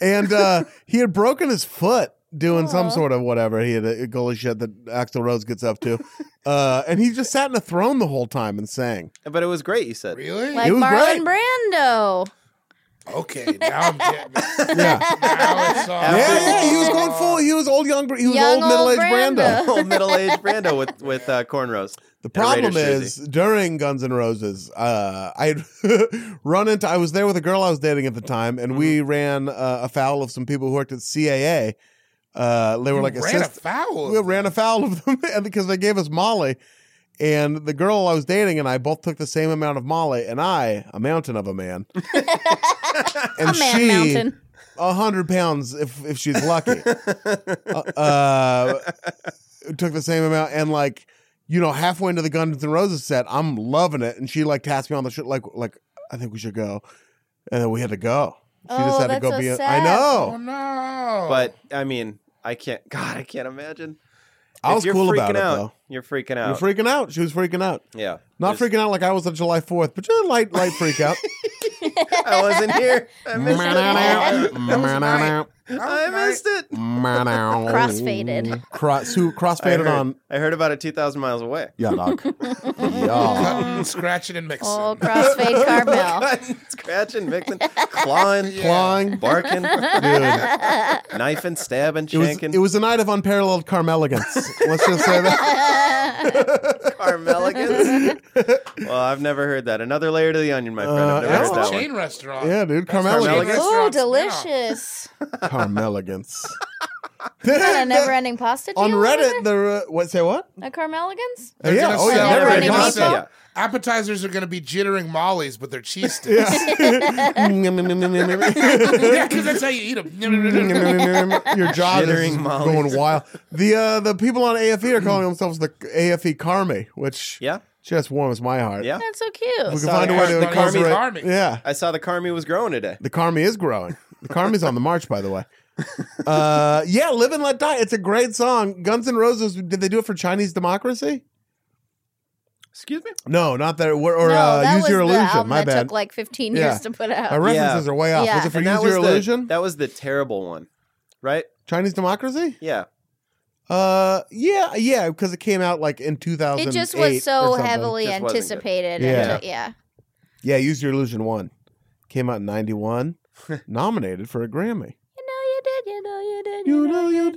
S2: and uh, he had broken his foot doing some
S4: Aw.
S2: sort of whatever he had a goalie shit that Axl Rose gets up to, uh, and he just sat in a throne the whole time and sang.
S9: But it was great, you said.
S3: Really?
S4: Like
S2: was
S4: Marlon Brando.
S3: okay, now I'm getting it.
S2: Yeah,
S3: Now it's all
S2: yeah, yeah, he was going full No, he was old young. Br- He was
S4: Young
S2: old middle aged
S4: old
S2: Brando.
S4: Brando.
S1: old middle aged Brando with with uh, cornrows.
S2: The
S1: and a Raiders
S2: problem is
S1: jersey.
S2: during Guns N' Roses, uh, I had run into. I was there with a girl I was dating at the time, and we ran uh, afoul of some people who worked at CAA. Uh, they were like
S3: ran
S2: assist-
S3: afoul.
S2: we ran afoul of them and- because they gave us Molly. And the girl I was dating and I both took the same amount of Molly, and I, a mountain of a man, and
S4: A man mountain.
S2: a hundred pounds if if she's lucky, uh, uh, took the same amount. And like, you know, halfway into the Guns N' Roses set, I'm loving it, and she like taps me on the shit, like like I think we should go, and then we had to go. She
S4: Oh,
S2: just had
S4: that's
S2: to go
S4: so
S2: be. a- I
S4: sad.
S3: Oh
S2: know.
S3: no!
S1: But I mean, I can't. God, I can't imagine.
S2: I
S1: If
S2: was
S1: you're
S2: cool
S1: freaking
S2: about it
S1: out,
S2: though.
S1: You're freaking
S2: You're
S1: out.
S2: freaking out. She was freaking out.
S1: yeah,
S2: Not
S1: There's-
S2: freaking out like I was on July 4th, but just a light, light freak out.
S1: I wasn't here. I missed it. I missed it.
S4: Crossfaded.
S2: Cro- su-
S1: I
S2: crossfaded
S1: heard,
S2: on.
S1: I heard about it two thousand miles away.
S2: Yeah, dog. yeah.
S3: Oh. Scratching and mixing.
S1: Oh,
S4: Old crossfade Carmel.
S1: Cutting, scratching, mixing, clawing,
S2: Clawing.
S1: barking,
S2: Dude.
S1: knife and stabbing,
S2: It was,
S1: shanking.
S2: it was a night of unparalleled Carmeligans. Let's just say that.
S1: Carmeligans. well, I've never heard that. Another layer to the onion, my friend. I've
S2: Uh,
S1: never
S3: That's
S2: Oh.
S1: heard
S3: the
S1: that
S3: chain
S1: one.
S3: restaurant.
S2: Yeah, dude. Carmeligans.
S1: Carmeligans.
S4: Ooh,
S3: restaurant
S4: delicious.
S2: Carmeligans.
S4: Got a never ending pasta deal
S2: On
S4: over
S2: Reddit, the. Uh, what, say what?
S4: there? At Carmeligans?
S2: Uh, yeah.
S3: gonna
S2: Oh,
S3: sell
S2: yeah.
S4: never
S2: Never ending
S4: ending pasta.
S2: pasta.
S1: Yeah.
S3: Appetizers are going to be jittering mollies, but they're cheese sticks.
S2: Mmm,
S3: yeah, because that's how you eat them.
S2: Your jaw is
S1: Jittering
S2: just
S1: mollies.
S2: going wild. The uh, the people on AFE are calling themselves the AFE Carmi, which
S1: Yeah.
S2: just warms my heart.
S1: Yeah.
S4: That's so
S2: We
S4: cute.
S2: can
S1: Sorry,
S2: find a way to
S1: the Carmi
S2: incorporate.
S3: Army.
S2: Yeah,
S1: I saw the Carmi was growing today.
S2: the Carmi is growing. The Carmi's on the march, by the way. Uh, yeah, "Live and Let Die." It's a great song. Guns N' Roses. Did they do it for Chinese Democracy?
S1: Excuse me.
S2: No, not that. Or, or
S4: no,
S2: uh,
S4: that
S2: Use
S4: was
S2: Your
S4: the
S2: Illusion.
S4: album
S2: My
S4: that
S2: bad.
S4: took like 15
S2: Yeah.
S4: years to put out.
S2: My references
S1: Yeah.
S2: are way off.
S4: Yeah.
S2: Was it for
S1: And that
S2: Use
S1: was
S2: Your
S1: the
S2: Illusion?
S1: that was the terrible one, right?
S2: Chinese Democracy?
S1: Yeah.
S2: Uh, yeah, yeah, because it came out like in 2008.
S4: It just was so
S2: or something.
S4: heavily
S1: Just wasn't good.
S4: anticipated.
S2: Yeah.
S4: And, yeah.
S2: Yeah, Use Your Illusion one came out in '91, nominated for a Grammy.
S4: You know you did, you know you did.
S2: You know you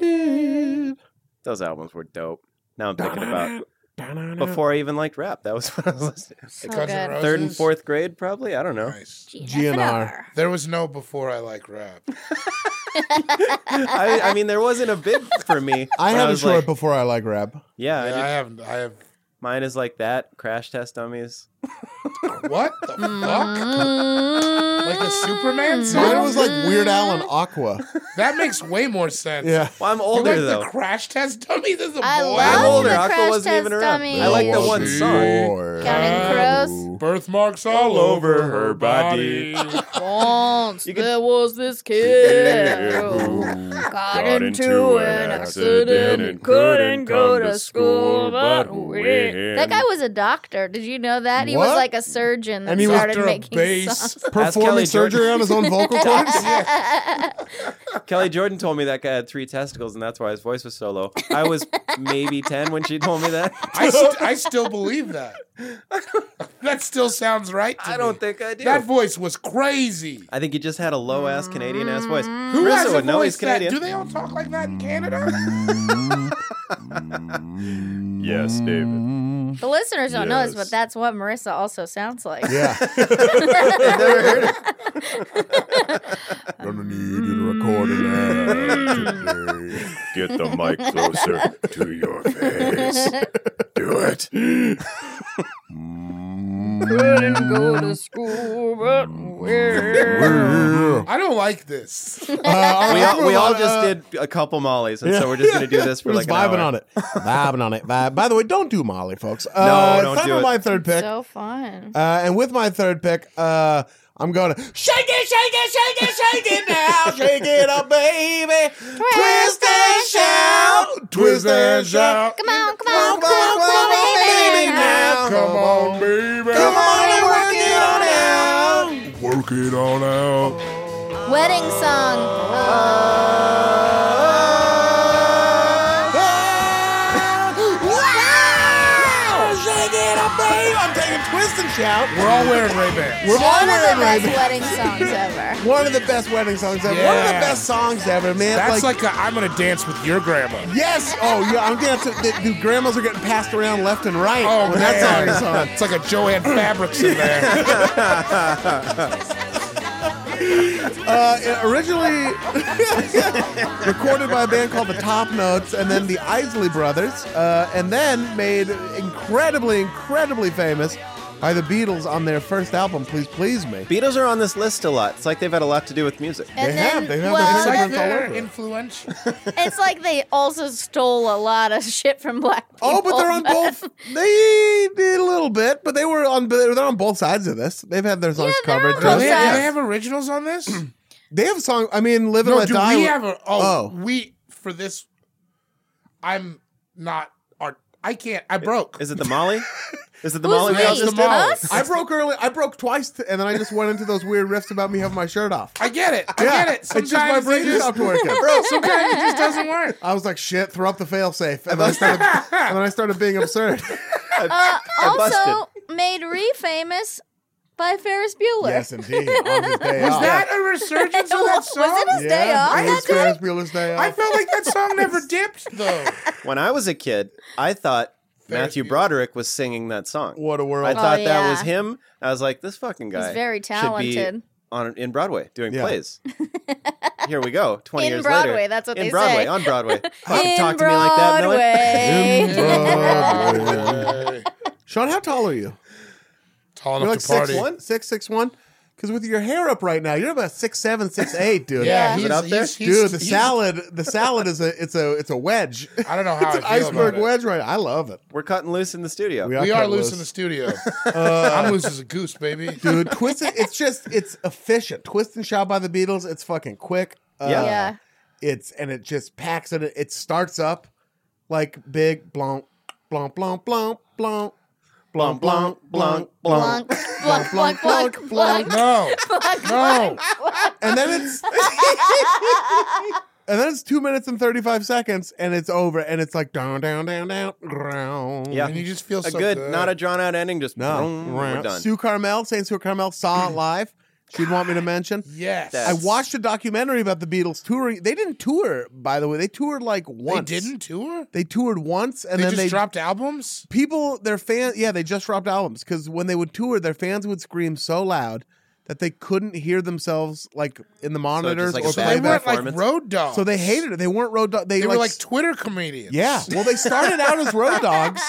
S2: did.
S1: Those albums were dope. Now I'm thinking about before I even liked rap. That was what I was listening.
S4: So
S3: Guns N'
S4: good.
S3: Roses.
S1: Third and fourth grade, probably. I don't know.
S3: Nice.
S2: GNR.
S3: There was no before I like rap.
S1: I, I mean, there wasn't a big for me.
S2: I
S1: when
S2: haven't
S1: was
S2: sure
S1: like-
S2: before I like rap.
S1: Yeah, I
S3: Yeah,
S1: did.
S3: I haven't. I have.
S1: mine is like that. Crash test dummies.
S3: What the
S4: Mm.
S3: fuck?
S4: Mm-hmm.
S3: Like a Superman
S2: Mine
S3: song?
S2: was like Weird Al and Aqua.
S3: that makes way more sense.
S2: Yeah.
S1: Well, I'm
S3: You
S1: older
S3: like the
S1: though.
S3: crash test dummies as a boy?
S4: I
S1: I'm
S4: love
S1: older.
S4: the
S1: Aqua
S4: Crash
S1: wasn't even
S4: Test
S1: around. I
S4: Dummies.
S1: like the one
S3: Boy.
S1: song.
S4: Counting Crows.
S3: Birthmarks all over her body.
S4: Once
S1: can-
S4: there was this kid who got into an accident and couldn't go to school, but we. That guy was a doctor. Did you know that? He was
S2: What?
S4: like a surgeon that
S2: And he was
S4: started
S3: After a
S4: making
S3: bass.
S4: songs.
S2: Performing
S1: Kelly Jordan.
S2: surgery on his own vocal cords.
S1: Kelly Jordan told me that guy had three testicles, and that's why his voice was so low. I was maybe ten when she told me that.
S3: I, st- I still believe that. that still sounds right to
S1: I
S3: me.
S1: don't think I do.
S3: That voice was crazy.
S1: I think he just had a low ass Canadian ass voice.
S3: Who
S1: Marissa
S3: has a
S1: would know
S3: voice
S1: he's Canadian.
S3: that? Do they all talk like that in Canada?
S11: Yes, David.
S4: The listeners don't know this, but that's what Marissa also sounds like.
S2: Yeah.
S1: I've never heard it.
S2: Gonna need you to record it out today.
S11: Get the mic closer to your face. Do it.
S4: Couldn't go to school, but we're.
S3: I don't like this.
S2: Uh, all
S1: We
S2: right,
S1: all, we all
S2: everyone,
S1: just
S2: uh,
S1: did a couple mollies, and
S2: yeah.
S1: so we're just gonna do this for
S2: We're
S1: like
S2: just
S1: an
S2: vibing
S1: hour.
S2: on it, vibing on it. Vibe. By the way, don't do Molly, folks. Uh,
S1: don't
S2: time
S1: do
S2: for
S1: it.
S2: my third pick,
S4: So fun.
S2: uh, and with my third pick, uh, I'm going to shake it, shake it, shake it, shake it now, shake it up, baby, twist and shout, twist and shout.
S4: Come on, come
S2: Come
S4: on,
S2: on,
S4: come on, come on, baby now.
S3: Come on, baby.
S2: Come on and
S11: Work
S2: work it on out.
S11: it on out.
S4: Wedding song.
S2: Oh, Wow! Shake it up, baby. I'm taking twist and out.
S3: We're all wearing Ray Bans.
S2: We're all
S4: One of the
S2: wearing Ray
S4: best
S2: Bans.
S4: wedding songs ever.
S2: One of the best wedding songs ever. One of the
S3: Yeah.
S2: best songs ever, man.
S3: That's like, a, I'm gonna dance with your grandma.
S2: yes. Oh, yeah. I'm gonna have to. th- Dude, grandmas are getting passed around left and right.
S3: Oh,
S2: when that song
S3: man.
S2: is on.
S3: It's like a Joanne Fabrics in there.
S2: Uh, it originally recorded by a band called the Top Notes and then the Isley Brothers, uh, and then made incredibly, incredibly famous by the Beatles on their first album, Please Please Me.
S1: Beatles are on this list a lot. It's like they've had a lot to do with music.
S4: And
S2: They
S4: then,
S2: have- they have
S4: well,
S3: It's like
S2: Fingerprints all
S3: they're
S2: over it.
S3: influential.
S4: it's like they also stole a lot of shit from black people.
S2: Oh, but they're on both. They did a little bit, but they were on. They're they're on both sides of this. They've had their songs
S4: they're
S2: covered.
S4: on
S3: Do
S4: both
S3: they, do they
S4: sides.
S3: have originals on this?
S2: They have a song. I mean, "Live and
S3: no,
S2: Let
S3: do
S2: Die."
S3: we have a? Oh,
S2: Oh.
S3: we for this. I'm not art. I can't. I broke.
S1: Is it the Molly? Is it the
S4: Who's
S1: Molly? we all
S4: we?
S1: just
S3: the
S1: did?
S3: Molly.
S4: Us?
S2: I broke early. I broke twice, t- and then I just went into those weird riffs about me having my shirt off.
S3: I get it. I
S2: Yeah,
S3: get it.
S2: it's just
S3: Sometimes
S2: my brain
S3: it just-
S2: stopped working.
S3: Bro, sometimes it just doesn't work.
S2: I was like, "Shit, throw up the failsafe," and then I started. and then I started being absurd.
S4: Uh,
S1: I busted.
S4: also made Re famous by Ferris Bueller.
S2: yes, indeed. On his day
S3: Was
S2: off.
S3: that a resurgence of that
S4: Was
S3: song?
S4: it his day
S2: Yeah,
S4: off
S2: it was
S4: that day?
S2: Ferris Bueller's day
S3: I
S2: off.
S3: felt like that song never dipped though.
S1: When I was a kid, I thought
S3: Ferris
S1: Matthew
S3: Bueller.
S1: Broderick was singing that song.
S2: What a world.
S1: I thought that
S4: oh, yeah.
S1: was him. I was like, this fucking guy.
S4: He's very
S1: Should
S4: talented.
S1: be on in Broadway doing
S2: Yeah.
S1: plays. Here we go. Twenty
S4: In
S1: years
S4: Broadway,
S1: later.
S4: that's what
S1: in
S4: they
S1: Broadway,
S4: say.
S1: on Broadway. Fucking
S4: In
S1: talk to me like that. No one-
S4: Broadway.
S2: Sean, how tall are you?
S3: Tall
S2: You're
S3: enough
S2: like
S3: to
S2: six
S3: party.
S2: one, six six one. Because with your hair up right now, you're about six seven, six eight, dude.
S3: Yeah,
S4: Yeah. Is
S3: he's,
S1: it up there?
S3: he's, he's,
S2: Dude, the
S3: he's-
S2: salad, the salad is a, it's a, it's a wedge.
S3: I don't know how
S2: it's
S3: I
S2: an
S3: feel
S2: iceberg
S3: about it.
S2: wedge, right? I love it.
S1: We're cutting loose in the studio.
S3: We are
S2: cut
S3: loose in the studio. I'm loose as a goose, baby.
S2: dude. Twist it. It's just, it's efficient. Twist and shout by the Beatles. It's fucking quick. Uh,
S1: Yeah.
S4: yeah.
S2: It's and it just packs it. It starts up like big blonk, blonk, blonk, blonk, blonk, blonk, blonk, blonk, blonk,
S4: Blunk, blunk, blunk, blunk, blunk, blunk,
S3: No, no.
S2: and then it's. And then it's two minutes and thirty five seconds, and it's over, and it's like down, down, down, down, ground.
S1: Yeah.
S3: And you just feel
S1: A
S3: so
S1: good,
S3: good,
S1: not a drawn out ending, just
S2: No,
S1: boom, we're done.
S2: Sue Carmel, Saint Sue Carmel saw it live. She'd want me to mention.
S3: Yes,
S1: That-
S2: I watched a documentary about the Beatles touring. They didn't tour, by the way. They toured like
S3: They
S2: once.
S3: didn't tour.
S2: They toured once, and
S3: they
S2: then
S3: just
S2: they
S3: dropped albums.
S2: people. Their fans, yeah, they just dropped albums because when they would tour, their fans would scream so loud that they couldn't hear themselves, like in the monitors
S1: like a
S2: or
S3: So
S1: bad
S3: they
S2: playback.
S3: weren't like
S1: performance.
S3: road dogs.
S2: So they hated it. They weren't road dogs. They,
S3: They were like
S2: s-
S3: Twitter comedians.
S2: yeah. Well, they started out as road dogs.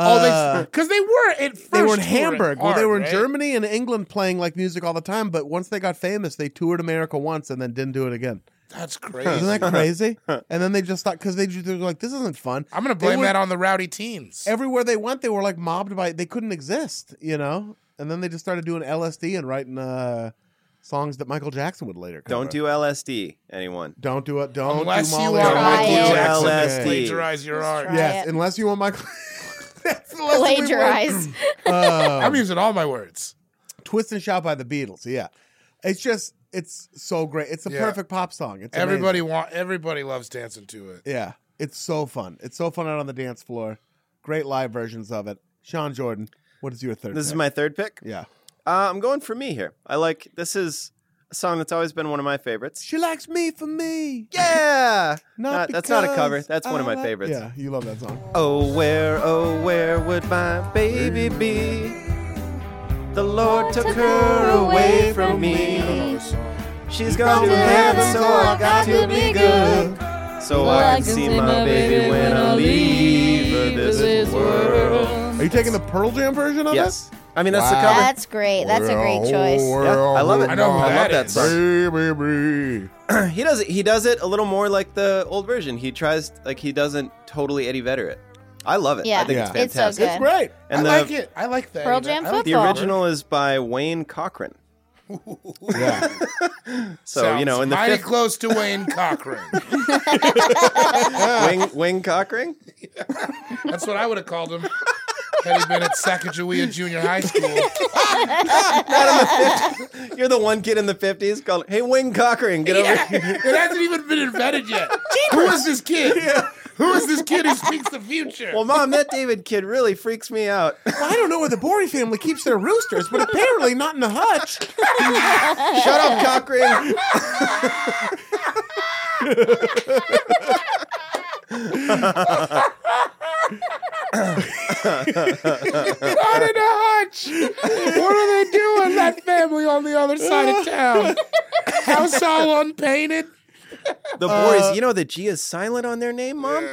S3: Oh,
S2: Uh,
S3: they because they were at first.
S2: they were in
S3: touring
S2: Hamburg. well,
S3: hard,
S2: they were in
S3: right?
S2: Germany and England playing like music all the time. But once they got famous, they toured America once and then didn't do it again.
S3: That's
S2: Isn't
S3: crazy.
S2: that crazy? and then they just thought because they, ju- they were like, this isn't fun.
S3: I'm gonna
S2: They
S3: blame
S2: were-
S3: that on the rowdy teens.
S2: Everywhere they went, they were like mobbed by. They couldn't exist, you know. And then they just started doing LSD and writing uh, songs that Michael Jackson would later. Cover.
S1: Don't do LSD, anyone.
S2: Don't do it. Don't
S3: Unless
S2: do
S3: you
S2: Molly
S3: are
S2: or
S4: Try
S3: Michael
S4: it.
S3: Jackson,
S1: LSD.
S3: and plagiarize your
S4: Just
S3: art.
S4: try
S2: Yes,
S4: it.
S2: unless you want Michael. That's the lesson we've learned.
S4: plagiarize.
S2: Um,
S3: I'm using all my words.
S2: Twist and Shout by the Beatles. Yeah. It's just, it's so great. It's the
S3: Yeah.
S2: perfect pop song. It's amazing.
S3: Everybody want. Everybody loves dancing to it.
S2: Yeah. It's so fun. It's so fun out on the dance floor. Great live versions of it. Sean Jordan, what is your third?
S1: This is
S2: pick?
S1: my third pick.
S2: Yeah.
S1: Uh, I'm going for me here. I like this is a song that's always been one of my favorites.
S2: She likes me for me.
S1: Yeah.
S2: Not
S1: Not- that's not a
S2: because
S1: cover. That's one of my
S2: I like-
S1: favorites.
S2: Yeah, you love that song.
S1: Oh, where, oh, where would my baby be? The Lord took her away from me. She's gone to heaven, so I got to be good. So I can see my baby when I leave her this world.
S2: Are you taking the Pearl Jam version of
S1: Yes. I mean, that's the
S2: Wow.
S1: cover.
S4: That's great. That's a great
S2: Oh,
S4: choice.
S1: Yeah, I love it.
S3: I know who
S1: I love
S3: that
S1: that
S3: is.
S1: song.
S2: Baby.
S1: He does it. He does it a little more like the old version. He tries like he doesn't totally Eddie Vedder it. I love it.
S4: Yeah.
S1: I think
S2: Yeah.
S1: it's
S4: It's so
S1: fantastic.
S4: good.
S2: It's great.
S1: And the,
S3: I like it. I like that.
S4: Pearl Jam
S3: I like
S1: the
S4: Football.
S1: original is by Wayne Cochran.
S2: Yeah.
S1: So
S3: Sounds
S1: you know, in the
S3: mighty
S1: fifth,
S3: close to Wayne Cochran.
S1: Wing Wing Cochran.
S3: That's what I would have called him had he been at Sacagawea Junior High School.
S1: You're the one kid in the fifties called, "Hey, Wing Cochran, get over here."
S3: It hasn't even been invented yet. Who is this kid? Who is this kid who speaks the future?
S1: Well, mom, that David kid really freaks me out.
S2: Well, I don't know where the Bory family keeps their roosters, but apparently not in the hutch.
S1: Shut up, Cochrane.
S3: Not in a hutch. What are they doing? That family on the other side of town. House all unpainted.
S1: The boys, you know the G is silent on their name, mom.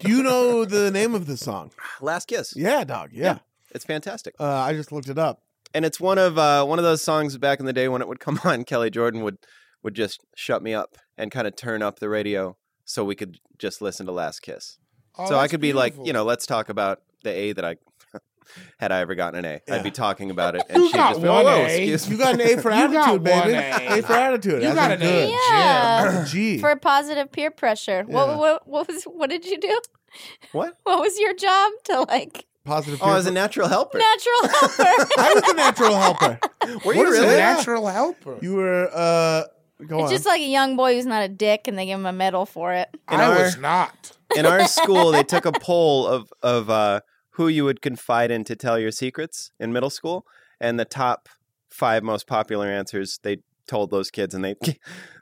S2: Do you know the name of the song?
S1: Last kiss.
S2: Yeah, dog. Yeah.
S1: It's fantastic.
S2: Uh, I just looked it up.
S1: and it's one of uh, one of those songs back in the day when it would come on. Kelly Jordan would would just shut me up and kind of turn up the radio so we could just listen to Last Kiss.
S3: Oh,
S1: so I
S3: that's
S1: could be like, you know, let's talk about the A that I had I ever gotten an A. would be talking about it, and
S3: You
S1: she'd
S3: got
S1: just be,
S3: one
S1: oh,
S3: A.
S1: excuse
S2: You
S1: me.
S2: got an A for
S3: You got
S2: attitude, baby.
S3: one A.
S2: for attitude.
S3: You
S2: That's
S3: got
S2: a
S3: an
S2: good.
S3: A.
S4: Yeah.
S2: G.
S4: For positive peer pressure.
S2: Yeah.
S4: What, what what was what did you do?
S1: What?
S4: What was your job to like
S2: Positive.
S1: Oh, I
S2: peer
S1: was a
S2: pr-
S1: natural helper.
S4: natural helper?
S2: I was a natural helper.
S1: Were
S2: What
S1: you
S2: is
S3: He's a
S1: really?
S2: that?
S3: natural helper.
S2: You were. uh Go
S4: it's
S2: on.
S4: just like a young boy who's not a dick and they give him a medal for it.
S1: In
S3: I
S1: our-
S3: was not.
S1: In our school, they took a poll of of uh, who you would confide in to tell your secrets in middle school, and the top five most popular answers they told those kids, and they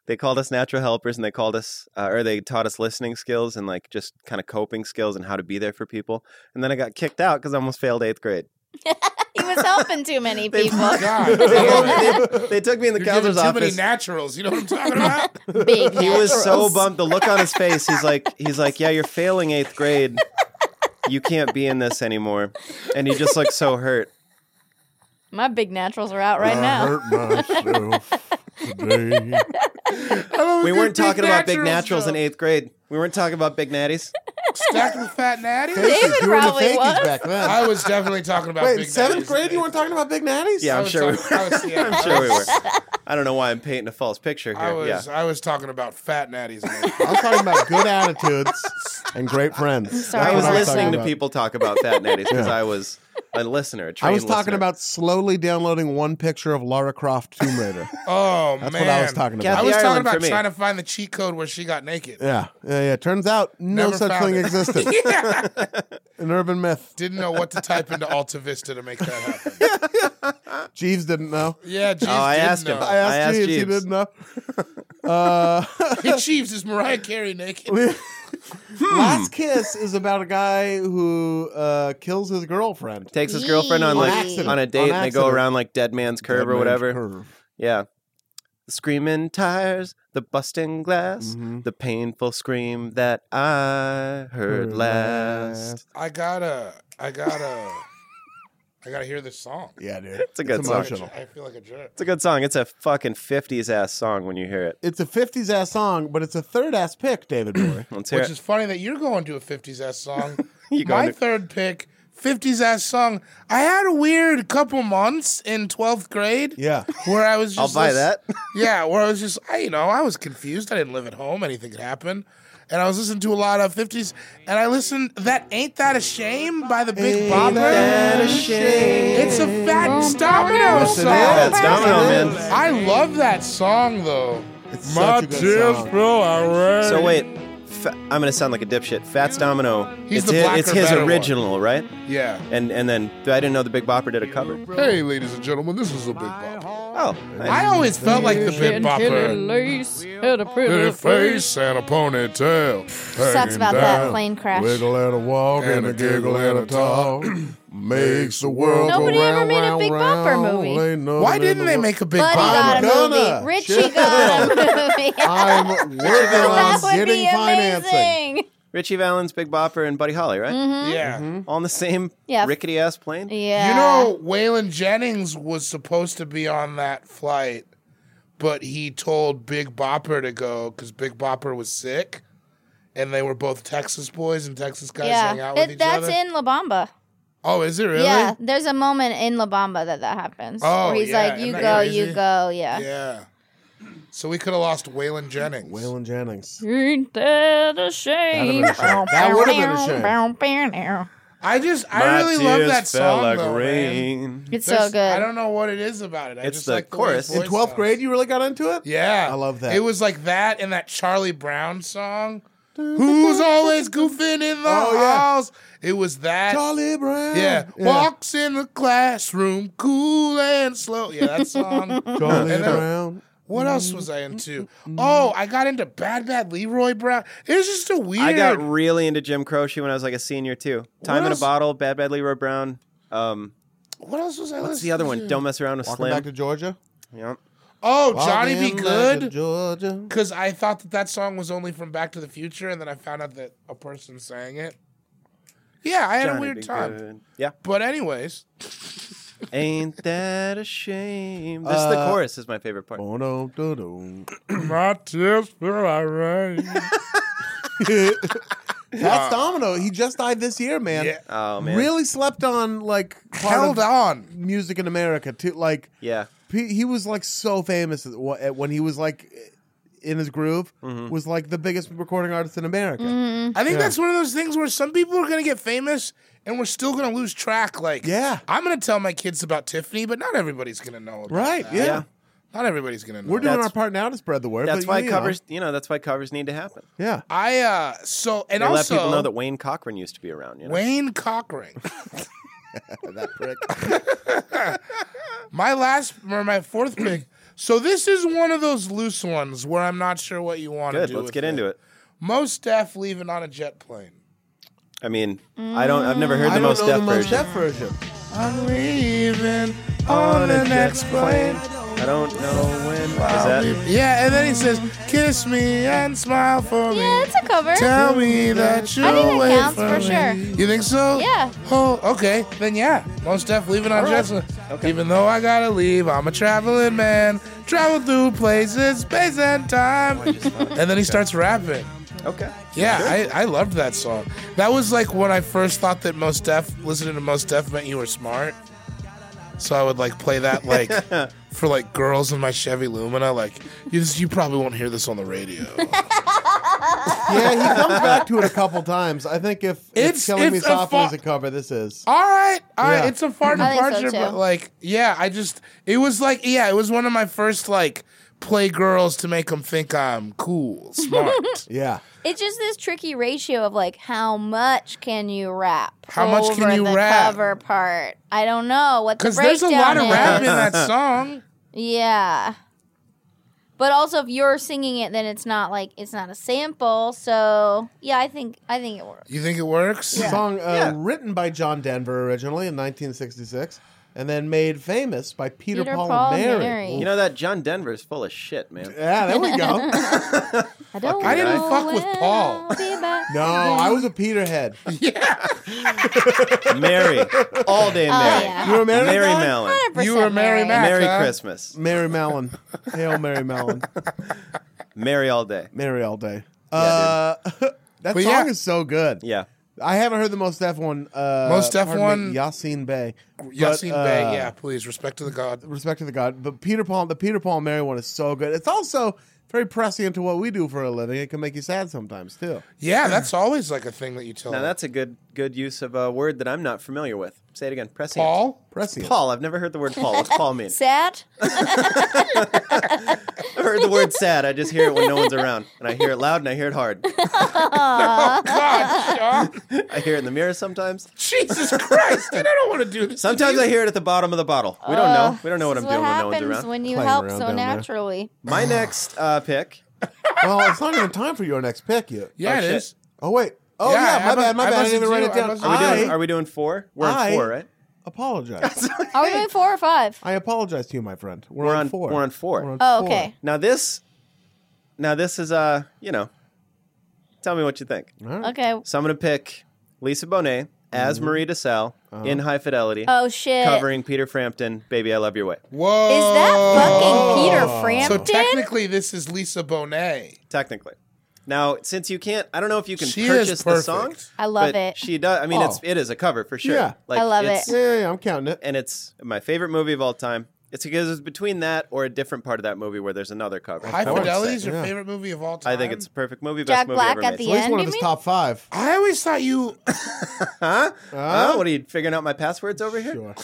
S1: they called us natural helpers, and they called us uh, or they taught us listening skills and like just kind of coping skills and how to be there for people. And then I got kicked out because I almost failed eighth grade.
S4: He was helping too many
S1: They-
S4: people.
S3: God,
S1: They, they- they took me in the
S3: You're giving
S1: counselor's
S3: too many
S1: office.
S3: naturals. You know what I'm talking about?
S4: Big
S1: he was so
S4: naturals.
S1: bummed. The look on his face, he's like, he's like, yeah, you're failing eighth grade. You can't be in this anymore, and he just looks so hurt.
S4: My big naturals are out right now.
S2: hurt myself today.
S1: We weren't
S3: big
S1: talking about big
S3: naturals,
S1: naturals in
S3: though.
S1: eighth grade. We weren't talking about big natties.
S3: Stacked with fat natties.
S4: David
S2: You were the
S4: probably
S2: fakies
S4: was.
S2: back then.
S3: I was definitely talking about
S2: Wait,
S3: big
S2: seventh
S3: natties.
S2: grade? You weren't talking about big natties?
S1: Yeah,
S3: I
S1: I'm
S3: was
S1: sure we
S3: talking- I
S1: were.
S3: was- yeah,
S1: I'm sure we were. I don't know why I'm painting a false picture
S3: I
S1: here. Yeah,
S3: was I was talking about fat natties.
S2: I was talking about good attitudes and great friends.
S4: sorry,
S2: That's
S1: I
S4: I
S1: was
S4: was
S2: what
S1: listening
S2: talking
S1: to
S2: about.
S1: people talk about fat natties because
S2: Yeah.
S1: I was a listener. A
S2: I
S1: trained
S2: was talking
S1: listener.
S2: about slowly downloading one picture of Lara Croft Tomb Raider.
S3: Oh man,
S2: That's what I was talking about.
S3: I
S1: Kathy
S3: was talking
S1: Ireland for
S3: about
S1: me.
S3: trying to find the cheat code where she got naked.
S2: Yeah, yeah, yeah. Turns out no
S3: Never
S2: such
S3: found
S2: thing
S3: it.
S2: existed.
S3: Yeah.
S2: An urban myth.
S3: Didn't know what to type into Alta Vista to make that happen.
S2: Jeeves didn't know.
S3: Yeah, Jeeves
S1: Oh, I
S3: didn't
S1: asked him.
S3: know.
S2: I asked,
S1: I asked
S2: Jeeves, he
S1: Jeeves.
S2: didn't know. Uh,
S3: Hey, Jeeves, is Mariah Carey naked?
S1: Hmm.
S2: Last Kiss is about a guy who uh, kills his girlfriend.
S1: Takes his girlfriend on
S4: On
S1: like
S2: accident.
S1: on a date,
S2: On
S1: and they go
S2: accident.
S1: around like Dead Man's Curve or
S2: Dead man's
S1: whatever.
S2: curve.
S1: Yeah. The screaming tires, the busting glass,
S3: Mm-hmm.
S2: Mhm.
S1: the painful scream that I heard
S2: Heard
S1: last.
S3: I gotta, I gotta, I gotta hear this song.
S2: Yeah, dude. It's
S1: a good song.
S2: emotional.
S3: I feel like a jerk.
S1: It's a good song. It's a fucking 50s ass song when you hear it.
S2: It's a 50s ass song, but it's a third ass pick, David Bowie.
S1: Let's hear
S3: Which
S1: it.
S3: is funny that you're going to a 50s ass song.
S1: You
S3: My
S1: going to-
S3: third pick, 50s ass song. I had a weird couple months in 12th grade.
S2: yeah.
S3: Where I was just.
S1: I'll buy
S3: lis-
S1: that.
S3: yeah, where I was just, I, you know, I was confused. I didn't live at home. Anything could happen. And I was listening to a lot of 50s. And I listened, that Ain't That a Shame by the Big Bopper.
S1: That a shame.
S3: It's a fat
S4: Oh,
S3: domino
S1: to
S3: song.
S1: that. That's Domino Man.
S3: I love that song though.
S2: It's such a good song.
S3: flow our
S1: So wait, fa- I'm gonna sound like a dipshit. Fats Domino.
S3: He's
S1: it's
S3: the
S1: his,
S3: blacker,
S1: it's his
S3: better one.
S1: original, right?
S3: Yeah.
S1: And and then I didn't know the Big Bopper did a cover.
S3: Hey, ladies and gentlemen, this is a big bopper.
S1: Oh,
S3: I always felt like the big bopper.
S4: lace, had a
S3: Pretty face and a ponytail.
S4: Sucks
S3: hanging
S4: about
S3: down.
S4: that plane crash.
S2: Wiggle and a walk
S3: And
S2: and
S3: a
S2: a giggle and a talk makes the world
S4: Nobody
S2: go
S4: ever
S2: round,
S4: made a
S2: round,
S4: Big
S2: round.
S4: Bopper movie.
S2: Ain't nothing
S3: Why
S2: in
S3: didn't
S2: the
S3: they
S2: world-
S3: make a big
S4: Buddy got
S2: I'm
S4: a
S3: bopper?
S2: gonna.
S4: movie. Richie
S2: Shit.
S4: got a movie.
S2: I'm working
S4: that
S2: on
S4: would be
S2: getting financing.
S4: amazing.
S1: Richie Valens, Big Bopper, and Buddy Holly, right?
S3: Yeah.
S2: Mm-hmm.
S1: All on the same
S4: Yeah.
S1: rickety ass plane.
S4: Yeah.
S3: You know, Waylon Jennings was supposed to be on that flight, but he told Big Bopper to go because Big Bopper was sick, and they were both Texas boys, and Texas guys
S4: yeah.
S3: hang out
S4: That-
S3: with each
S4: that's
S3: other.
S4: in La Bamba.
S3: Oh, is it really?
S4: Yeah, there's a moment in La Bamba that that happens.
S3: Oh,
S4: where he's
S3: yeah,
S4: like, "You
S3: isn't that
S4: go,
S3: crazy?
S4: you go, yeah."
S3: Yeah. So we could have lost Waylon Jennings.
S2: Waylon Jennings.
S4: Ain't that a shame?
S2: That would've been a shame.
S3: I just, I really love that song though, man.
S4: It's so
S3: There's-
S4: good.
S3: I don't know what it is about it. I
S1: It's
S3: just
S1: the
S3: like the way his
S1: chorus.
S2: In
S3: voice
S2: 12th
S3: sounds.
S2: grade, you really got into it?
S3: Yeah.
S2: I love that.
S3: It was like that and that Charlie Brown song Who's always goofing in the
S2: Oh, yeah.
S3: house? It was that.
S2: Charlie Brown.
S3: Yeah.
S2: Yeah.
S3: Walks in the classroom, cool and slow. Yeah, that song.
S2: Charlie
S3: And then-
S2: Brown. Mm,
S3: What else was I into? Oh, I got into Bad Bad Leroy Brown. It's just a weird.
S1: I got really into Jim Croce when I was like a senior too. Time in a
S3: else?
S1: Bottle, Bad Bad Leroy Brown. Um,
S3: what else was I?
S1: what's the
S3: listening
S1: other
S3: to?
S1: one? Don't mess around with
S2: Walking
S1: Slim.
S2: back to Georgia.
S1: Yep.
S3: Oh, Johnny
S2: Walking
S3: Be
S2: back to
S3: Good.
S2: Georgia.
S3: Because I thought that that song was only from Back to the Future, and then I found out that a person sang it. Yeah, I had
S1: Johnny
S3: a weird
S1: be
S3: time.
S1: good. Yeah.
S3: But anyways,
S1: Ain't that a shame? This the
S2: Uh,
S1: chorus is my favorite part.
S2: Oh, Bo-dum-dum-dum.
S3: my tears will I rain.
S2: That's Domino. He just died this year, man.
S3: Yeah.
S1: Oh man.
S2: Really slept on like part
S3: Held
S2: of
S3: on.
S2: music in America too. Like
S1: Yeah.
S2: he, he was like so famous at wh- at- when he was like in his groove
S1: Mm-hmm.
S2: was like the biggest recording artist in America.
S3: I think
S2: Yeah.
S3: that's one of those things where some people are gonna get famous and we're still gonna lose track. Like,
S2: Yeah.
S3: I'm gonna tell my kids about Tiffany, but not everybody's gonna know. About
S2: Right?
S3: that.
S2: Yeah.
S1: Yeah.
S3: Not everybody's gonna know.
S2: We're doing
S1: That's-
S2: our part now to spread the word.
S1: That's
S2: but,
S1: why
S2: you know,
S1: covers. You know, that's why covers need to happen.
S2: Yeah.
S3: I uh so and
S1: They let
S3: also
S1: people know that Wayne Cochran used to be around. You know?
S3: Wayne Cochran.
S2: That prick.
S3: my last or my fourth pick. So this is one of those loose ones where I'm not sure what you want to
S1: Good.
S3: do.
S1: Let's get into it.
S3: Most deaf leaving on a jet plane.
S1: I mean, I don't. I've never heard the
S2: I don't
S1: most
S2: know
S1: deaf
S2: the most
S1: version.
S2: deaf version.
S3: I'm leaving
S1: On
S3: on
S1: a
S3: the
S1: jet
S3: next plane.
S1: I don't know when. Is that?
S3: Yeah, and then he says, "Kiss me and smile for
S4: Yeah,
S3: me."
S4: it's a cover.
S3: Tell me that you'll
S4: I think that
S3: wait
S4: counts
S3: for,
S4: for
S3: me.
S4: sure.
S3: You think so?
S4: Yeah.
S3: Oh, okay. Then yeah, most def leaving on just Even though I gotta leave, I'm a traveling man. Travel through places, space and time. and then he starts rapping.
S1: Okay.
S3: Yeah, I, I loved that song. That was like when I first thought that most def listening to most def meant you were smart. So I would like play that like for like girls in my Chevy Lumina. Like you, just, you probably won't hear this on the radio.
S2: Yeah, he comes back to it a couple times. I think if if
S3: It's-
S2: killing me
S3: it's a
S2: softly
S3: fa-
S2: is a cover. This is.
S3: All right, all right.
S2: Yeah.
S3: It's a far
S4: I think so,
S3: departure, but
S4: too.
S3: like, yeah, I just it was like, yeah, it was one of my first like play girls to make them think I'm cool, smart.
S2: Yeah.
S4: It's just this tricky ratio of like how much can you rap?
S3: How much can
S4: over
S3: you
S4: the
S3: rap?
S4: Cover part. I don't know what the
S3: Because there's a lot of
S4: breakdown
S3: rap in
S4: is.
S3: that song.
S4: Yeah. But also, if you're singing it, then it's not like it's not a sample. So yeah, I think I think it works.
S3: You think it works?
S2: Song uh, written by John Denver originally in 1966, and then made famous by Peter,
S4: Peter
S2: Paul,
S4: Paul
S2: and Mary.
S4: Mary.
S1: You know that John Denver's full of shit, man.
S2: Yeah, there we go.
S4: I don't.
S3: I didn't
S4: know
S3: fuck with
S4: when
S3: Paul.
S4: I'll be back
S2: No,
S4: again.
S2: I was a Peterhead.
S1: Mary, all day Mary.
S4: Oh, yeah.
S2: You were a Mary
S1: Mary
S2: guy?
S1: Mellon.
S4: 100%
S3: You were Mary Mac.
S1: Merry
S3: huh?
S1: Christmas.
S2: Mary Mellon. Hail Mary Mellon.
S1: Merry all day.
S2: Mary all day.
S1: Yeah,
S2: Uh, that
S3: But
S2: song
S3: yeah.
S2: is so good.
S1: Yeah.
S2: I haven't heard the most deaf one. Uh,
S3: Most Def
S2: pardon
S3: one-
S2: Me, Yassine Bey. But,
S3: Yassine Bey,
S2: uh,
S3: yeah, please respect to the god.
S2: Respect to the God, but Peter Paul, the Peter Paul and Mary one is so good. It's also very prescient to what we do for a living. It can make you sad sometimes too.
S3: Yeah, that's always like a thing that you tell.
S1: Now that's a good good use of a word that I'm not familiar with. Say it again. Prescient.
S3: Paul.
S2: Prescient.
S1: Paul. I've never heard the word Paul. What's Paul mean?
S4: sad.
S1: I've heard the word sad. I just hear it when no one's around, and I hear it loud and I hear it hard.
S3: God, Sean.
S1: I hear it in the mirror sometimes.
S3: Jesus Christ! And I don't want to do this.
S1: Sometimes I hear it at the bottom of the bottle. We don't know. We don't know what I'm
S4: Oh. This is
S1: doing when no one's
S4: happens
S1: around.
S4: when you
S2: Playing
S4: help
S2: around
S4: so
S2: down there.
S4: naturally.
S1: My next uh, pick.
S2: well, it's not even time for your next pick yet.
S3: Yeah, it
S1: shit.
S3: is.
S2: Oh wait. Oh
S3: Yeah,
S2: yeah, my
S3: I
S2: bad,
S3: must-
S2: my
S3: I
S2: bad. I
S3: must
S2: didn't even write it
S3: do- I
S2: down.
S3: must-
S1: Are we doing?
S2: I
S1: are we doing four? We're on
S2: I-
S1: four, right?
S2: apologize.
S4: Are we doing four or five?
S2: I apologize to you, my friend. We're,
S1: We're
S2: on,
S1: on-
S2: four.
S1: we're on four.
S2: We're on
S4: Oh,
S2: four.
S4: okay.
S1: Now this. Now this is uh you know. Tell me what you think.
S4: Okay.
S1: So I'm gonna pick Lisa Bonet as
S3: Mm-hmm.
S1: Marie DeSalle
S3: Uh-huh.
S1: in High Fidelity,
S4: Oh shit.
S1: covering Peter Frampton, "Baby I Love Your Way."
S3: Whoa!
S4: Is that fucking Peter
S3: So
S4: Frampton?
S3: technically, this is Lisa Bonet.
S1: Technically, now since you can't, I don't know if you can
S3: She is
S1: purchase the
S3: perfect. Oh.
S1: song.
S4: I love
S1: but
S4: it.
S1: She does. I mean, it's it is a cover for sure.
S2: Yeah.
S1: Like,
S4: I love
S1: it's-
S4: it.
S2: Yeah, yeah, yeah, I'm counting it.
S1: And it's my favorite movie of all time. It's because it's between that or a different part of that movie where there's another cover.
S3: High
S1: I wouldn't
S3: Fidelity
S1: say.
S3: is your
S2: Yeah.
S3: favorite movie of all time.
S1: I think it's a perfect movie.
S4: Jack
S1: best movie
S4: Black
S1: ever
S4: at
S1: made.
S4: the
S2: At least
S4: end,
S2: one of
S4: you
S2: his
S4: mean?
S2: top five.
S3: I always thought you.
S1: Huh? what are you figuring out my passwords over here?
S2: Oh,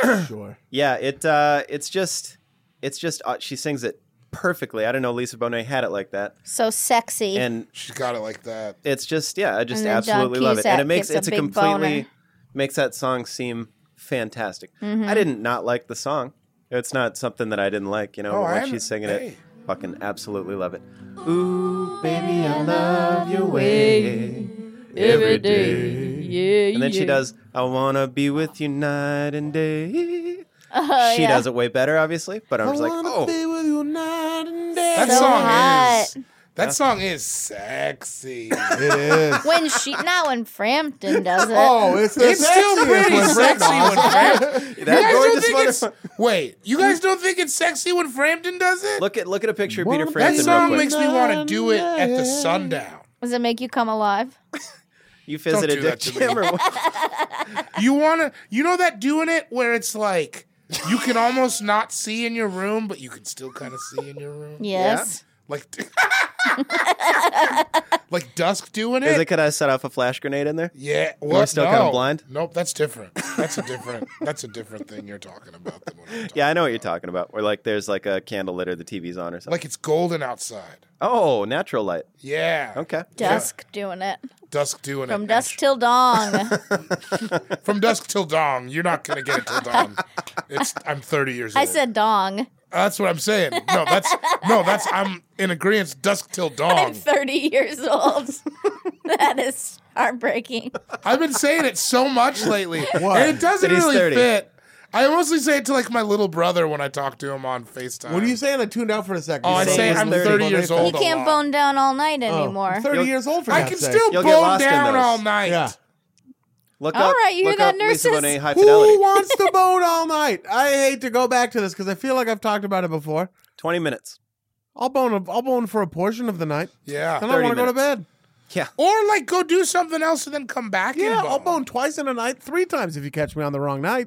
S2: Sure. sure.
S1: Yeah, it uh, it's just it's just uh, she sings it perfectly. I don't know Lisa Bonet had it like that.
S4: So sexy.
S1: And
S3: she's got it like that.
S1: It's just yeah, I just
S4: And then John
S1: absolutely love it. And it
S4: Cusack
S1: makes
S4: gets a
S1: it's a,
S4: big
S1: completely
S4: boner.
S1: makes that song seem fantastic.
S4: Mhm.
S1: I didn't not like the song. It's not something that I didn't like, you know,
S4: Oh,
S1: when
S4: I'm-
S1: she's singing
S4: hey.
S1: it. Fucking absolutely love it.
S5: Ooh, baby, I love your
S1: way
S5: every
S1: day.
S5: Yeah,
S1: And then she
S5: yeah.
S1: does I wanna be with you night and day.
S4: Oh,
S1: she
S4: yeah.
S1: does it way better, obviously, but I'm just like,
S3: wanna
S1: oh,
S3: be
S2: with you night and day.
S3: That
S4: So
S3: song
S4: hot.
S3: is. That song is sexy.
S2: it is.
S4: when she not when Frampton does it.
S2: Oh, it's the
S3: It's still
S2: sexiest
S3: pretty
S2: when Frank
S3: sexy when
S2: does it.
S3: Frampton. you
S1: That
S3: guys don't
S1: gorgeous
S3: think it's wait. You guys don't think it's sexy when Frampton does it?
S1: Look at look at a picture of Peter
S3: that
S1: Frampton. real
S3: song
S1: quick.
S3: makes me want to do it at the sundown.
S4: Does it make you come alive?
S1: You
S3: Don't
S1: visited
S3: do that
S1: Dick
S3: to me.
S1: Jam or what?
S3: You want to? You know that doing it where it's like you can almost not see in your room, but you can still kind of see in your room.
S4: Yes.
S3: Yeah? Like, like dusk doing it.
S1: Is it? Could I set off a flash grenade in there?
S3: Yeah,
S1: Am I
S3: what?
S1: still
S3: no.
S1: kind of blind?
S3: Nope, that's different. That's a different. that's a different thing you're talking about. Than what I'm talking.
S1: Yeah, I know what you're talking about. Where like there's like a candle lit or the TV's on or something.
S3: Like it's golden outside.
S1: oh, natural light.
S3: Yeah,
S1: Okay.
S4: Dusk doing it.
S3: dusk doing
S4: From
S3: it.
S4: dusk till dawn.
S3: From dusk till dawn. You're not gonna get it till dawn. It's I'm 30 years
S4: I
S3: old.
S4: said dong.
S3: that's what I'm saying. No, that's no, that's I'm in agreement. Dusk till dawn.
S4: I'm 30 years old. that is heartbreaking.
S3: I've been saying it so much lately,
S2: What?
S3: and it doesn't
S1: That he's
S3: really
S1: 30.
S3: fit. I mostly say it to like my little brother when I talk to him on Facetime.
S2: What are you saying? I tuned out for a second.
S3: Oh,
S2: You
S3: I
S2: said
S3: say
S2: it was
S3: I'm
S2: 30
S3: 30 years
S2: Bonet
S3: old.
S4: You
S3: a
S4: can't
S3: lot.
S4: bone down all night
S2: Oh,
S4: anymore.
S2: I'm 30
S1: You'll-
S2: years old for
S3: I
S2: God's
S3: can
S2: sake.
S3: still
S1: You'll get
S3: bone
S1: lost in
S3: down
S1: those.
S3: all night.
S2: Yeah.
S1: Look
S4: All
S1: up.
S4: right, you hear
S1: look
S4: that,
S1: up Lisa
S4: nurses?
S1: Bonet, High
S2: Who
S1: Fidelity.
S2: wants to bone all night? I hate to go back to this because I feel like I've talked about it before.
S1: Twenty minutes.
S2: I'll bone. A, I'll bone for a portion of the night.
S3: Yeah.
S2: Then I
S1: 30
S2: want to go to bed.
S3: Or like go do something else and then come back. and
S2: Yeah, I'll
S3: bone.
S2: bone twice in a night, three times if you catch me on the wrong night.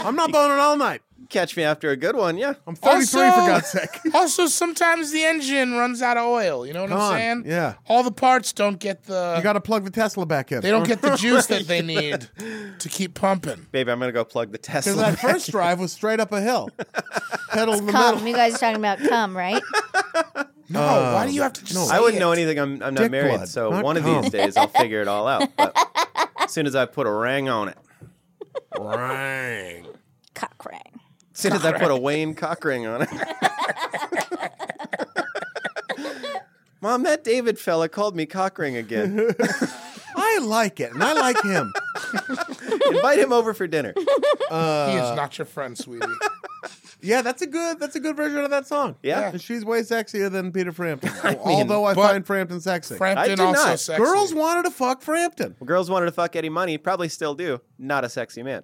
S2: I'm not boning all night.
S1: Catch me after a good one. Yeah.
S2: I'm 33 for
S3: Also-
S2: God's sake.
S3: Also, sometimes the engine runs out of oil. You know what
S2: Come
S3: I'm
S2: on,
S3: saying?
S2: yeah.
S3: All the parts don't get the.
S2: You got to plug the Tesla back in.
S3: they don't get the juice that they need to keep pumping.
S1: Baby, I'm gonna go plug the
S2: Because
S1: Tesla.
S2: that
S1: back
S2: first
S1: in.
S2: drive was straight up a hill. Pedal to the
S4: Come.
S2: metal.
S4: You guys are talking about cum, right?
S3: No, why do you have to just?
S2: no.
S3: say
S1: I wouldn't
S3: it?
S1: know anything. I'm, I'm
S2: Dick
S1: not married,
S2: blood,
S1: so
S2: not
S1: one of
S2: cum.
S1: these days I'll figure it all out. But as soon as I put a ring on it,
S3: Rang.
S4: Cock ring.
S1: as soon as I put a Wayne cock ring on it. Mom, that David fella called me cock ring again.
S2: I like it, and I like him.
S1: Invite him over for dinner.
S3: he
S1: Uh,
S3: is not your friend, sweetie.
S2: Yeah, that's a good. That's a good version of that song.
S1: Yeah.
S2: And she's way sexier than Peter Frampton.
S1: mean,
S2: although I
S3: but-
S2: find Frampton sexy.
S3: Frampton
S1: do
S3: also
S1: not.
S3: sexy.
S2: Girls wanted to fuck Frampton.
S1: Girls wanted to fuck Eddie Money, probably still do. Not a sexy man.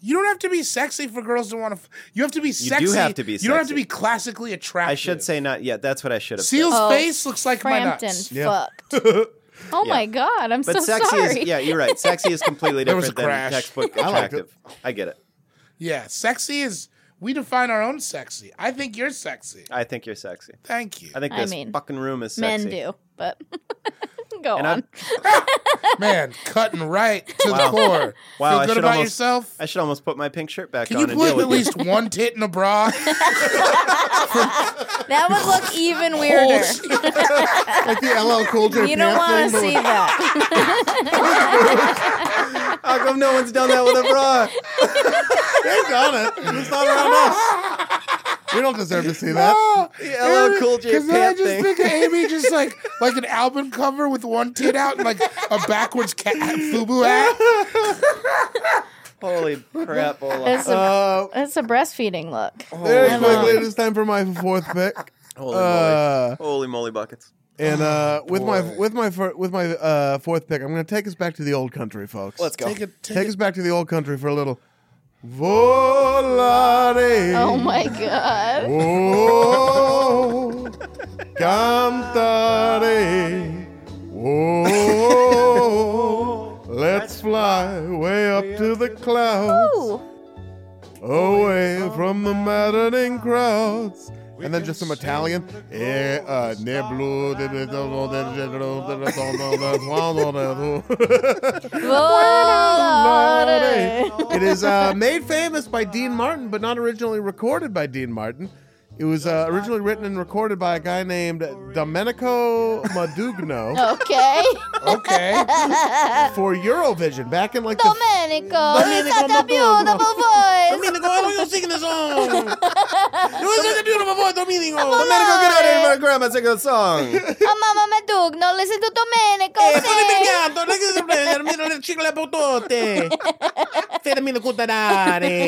S3: you don't have to be sexy for girls to want to. F- you have to be
S1: do
S3: sexy.
S1: have to be
S3: You don't have to
S1: sexy.
S3: be classically attractive.
S1: I should say not yet. That's what I should have
S3: Seal's
S4: Oh,
S3: face looks like my
S4: Frampton
S3: nuts.
S4: fucked. Oh my god, I'm
S1: said. But
S4: so
S1: sexy
S4: sorry.
S1: is yeah, you're right. Sexy is completely
S3: There was
S1: different
S3: a
S1: than
S3: crash.
S1: textbook
S2: I liked it.
S1: attractive. I get it.
S3: Yeah, sexy is. We define our own sexy. I think you're sexy.
S1: I think you're sexy.
S3: Thank you,
S1: I think
S4: I
S1: this
S4: mean,
S1: fucking room is
S4: Men
S1: sexy.
S4: do, but go
S1: And
S4: on.
S1: I,
S3: man. Cutting right to the
S1: Wow.
S3: core.
S1: Wow,
S3: Feel
S1: I
S3: good
S1: should
S3: about
S1: almost-
S3: yourself.
S1: I should almost put my pink shirt back
S3: Can
S1: on
S3: you
S1: and deal
S3: put
S1: with
S3: at least one tit in a bra?
S4: That would look even weirder.
S2: Like the LL Cool J
S4: You don't want
S2: pant
S4: to
S2: thing,
S4: see that.
S1: it. How come no one's done that with a bra?
S2: but They've done it. It's not around us. We don't deserve to see that.
S1: The LL Cool J
S3: Because then I
S1: pant
S3: just
S1: thing.
S3: think of Amy just like like an album cover with one tit out and like a backwards cat FUBU hat.
S1: Holy crap, Ola.
S4: That's a,
S2: Uh,
S4: that's a breastfeeding look.
S2: very
S4: Come
S2: quickly,
S4: on.
S2: it is time for my fourth pick.
S1: Holy moly.
S2: Uh,
S1: Holy moly buckets.
S2: and uh, with my
S3: boy.
S2: with my fir- with my uh, fourth pick, I'm going to take us back to the old country, folks.
S1: Let's go.
S3: Take it,
S2: take us back to the old country for a little. Volare.
S4: Oh my god.
S2: Oh, cantare. Oh, let's fly way up to the clouds,
S4: Ooh.
S2: away from the maddening crowds, and then just some Italian. Eh, uh, neblu- it is uh, made famous by Dean Martin, but not originally recorded by Dean Martin. It was uh, originally written and recorded by a guy named Domenico Modugno
S4: Okay.
S3: Okay.
S2: for Eurovision back in like the
S4: Domenico,
S2: Domenico
S4: such a
S2: Mabugo.
S4: beautiful voice.
S2: Domenico, why are you singing the song? You were such a beautiful voice, Domenico.
S1: Domenico, get out of here. My grandma singing a song.
S4: Oh, Mama Madugno, listen to Domenico
S2: Eh, sono invecchiato, non è
S4: sing.
S2: che si prende, almeno le cicle le potote. Fermi le cutanare.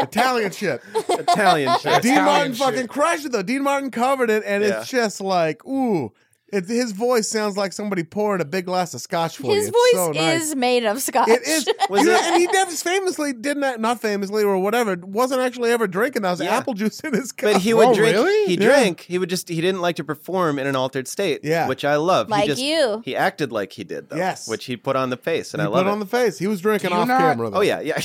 S2: Italian shit.
S1: Italian shit.
S2: Dean
S3: Italian
S2: Martin
S3: shit.
S2: fucking crushed it though. Dean Martin covered it, and
S1: Yeah.
S2: it's just like, ooh, it, his voice sounds like somebody pouring a big glass of scotch for
S4: His
S2: you.
S4: voice
S2: It's so nice.
S4: is made of scotch.
S2: It is.
S1: Was
S2: Yeah,
S1: it-
S2: and he def- famously didn't, act- not famously or whatever, wasn't actually ever drinking. That was
S1: Yeah.
S2: apple juice in his cup.
S1: But he would
S2: Oh,
S1: drink.
S2: really?
S1: He
S2: Yeah.
S1: drank. He would just. He didn't like to perform in an altered state.
S2: Yeah.
S1: which I love.
S4: Like
S1: he just,
S4: you.
S1: He acted like he did though.
S2: Yes.
S1: which he put on the face, and
S2: He
S1: I love
S2: put
S1: it.
S2: on the face. He was drinking
S3: Do you
S2: off
S3: not-
S2: camera. Though.
S1: oh yeah, yeah.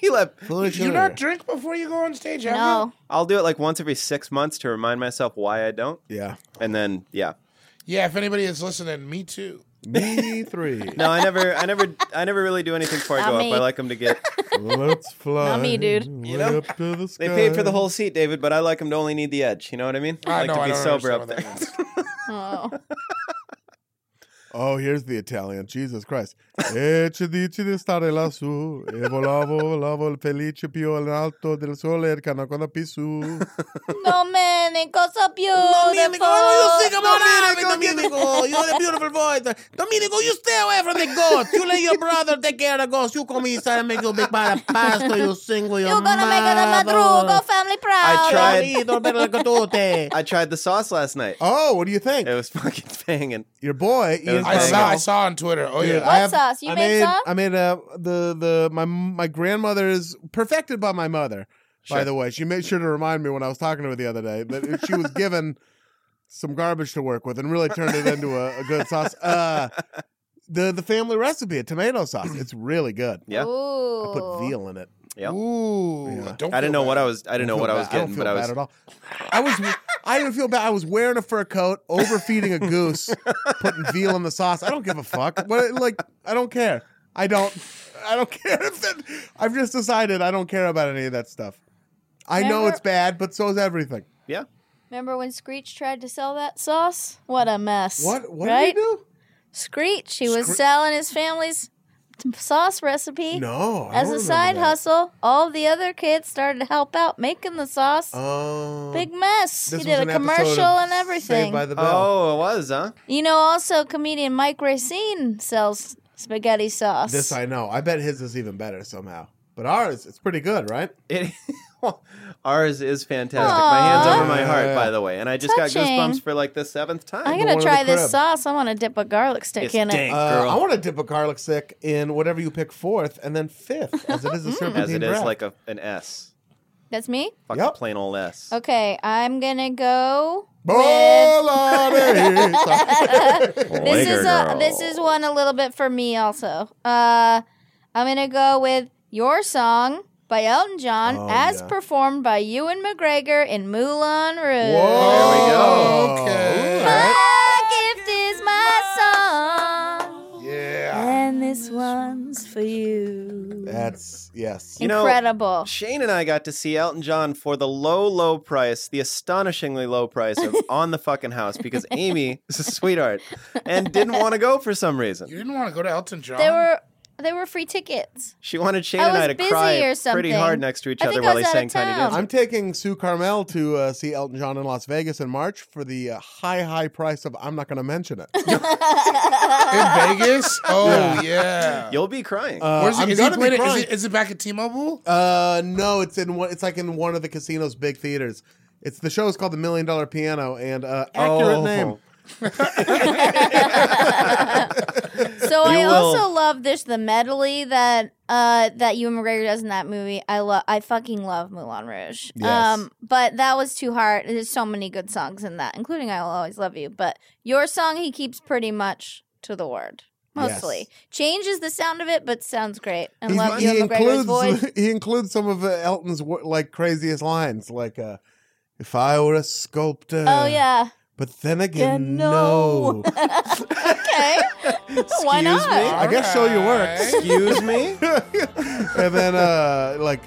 S1: he left.
S3: You not drink before you go on stage, have
S4: No.
S1: I'll do it like once every six months to remind myself why I don't,
S2: Yeah.
S1: and then yeah.
S3: you? Yeah, if anybody is listening, me too.
S2: Me three.
S1: No, I never, I never, I never really do anything before I
S4: Not
S1: go
S4: me.
S1: up. I like them to get.
S2: Let's fly.
S4: Not me, dude.
S2: way
S1: You know,
S2: up to the
S1: They
S2: sky.
S1: paid for the whole seat, David, but I like them to only need the edge. You know what I mean?
S3: I
S1: like
S3: know,
S1: to
S3: I
S1: be
S3: don't
S1: sober up there.
S3: understand what that
S4: Oh.
S2: Oh, here's the Italian. Jesus Christ. e ci dici di stare lassù. E volavo, volavo il felice più in alto del sole, il canacona più
S4: Domenico's so beautiful.
S2: Domenico, you have a beautiful voice. Domenico, you stay away from the goats. You let your brother take care of the goats. You come inside and make your big pot of pasta. You sing with your
S4: You're gonna make the Madrugo family proud.
S1: I tried.
S2: tried.
S1: I tried the sauce last night.
S2: Oh, what do you think?
S1: It was fucking banging.
S2: Your boy, Ian
S1: was
S3: I
S1: Hang
S2: Cargill-
S3: saw, I
S1: on.
S3: saw on Twitter. Oh
S2: Dude,
S3: yeah,
S4: What sauce? You
S2: I
S4: made sauce?
S2: I made uh, the the my my grandmother's perfected by my mother. By
S1: Sure.
S2: the way, she made sure to remind me when I was talking to her the other day that she was given some garbage to work with and really turned it into a, a good sauce. Uh, the the family recipe, a tomato sauce. It's really good.
S1: Yeah.
S4: Ooh.
S2: I put veal in it.
S1: Yeah.
S3: Ooh,
S2: Yeah.
S3: don't
S1: I didn't know what I was. I didn't know
S2: feel
S1: what I was
S2: bad.
S1: getting,
S2: don't feel
S1: but I
S2: bad
S1: was.
S2: at all. I was. I didn't feel bad. I was wearing a fur coat, overfeeding a goose, putting veal in the sauce. I don't give a fuck. What? Like I don't care. I don't. I don't care. If that, I've just decided I don't care about any of that stuff. I know
S4: Remember-
S2: it's bad, but so is everything.
S1: Yeah.
S4: Remember when Screech tried to sell that sauce? What a mess.
S2: What? What
S4: right?
S2: do you
S4: Screech, he was selling his family's t- sauce recipe
S2: do? No. I don't
S4: as a
S2: remember
S4: side
S2: that.
S4: hustle. All the other kids started to help out making the sauce.
S2: Oh.
S4: Big mess.
S2: this was
S4: He did
S2: an
S4: a
S2: episode of
S4: commercial and
S2: Saved
S4: everything.
S2: by the Bell.
S1: Oh, it was, huh?
S4: You know, also comedian Mike Racine sells spaghetti sauce.
S2: This I know. I bet his is even better somehow. But ours, it's pretty good, right?
S1: It. Ours is fantastic. My hands
S4: Aw.
S1: over my heart,
S2: Yeah.
S1: by the way, and I just
S4: Touching.
S1: got goosebumps for like the seventh time.
S4: I'm
S2: The one
S4: gonna
S2: in
S4: try
S2: the
S4: this
S2: crib.
S4: sauce. I want to dip a garlic stick
S1: It's
S4: in
S1: dank.
S4: it.
S2: Uh,
S1: girl.
S2: I want to dip a garlic stick in whatever you pick fourth and then fifth, as it is a serpentine
S1: as it is
S2: draft.
S1: like a, an S.
S4: That's me.
S1: Fuck
S2: Yep.
S1: a plain old S.
S4: Okay, I'm gonna go.
S2: Ball out of here. Sorry.
S4: This
S1: Lager
S4: is a
S1: girl.
S4: this is one a little bit for me also. Uh, I'm gonna go with your song by Elton John,
S2: Oh,
S4: as
S2: yeah.
S4: performed by Ewan McGregor in Moulin Rouge.
S2: Whoa.
S1: go.
S3: Okay.
S2: All right.
S4: My gift is my
S2: Oh.
S4: song,
S3: Yeah.
S4: and this one's for you.
S2: That's yes.
S1: know,
S4: Incredible.
S1: Shane and I got to see Elton John for the low, low price, the astonishingly low price of On the Fucking House because Amy is a sweetheart and didn't want to go for some
S3: You
S1: reason.
S3: didn't want to go to Elton John.
S4: They were they were free tickets.
S1: She wanted Shane
S4: I
S1: and I
S4: was
S1: to
S4: busy
S1: cry
S4: or
S1: pretty
S4: something.
S1: hard next to each
S4: I
S1: other
S4: think I
S1: while he
S4: was out
S1: sang
S4: of
S1: Tiny
S4: town.
S1: Dancer.
S2: I'm taking Sue Carmel to uh, see Elton John in Las Vegas in March for the uh, high, high price of I'm not going to mention it. Uh,
S4: uh,
S3: in Vegas. Oh yeah.
S1: You'll be crying.
S3: Where's
S2: Uh, I'm
S3: it? Is, he
S2: gonna be
S3: playing it- is
S2: crying.
S3: it- is it back at T-Mobile?
S2: Uh, no, it's in one. It's like in one of the casino's big theaters. It's the show is called The Million Dollar Piano, and uh, accurate
S1: Oh.
S2: name.
S4: So I
S1: will-
S4: also love this the medley that uh that Ewan McGregor does in that movie. I love I fucking love Moulin Rouge. Um,
S2: Yes.
S4: but that was too hard. There's so many good songs in that, including I Will Always Love You. But your song he keeps pretty much to the word. mostly. Changes the sound of it, but sounds great. And
S2: He's-
S4: love you, McGregor's voice.
S2: he includes some of uh, Elton's wo- like craziest lines, like uh, "If I were a sculptor."
S4: Oh yeah.
S2: But then again,
S4: Then
S2: no.
S4: Okay. Why not?
S2: I guess show your work.
S1: Excuse me?
S2: and then uh like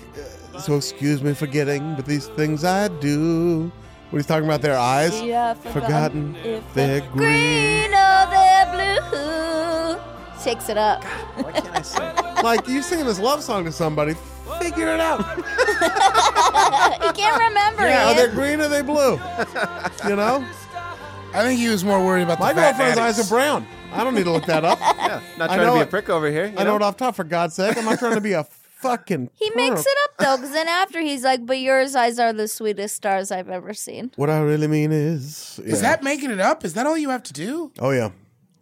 S2: uh, so excuse me for getting but these things i do what he's talking about their eyes
S4: See, I've
S2: forgotten,
S4: uh, forgotten if
S2: they're green
S4: Green or the blue. Takes it up.
S1: Why can't I sing?
S2: like you singing this love song to somebody figure it out
S4: he can't remember
S2: yeah oh, are
S4: it.
S2: they green or they blue you know
S3: I think he was more worried about
S2: my
S3: the fat
S2: girlfriend's eyes
S3: natties.
S2: are brown i don't need to look that up
S1: Yeah, not
S2: I
S1: trying to
S2: know
S1: be a
S2: it.
S1: prick over here. you
S2: i know it off top for god's sake i'm not trying to be a fucking
S4: He makes
S2: perv.
S4: it up though, because then after he's like, "But yours eyes are the sweetest stars I've ever seen."
S2: what i really mean is yeah.
S3: Is that making it up? Is that all you have to do?
S2: oh yeah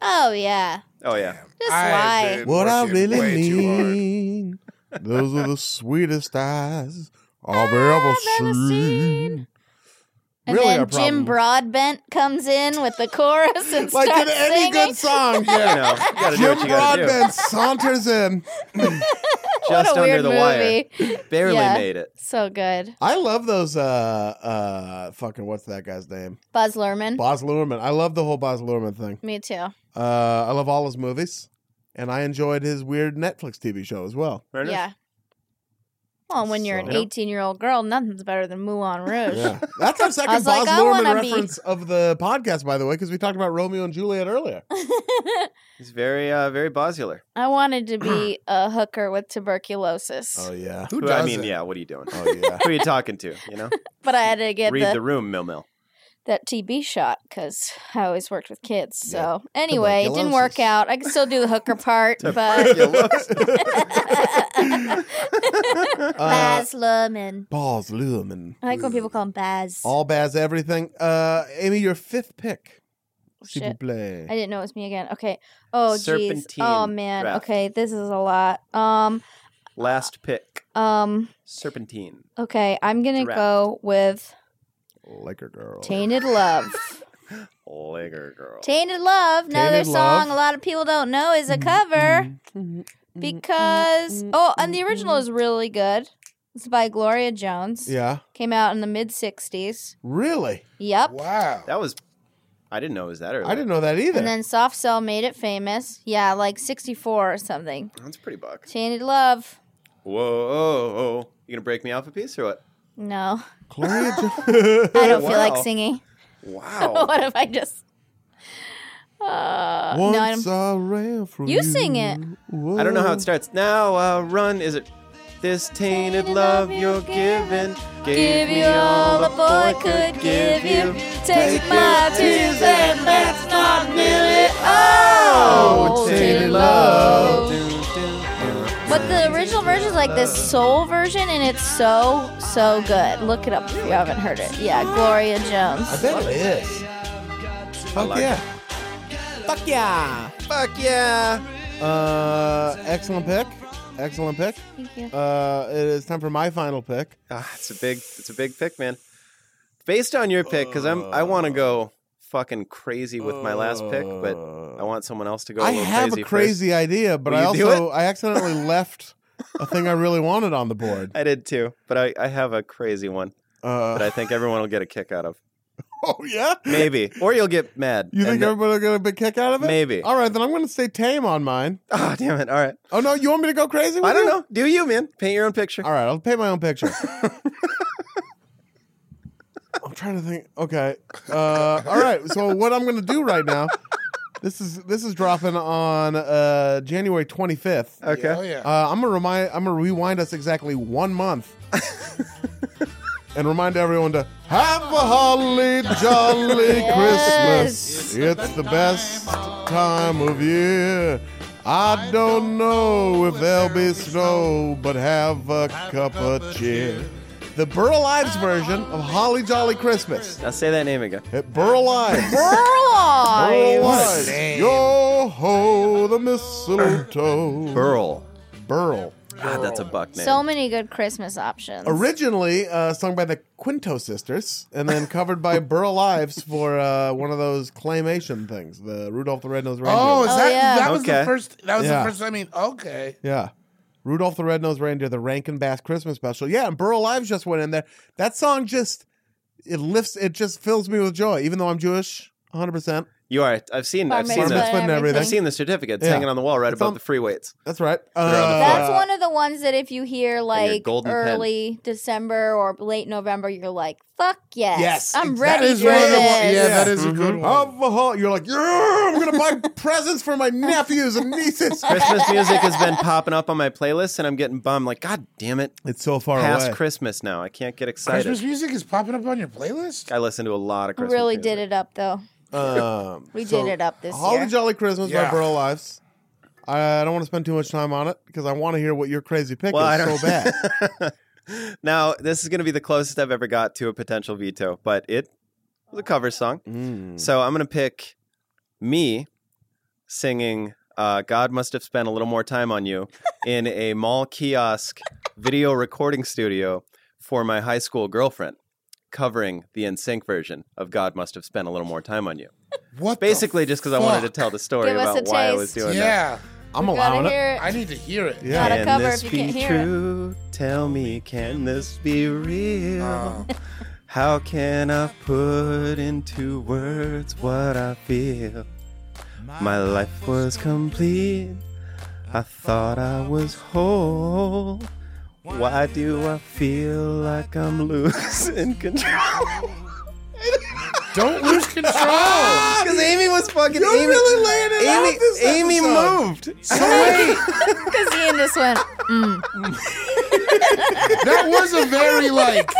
S4: Oh yeah,
S1: Oh yeah.
S4: just
S3: I've
S4: lie.
S3: been
S2: What I
S3: working
S2: really
S3: way too hard.
S2: mean, those are the sweetest eyes I've ever
S4: ever
S2: seen.
S4: And
S2: Really a
S4: then Jim
S2: problem.
S4: Broadbent comes in with the chorus and
S2: Like in
S4: starts
S2: any
S4: singing.
S2: good song,
S1: You know, you gotta do
S2: Jim
S1: what you gotta do.
S2: Broadbent saunters in.
S1: Just
S4: what a
S1: under
S4: weird
S1: the
S4: movie.
S1: wire. Barely
S4: Yeah.
S1: made it.
S4: So good,
S2: I love those. Uh, uh, fucking what's that guy's name?
S4: Buzz Luhrmann.
S2: Boz Luhrmann. I love the whole Boz Luhrmann thing.
S4: Me too.
S2: Uh, I love all his movies, and I enjoyed his weird Netflix TV show as well.
S1: Fair enough.
S4: Yeah. Well, when you're an
S2: So-
S4: 18 year old girl, nothing's better than Moulin Rouge.
S2: Yeah, that's our second
S4: was like,
S2: Boz
S4: I
S2: Luhrmann
S4: wanna be-
S2: reference of the podcast, by the way, because we talked about Romeo and Juliet earlier.
S1: He's very, uh, very bosular.
S4: I wanted to be a hooker with tuberculosis,
S2: Oh yeah.
S3: Who
S1: Who-
S3: does
S1: I mean,
S3: it?
S1: yeah. What are you doing?
S2: Oh yeah.
S1: Who are you talking to? You know,
S4: but I had to get
S1: read
S4: the,
S1: the, room, Mill Mill.
S4: that TB shot because I always worked with kids.
S2: Yeah.
S4: So anyway, it didn't work
S2: Tuberculosis.
S4: out. I could still do the hooker part, but
S2: Uh,
S4: Baz Luhrmann.
S2: Balls Luhrmann.
S4: I like when people call him Baz.
S2: All Baz everything. Uh, Amy, your fifth pick. S'il vous
S4: Oh, Shit.
S2: plaît.
S4: I didn't know it was me again. Okay. Oh jeez.
S1: Serpentine
S4: Oh man.
S1: draft.
S4: Okay, this is a lot. Um
S1: Last pick,
S4: um
S1: Serpentine.
S4: okay, I'm going to
S1: Draft.
S4: go with
S2: Oh, Liquor girl.
S4: Tainted Love.
S1: Lager girl.
S4: Tainted Love, another
S2: Tainted
S4: song
S2: Love. Mm-hmm.
S4: a lot of people don't know is a cover because oh, and the original is really good. It's by Gloria Jones.
S2: Yeah.
S4: Came out in the mid 60s.
S2: Really?
S4: Yep.
S3: Wow.
S1: That was. I didn't know it was that early.
S2: I didn't know that either.
S4: And then Soft Cell made it famous. Yeah, like 64 or something.
S1: That's pretty buck.
S4: Tainted Love.
S1: Whoa, whoa, whoa. You gonna break me off a piece or what?
S4: No,
S2: Gloria Jo-
S4: I don't feel
S1: Wow.
S4: like singing.
S1: Wow.
S4: what if I just. Uh, no, I
S2: Once
S4: don't.
S2: I ran from
S4: You sing it.
S1: I don't know how it starts. Now I run. Is it this tainted love you're giving?
S4: Give you all a boy could give you. Take my tears and that's not nearly all. Tainted Oh, Love. But the original version is like this soul version, and it's so, so good. Look it up if you haven't heard it. Yeah, Gloria Jones.
S2: I bet it is. Fuck
S1: like
S2: yeah. Fuck yeah. Fuck yeah. Uh, excellent pick. Excellent pick.
S4: Thank you.
S2: Uh, it is time for my final pick.
S1: Ah, it's a big, it's a big pick, man. Based on your pick, because I'm, I want to
S2: Oh.
S1: go fucking crazy with my last pick, but I want someone else to go. a
S2: I
S1: little
S2: have
S1: crazy
S2: a
S1: first.
S2: crazy idea, but
S1: Will
S2: I
S1: you do
S2: also I accidentally left a thing I really wanted on the board.
S1: I did too, but I, I have a crazy one that
S2: Uh,
S1: I think everyone will get a kick out of.
S2: oh yeah,
S1: Maybe, or you'll get mad.
S2: you think
S1: And-
S2: everybody will get a big kick out of it?
S1: Maybe.
S2: All right, then I'm going to stay tame on mine.
S1: Oh damn it! All right.
S2: Oh no, you want me to go crazy? With
S1: I don't
S2: you?
S1: know. Do you, man? Paint your own picture.
S2: All right, I'll paint my own picture. I'm trying to think. Okay. Uh, all right. So what I'm going to do right now? This is this is dropping on uh, January 25th.
S1: Okay.
S3: Oh yeah.
S2: Uh, I'm gonna remind. I'm gonna rewind us exactly one month, and remind everyone to have a holly jolly Christmas. It's the best time of year. I don't know if there'll be snow, but have a cup of cheer. The Burl Ives version of Holly Jolly Christmas.
S1: Now say that name again.
S2: At Burl Ives.
S4: Burl
S2: Burl
S4: Ives.
S2: Ives. Yo ho, the mistletoe.
S1: Burl.
S2: Burl.
S1: God, Ah, that's a buck name.
S4: So many good Christmas options.
S2: Originally uh, sung by the Quinto Sisters and then covered by Burl Ives for uh, one of those claymation things, the Rudolph the Red-Nosed Reindeer.
S3: Oh, is that that was
S1: Okay.
S3: the first? That was
S2: Yeah.
S3: the first. I mean, okay.
S2: Yeah. Rudolph the Red-Nosed Reindeer, the Rankin Bass Christmas special. Yeah, and Burl Ives just went in there. That song just it lifts it just fills me with joy, even though I'm Jewish, 100 percent
S1: You are. I've seen.
S4: Bar
S1: I've seen
S4: mitzvah
S1: the.
S4: and
S2: Putting everything.
S1: I've seen the certificate. It's
S2: Yeah.
S1: hanging on the wall right
S2: It's
S1: above
S2: on-
S1: the free weights.
S2: That's right. Uh,
S3: Oh,
S1: on the
S4: That's one of the ones that if you hear
S1: your
S4: like
S1: golden pen.
S4: early December or late November, you're like, "Fuck yes,
S3: Yes,
S4: I'm
S3: that
S4: ready
S3: is
S4: for
S3: one of the-
S4: this."
S3: yeah, that is a good
S1: Mm-hmm.
S3: one.
S1: Oh,
S2: Alcohol. You're like, yeah, I'm gonna buy presents for my nephews and nieces.
S1: Christmas music has been popping up on my playlist, and I'm getting bummed. Like, God damn it!
S2: It's so far
S1: Past
S2: away.
S1: Christmas now, I can't get excited.
S3: Christmas music is popping up on your playlist.
S1: I listen to a lot of Christmas.
S4: really
S1: music.
S4: did it up though.
S2: Um,
S4: We did it up this
S2: Holly
S4: year.
S2: Jolly Christmas by
S3: Yeah.
S2: Burl Ives. I don't want to spend too much time on it because I want to hear what your crazy pick
S1: Well, I
S2: is
S1: don't-
S2: so bad.
S1: Now, this is going to be the closest I've ever got to a potential veto, but it was a cover song. So I'm going to pick me singing uh, God Must Have Spent a Little More Time on You in a mall kiosk video recording studio for my high school girlfriend, covering the NSYNC version of God Must Have Spent a Little More Time on You.
S3: What? the
S1: Basically, just because I wanted to
S3: fuck?
S1: tell the story
S4: Give us
S1: about
S4: a
S1: why I
S4: taste.
S1: was doing that.
S3: Yeah,
S2: I'm allowing
S4: Gotta
S2: it.
S4: hear
S3: I
S4: it.
S3: need to hear it.
S2: Yeah.
S4: Gotta
S1: Can
S4: cover
S1: this
S4: if you
S1: be
S4: can't hear it.
S1: true? Tell me, can this be real?
S2: Oh.
S1: How can I put into words what I feel? My life was complete. I thought I was whole. Why do I feel like I'm losing control?
S3: Don't lose control.
S1: Because Amy was fucking. You're Amy,
S2: really laying it out
S1: Amy,
S2: this
S1: Amy
S2: episode.
S1: moved.
S4: because Ian just went. mm.
S3: that was a very like.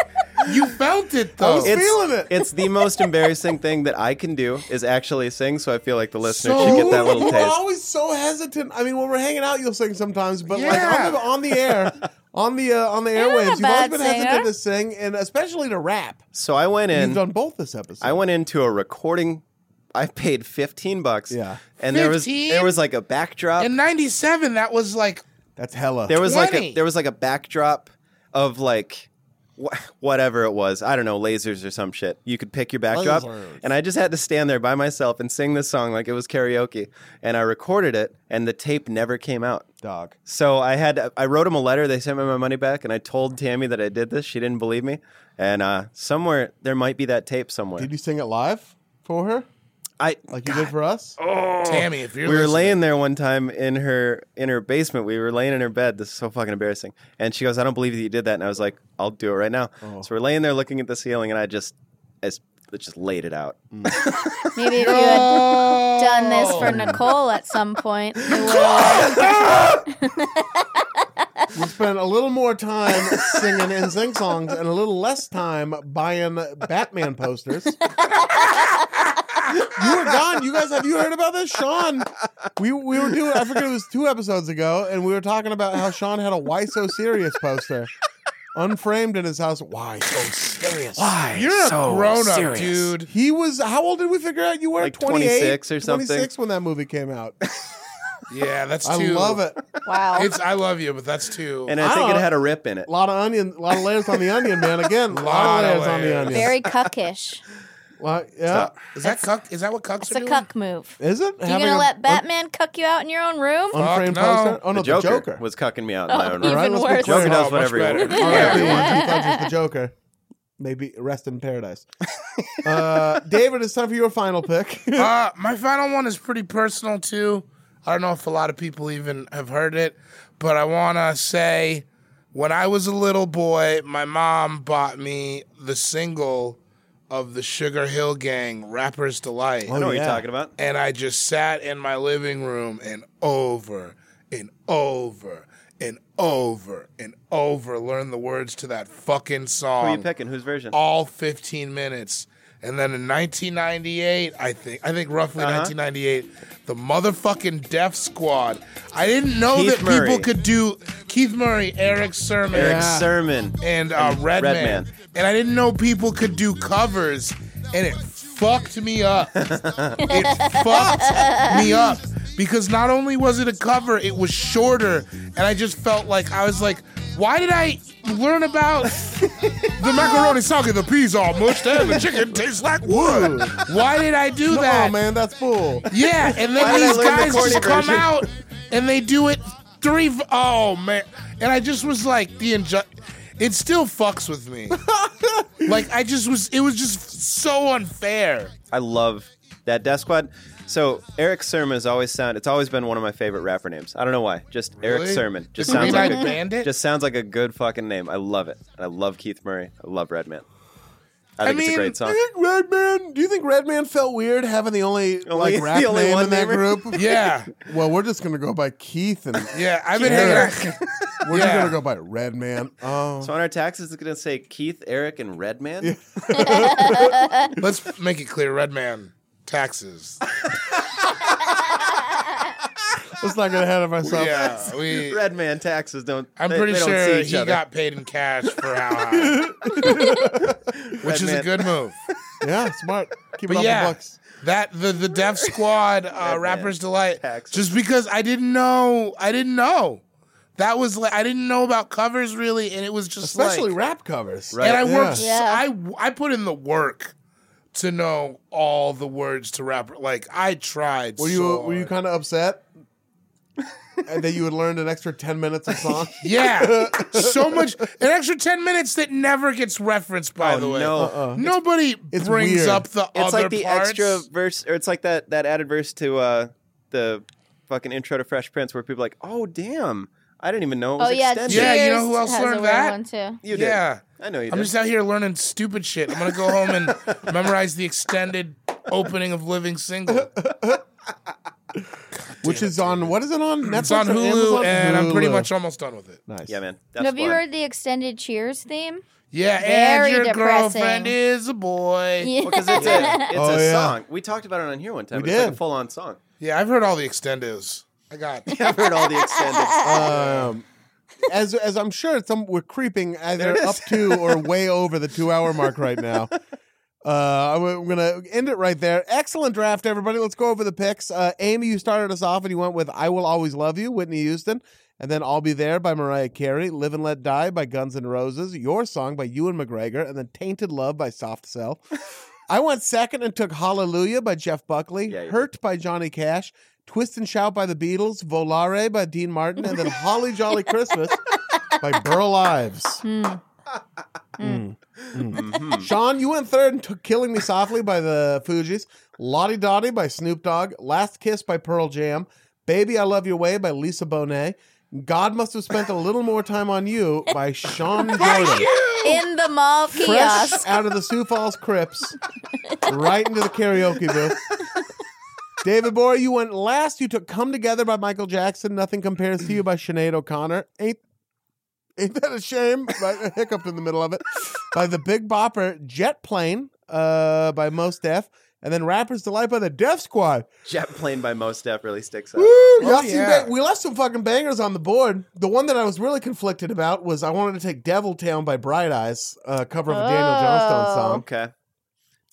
S3: You felt it though.
S2: was- feeling it.
S1: Oh, it's the most embarrassing thing that I can do is actually sing. So I feel like the listener
S3: So
S1: should get that
S2: you
S1: little
S2: were
S1: taste.
S2: always so hesitant. I mean, when we're hanging out, you'll sing sometimes, but like
S3: Yeah.
S2: on the, on the air, on the uh, on the
S4: I'm not a
S2: airwaves, you've always
S4: bad
S2: been
S4: singer.
S2: hesitant to sing, and especially to rap.
S1: So I went
S2: You've
S1: in.
S2: done both this episode.
S1: I went into a recording. I paid fifteen bucks.
S2: Yeah.
S1: and there was
S3: 15?
S1: there was like a backdrop.
S3: In '97, that was like
S2: That's hella.
S1: there was like a
S3: 20.
S1: there was like a backdrop of like wh- whatever it was i don't know lasers or some shit you could pick your backdrop
S2: Lasers.
S1: and i just had to stand there by myself and sing this song like it was karaoke and i recorded it and the tape never came out
S2: dog.
S1: so i had i wrote him a letter they sent me my money back and i told tammy that i did this she didn't believe me and uh somewhere there might be that tape somewhere
S2: Did you sing it live for her,
S1: i
S2: like you did for us?
S3: Tammy. If you're
S1: we were
S3: listening.
S1: laying there one time in her in her basement. We were laying in her bed. This is so fucking embarrassing. And she goes, "I don't believe that you did that." And I was like, "I'll do it right now."
S2: Oh.
S1: So we're laying there looking at the ceiling, and I just I s- I just laid it out.
S2: Mm.
S4: Maybe if you had done this for Nicole at some point, you would've-
S2: You spend a little more time singing NSYNC songs and a little less time buying Batman posters. you were gone. You guys, have you heard about this? Sean, we, we were doing, I forget it was two episodes ago, and we were talking about how Sean had a Why So Serious poster unframed in his house. Why so serious? Why?
S3: You're a
S2: Oh,
S3: grown up, dude.
S2: He was, how old did we figure out you were?
S1: Like
S2: 28?
S1: 26 or something.
S2: 26 when that movie came out.
S3: Yeah, that's
S2: I
S3: too.
S2: love it.
S4: wow.
S3: It's I love you, but that's too.
S1: And I,
S2: I
S1: think it
S2: don't-
S1: had a rip in it.
S2: A lot of onion, a lot of layers on the onion, man. Again, a lot,
S3: Lot
S2: of
S3: of
S2: layers, on the
S3: layers.
S2: onion.
S4: Very cuckish.
S2: Well, yeah.
S3: is that cuck? Is that what cucks
S4: It's
S3: are
S4: a
S3: doing?
S4: cuck move.
S2: Is it?
S4: you
S2: Having
S4: gonna
S2: a-
S4: let
S2: un-
S4: Batman cuck you out in your own room?
S2: unframed
S3: Fuck no.
S2: poster? Oh no,
S1: the,
S2: the
S1: Joker
S2: Joker.
S1: was cucking me out in my
S4: Oh,
S1: own room.
S4: even
S2: Alright, let's go
S4: worse.
S2: Joker
S1: does
S3: Oh, much
S1: whatever he
S3: better.
S1: wants.
S2: R.I.P. once he touches the Joker. Maybe rest in paradise. Uh, David, it's time for your final pick.
S3: Uh, my final one is pretty personal too. I don't know if a lot of people even have heard it, but I want to say when I was a little boy, my mom bought me the single of the Sugar Hill Gang, Rapper's Delight.
S1: I know what
S2: Yeah.
S1: you're talking about.
S3: And I just sat in my living room and over and over and over and over learned the words to that fucking song
S4: Um,
S1: Who are you picking? Whose version?
S4: oh,
S3: all 15 minutes. And then in 1998, I think, I think roughly
S1: Uh-huh.
S3: 1998, the motherfucking Def Squad. I didn't know
S1: Keith
S3: that
S1: Murray.
S3: people could do Keith Murray, Eric Sermon,
S1: Eric Sermon.
S3: and uh, Redman.
S1: Redman.
S3: And I didn't know people could do covers, and it fucked me up. it fucked me up because not only was it a cover, it was shorter, and I just felt like I was like, why did I learn about the macaroni soggy, the peas all mushed, and the chicken tastes like wood? Why did I do
S2: Come
S3: that?
S2: on, man, that's bull.
S3: Yeah,
S2: Why
S3: and then
S2: did I
S3: these
S2: learn the
S3: guys
S2: corny
S3: just come
S2: version?
S3: out and they do it three. v- Oh man! And I just was like the inju- It still fucks with me. like I just was. It was just so unfair.
S1: I love that Death Squad. So Eric Sermon has always sound. It's always been one of my favorite rapper names. I don't know why. Just Eric
S3: Really?
S1: Sermon. Just
S3: The Green
S1: sounds like
S3: Eyed
S1: a,
S3: Bandit?
S1: just sounds like a good fucking name. I love it. And I love Keith Murray. I love Redman. I
S2: I
S1: think it's
S2: mean,
S1: a great
S2: I
S1: song.
S2: think Redman. Do you think Redman felt weird having the only, like rap
S1: the only
S2: name
S1: one
S2: in that
S1: namer?
S2: group?
S3: Yeah.
S2: Well, we're just gonna go by Keith and
S3: Yeah, I've been hanging
S2: Eric.
S3: out.
S2: We're just
S3: Yeah.
S2: gonna go by Redman. Oh,
S1: So on our taxes, it's gonna say Keith, Eric, and Redman.
S3: Let's make it clear, Red Man taxes.
S2: let's not get ahead of ourselves.
S3: Yeah, we.
S1: Redman taxes don't.
S3: I'm
S1: they-
S3: pretty
S1: they don't see
S3: sure
S1: each
S3: he
S1: other.
S3: got paid in cash for how high, which is a
S1: Redman.
S3: good move.
S2: Yeah, smart. Keep it
S3: But
S2: off
S3: yeah,
S2: the books.
S3: that the the Def Squad uh, Rappers Delight.
S1: Taxes.
S3: Just because I didn't know, I didn't know. That was like I didn't know about covers really, and it was just
S2: Especially
S3: like,
S2: rap covers.
S1: Right.
S3: And I
S2: Yeah.
S3: worked.
S4: Yeah.
S3: So, I I put in the work to know all the words to rap. Like I tried.
S2: Were you
S3: so
S2: were you
S3: hard.
S2: kind of upset And that you had learned an extra ten minutes of song?
S3: Yeah, so much an extra ten minutes that never gets referenced. By
S1: Oh,
S3: the way,
S1: no.
S3: nobody
S2: it's
S3: brings
S2: weird.
S3: up the
S1: It's
S3: other
S1: like the
S3: parts.
S1: extra verse, or it's like that that added verse to uh, the fucking intro to Fresh Prince, where people are like, "Oh damn, I didn't even know it was
S4: Oh yeah,
S1: extended."
S3: Yeah, you
S4: Cheers
S3: know who else
S4: has a
S3: learned
S4: weird
S3: that?
S4: one, too.
S1: you did.
S3: yeah.
S1: I know you
S3: I'm
S1: did.
S3: just out here learning stupid shit. I'm gonna go home and memorize the extended opening of Living Single.
S2: Which is on what is it on? Netflix
S3: It's on
S2: or
S3: Hulu,
S2: Amazon?
S3: and I'm pretty
S2: Hulu.
S3: much almost done with it.
S2: nice.
S1: yeah, man. That's
S4: Have you
S1: fun.
S4: heard the extended Cheers theme?
S3: Yeah,
S4: Very
S3: and your
S4: depressing.
S3: girlfriend is a boy. Yeah.
S4: Yeah.
S1: Because it's a, it's
S2: Oh,
S1: a
S2: yeah.
S1: song. We talked about it on here one time.
S2: We
S1: it's like a
S2: did.
S1: full on song.
S3: I've heard all the extendos. I got.
S1: I've heard all the extended.
S2: Um, as as I'm sure some we're creeping either up to or way over the two hour mark right now. Uh, I'm, I'm gonna end it right there. Excellent draft, everybody. Let's go over the picks. Uh, Amy, you started us off, and you went with "I Will Always Love You," Whitney Houston, and then "I'll Be There" by Mariah Carey, "Live and Let Die" by Guns N' Roses, "Your Song" by Ewan McGregor, and then "Tainted Love" by Soft Cell. I went second and took "Hallelujah" by Jeff Buckley,
S1: Yeah, you did.
S2: "Hurt" by Johnny Cash, Twist and Shout by the Beatles, Volare by Dean Martin, and then Holly Jolly Christmas by Burl Ives. Hmm.
S1: Mhm.
S2: Sean, you went third and took Killing Me Softly by the Fugees, Lottie Dottie by Snoop Dogg, Last Kiss by Pearl Jam, Baby I Love Your Way by Lisa Bonet, God Must Have Spent a Little More Time on You by Sean Jordan.
S4: In the mall
S2: Fresh
S4: kiosk.
S2: out of the Sioux Falls Crips, right into the karaoke booth. David Boyer, you went last. You took "Come Together" by Michael Jackson. "Nothing Compares to You" by Sinead O'Connor. Ain't ain't that a shame? Right, I hiccuped in the middle of it. By the Big Bopper, "Jet Plane" uh, by Most Def, and then "Rappers Delight" by the Def Squad. Oh,
S1: Jet plane by Most Def really sticks out.
S2: Woo! Y'all seen
S3: yeah.
S2: ba- we left some fucking bangers on the board. The one that I was really conflicted about was I wanted to take "Devil Town" by Bright Eyes, uh, cover of a Daniel Johnston
S4: Oh.
S2: song.
S1: Okay.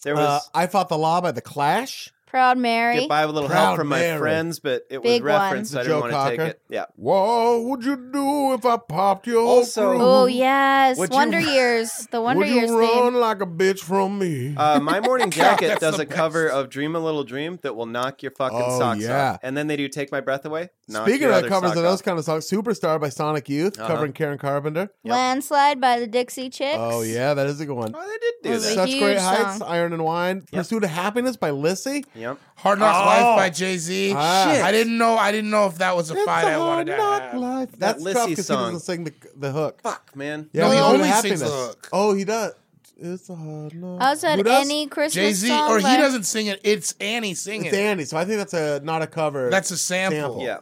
S1: There
S2: Uh,
S1: was
S2: I fought the law by the Clash.
S4: Proud Mary.
S1: get by with a little
S2: Proud
S1: help from my
S2: Mary.
S1: friends, but it was
S4: Big
S1: referenced.
S2: one.
S1: I didn't
S2: Joe
S1: want to
S2: Cocker.
S1: take it. Yeah.
S2: What would you do if I popped your
S1: Also-
S2: groove?
S4: Oh yes,
S1: Would you-
S4: Wonder Years. The Wonder
S2: would you
S4: Years
S2: run
S4: theme.
S2: like a bitch from me?
S1: Uh, my morning jacket
S3: that's
S1: does
S3: the
S1: a cover of "Dream a Little Dream" that will knock your fucking
S2: Oh,
S1: socks
S2: yeah.
S1: off, and then they do "Take My Breath Away." knock
S2: Speaking
S1: your
S2: of
S1: other
S2: covers
S1: sock
S2: of those
S1: off.
S2: kind of songs, "Superstar" by Sonic Youth,
S1: Uh-huh.
S2: covering Karen Carpenter.
S4: Landslide by the Dixie Chicks.
S2: Oh yeah, that is a good one.
S1: oh, they did do
S4: Was
S1: that.
S4: a
S2: Such
S4: huge
S2: great heights,
S4: song.
S2: Iron and Wine, Pursuit of Happiness by Lissy.
S1: Yep.
S3: Hard Knock
S2: Oh.
S3: Life by Jay Z.
S2: Ah. Shit.
S3: I didn't know. I didn't know if that was a
S2: It's
S3: fight
S2: a
S3: I wanted
S2: hard
S3: to
S2: knock
S3: have.
S2: life.
S1: That
S2: That's tough
S1: Lissy
S2: because he
S1: song.
S2: doesn't sing the, the hook.
S1: Fuck, man.
S2: Yeah,
S3: No, he
S2: Pursuit of
S3: only sings the
S2: Happiness.
S3: hook.
S2: Oh, he does. It's a hard knock.
S4: I also
S2: Who
S4: had
S2: does?
S4: any Christmas
S3: Jay Z,
S4: song.
S3: or he
S4: by-
S3: doesn't sing it. It's Annie singing.
S2: It's Andy, so I think that's a not a cover.
S3: That's a sample.
S1: Yeah.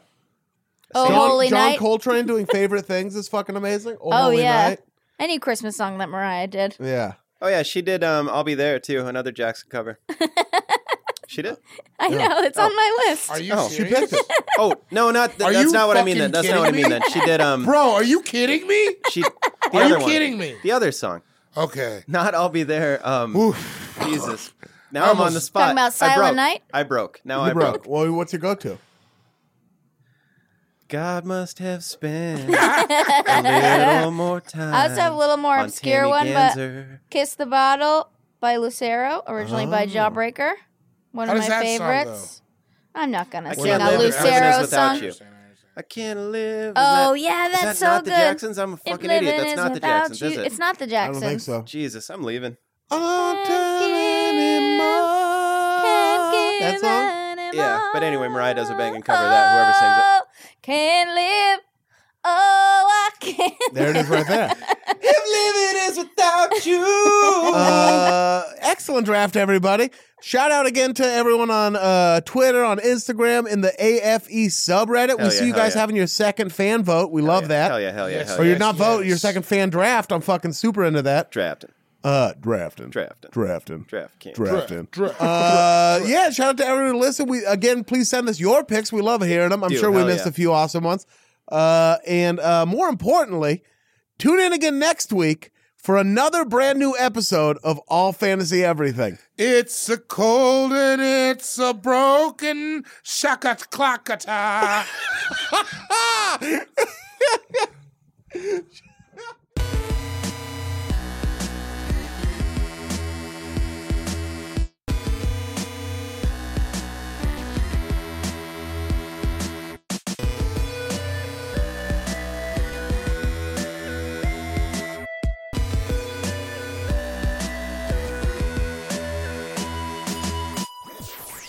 S4: Oh
S2: John,
S4: Holy
S2: John
S4: Night.
S2: Coltrane doing favorite things is fucking amazing. Oh,
S4: Oh,
S2: Holy
S4: yeah.
S2: Night.
S4: Any Christmas song that Mariah did.
S2: Yeah.
S1: Oh yeah, she did. Um, I'll be there too. Another Jackson cover. she did.
S4: I know it's on my list.
S3: Are you
S1: Oh. She
S2: She
S3: serious?
S2: picked it.
S1: Oh no, not th-
S3: Are
S1: that's
S3: you
S1: not what I mean. Then
S3: fucking
S1: that's not what I mean.
S3: kidding me?
S1: Then she did. Um,
S3: Bro, are you kidding me?
S1: she. The
S3: Are
S1: other
S3: you
S1: one.
S3: kidding me?
S1: The other song.
S3: Okay.
S1: Not I'll be there. Um, Jesus. Now I'm on
S3: Almost-
S1: the spot.
S4: Talking about
S1: I
S4: Silent
S1: broke.
S4: Night?
S1: I broke. Now
S2: You
S1: I broke.
S2: broke. Well, what's your go to?
S1: God must have spent a little more time.
S4: I also have a little more
S1: on
S4: obscure
S1: Tammy
S4: one,
S1: Ganser.
S4: but "Kiss the Bottle" by Lucero, originally by
S1: Oh.
S4: Jawbreaker, one
S3: How
S4: of
S3: does
S4: my
S3: that song go?
S4: favorites. I'm not gonna
S1: I
S4: sing
S1: can't
S4: a
S1: live in
S4: Lucero
S1: Evanescence without
S4: song.
S1: you. I can't live. Is
S4: Oh
S1: that-
S4: yeah,
S1: is
S4: that's
S1: that
S4: so
S1: not
S4: good.
S1: the Jacksons? I'm a
S4: If
S1: fucking idiot.
S4: living
S1: That's
S4: is
S1: not the
S4: without
S1: Jacksons,
S4: you-
S1: is it?
S4: It's not the
S2: I don't
S4: Jacksons.
S2: think so.
S1: Jesus, I'm leaving.
S4: Can't
S1: That
S4: give
S1: song?
S4: anymore. Oh,
S1: Yeah, but anyway, Mariah does a bang and cover that. Whoever sings it.
S4: Can't live. Oh, I can't.
S2: There it is right there.
S1: If living is without you.
S2: uh, excellent draft, everybody. Shout out again to everyone on uh, Twitter, on Instagram, in the AFE subreddit. we
S1: Hell
S2: see
S1: yeah,
S2: you
S1: hell
S2: guys
S1: yeah.
S2: having your second fan vote. We love that.
S1: Hell yeah, hell yeah,
S3: Yes.
S1: hell yeah.
S2: Or Oh, you're not
S3: Yes,
S2: vote, your
S3: yes.
S2: second fan draft. I'm fucking super into that.
S1: Drafting,
S2: Uh, drafting.
S1: Drafting.
S2: Drafting.
S1: draft king.
S2: Drafting.
S3: Draft.
S2: Uh, yeah, shout out to everyone who listened. We again, please send us your picks. We love hearing them. I'm
S1: Dude,
S2: sure we
S1: hell
S2: missed
S1: yeah.
S2: a few awesome ones. Uh, and uh, more importantly, tune in again next week for another brand new episode of All Fantasy Everything.
S3: It's a cold and it's a broken shakat clackata.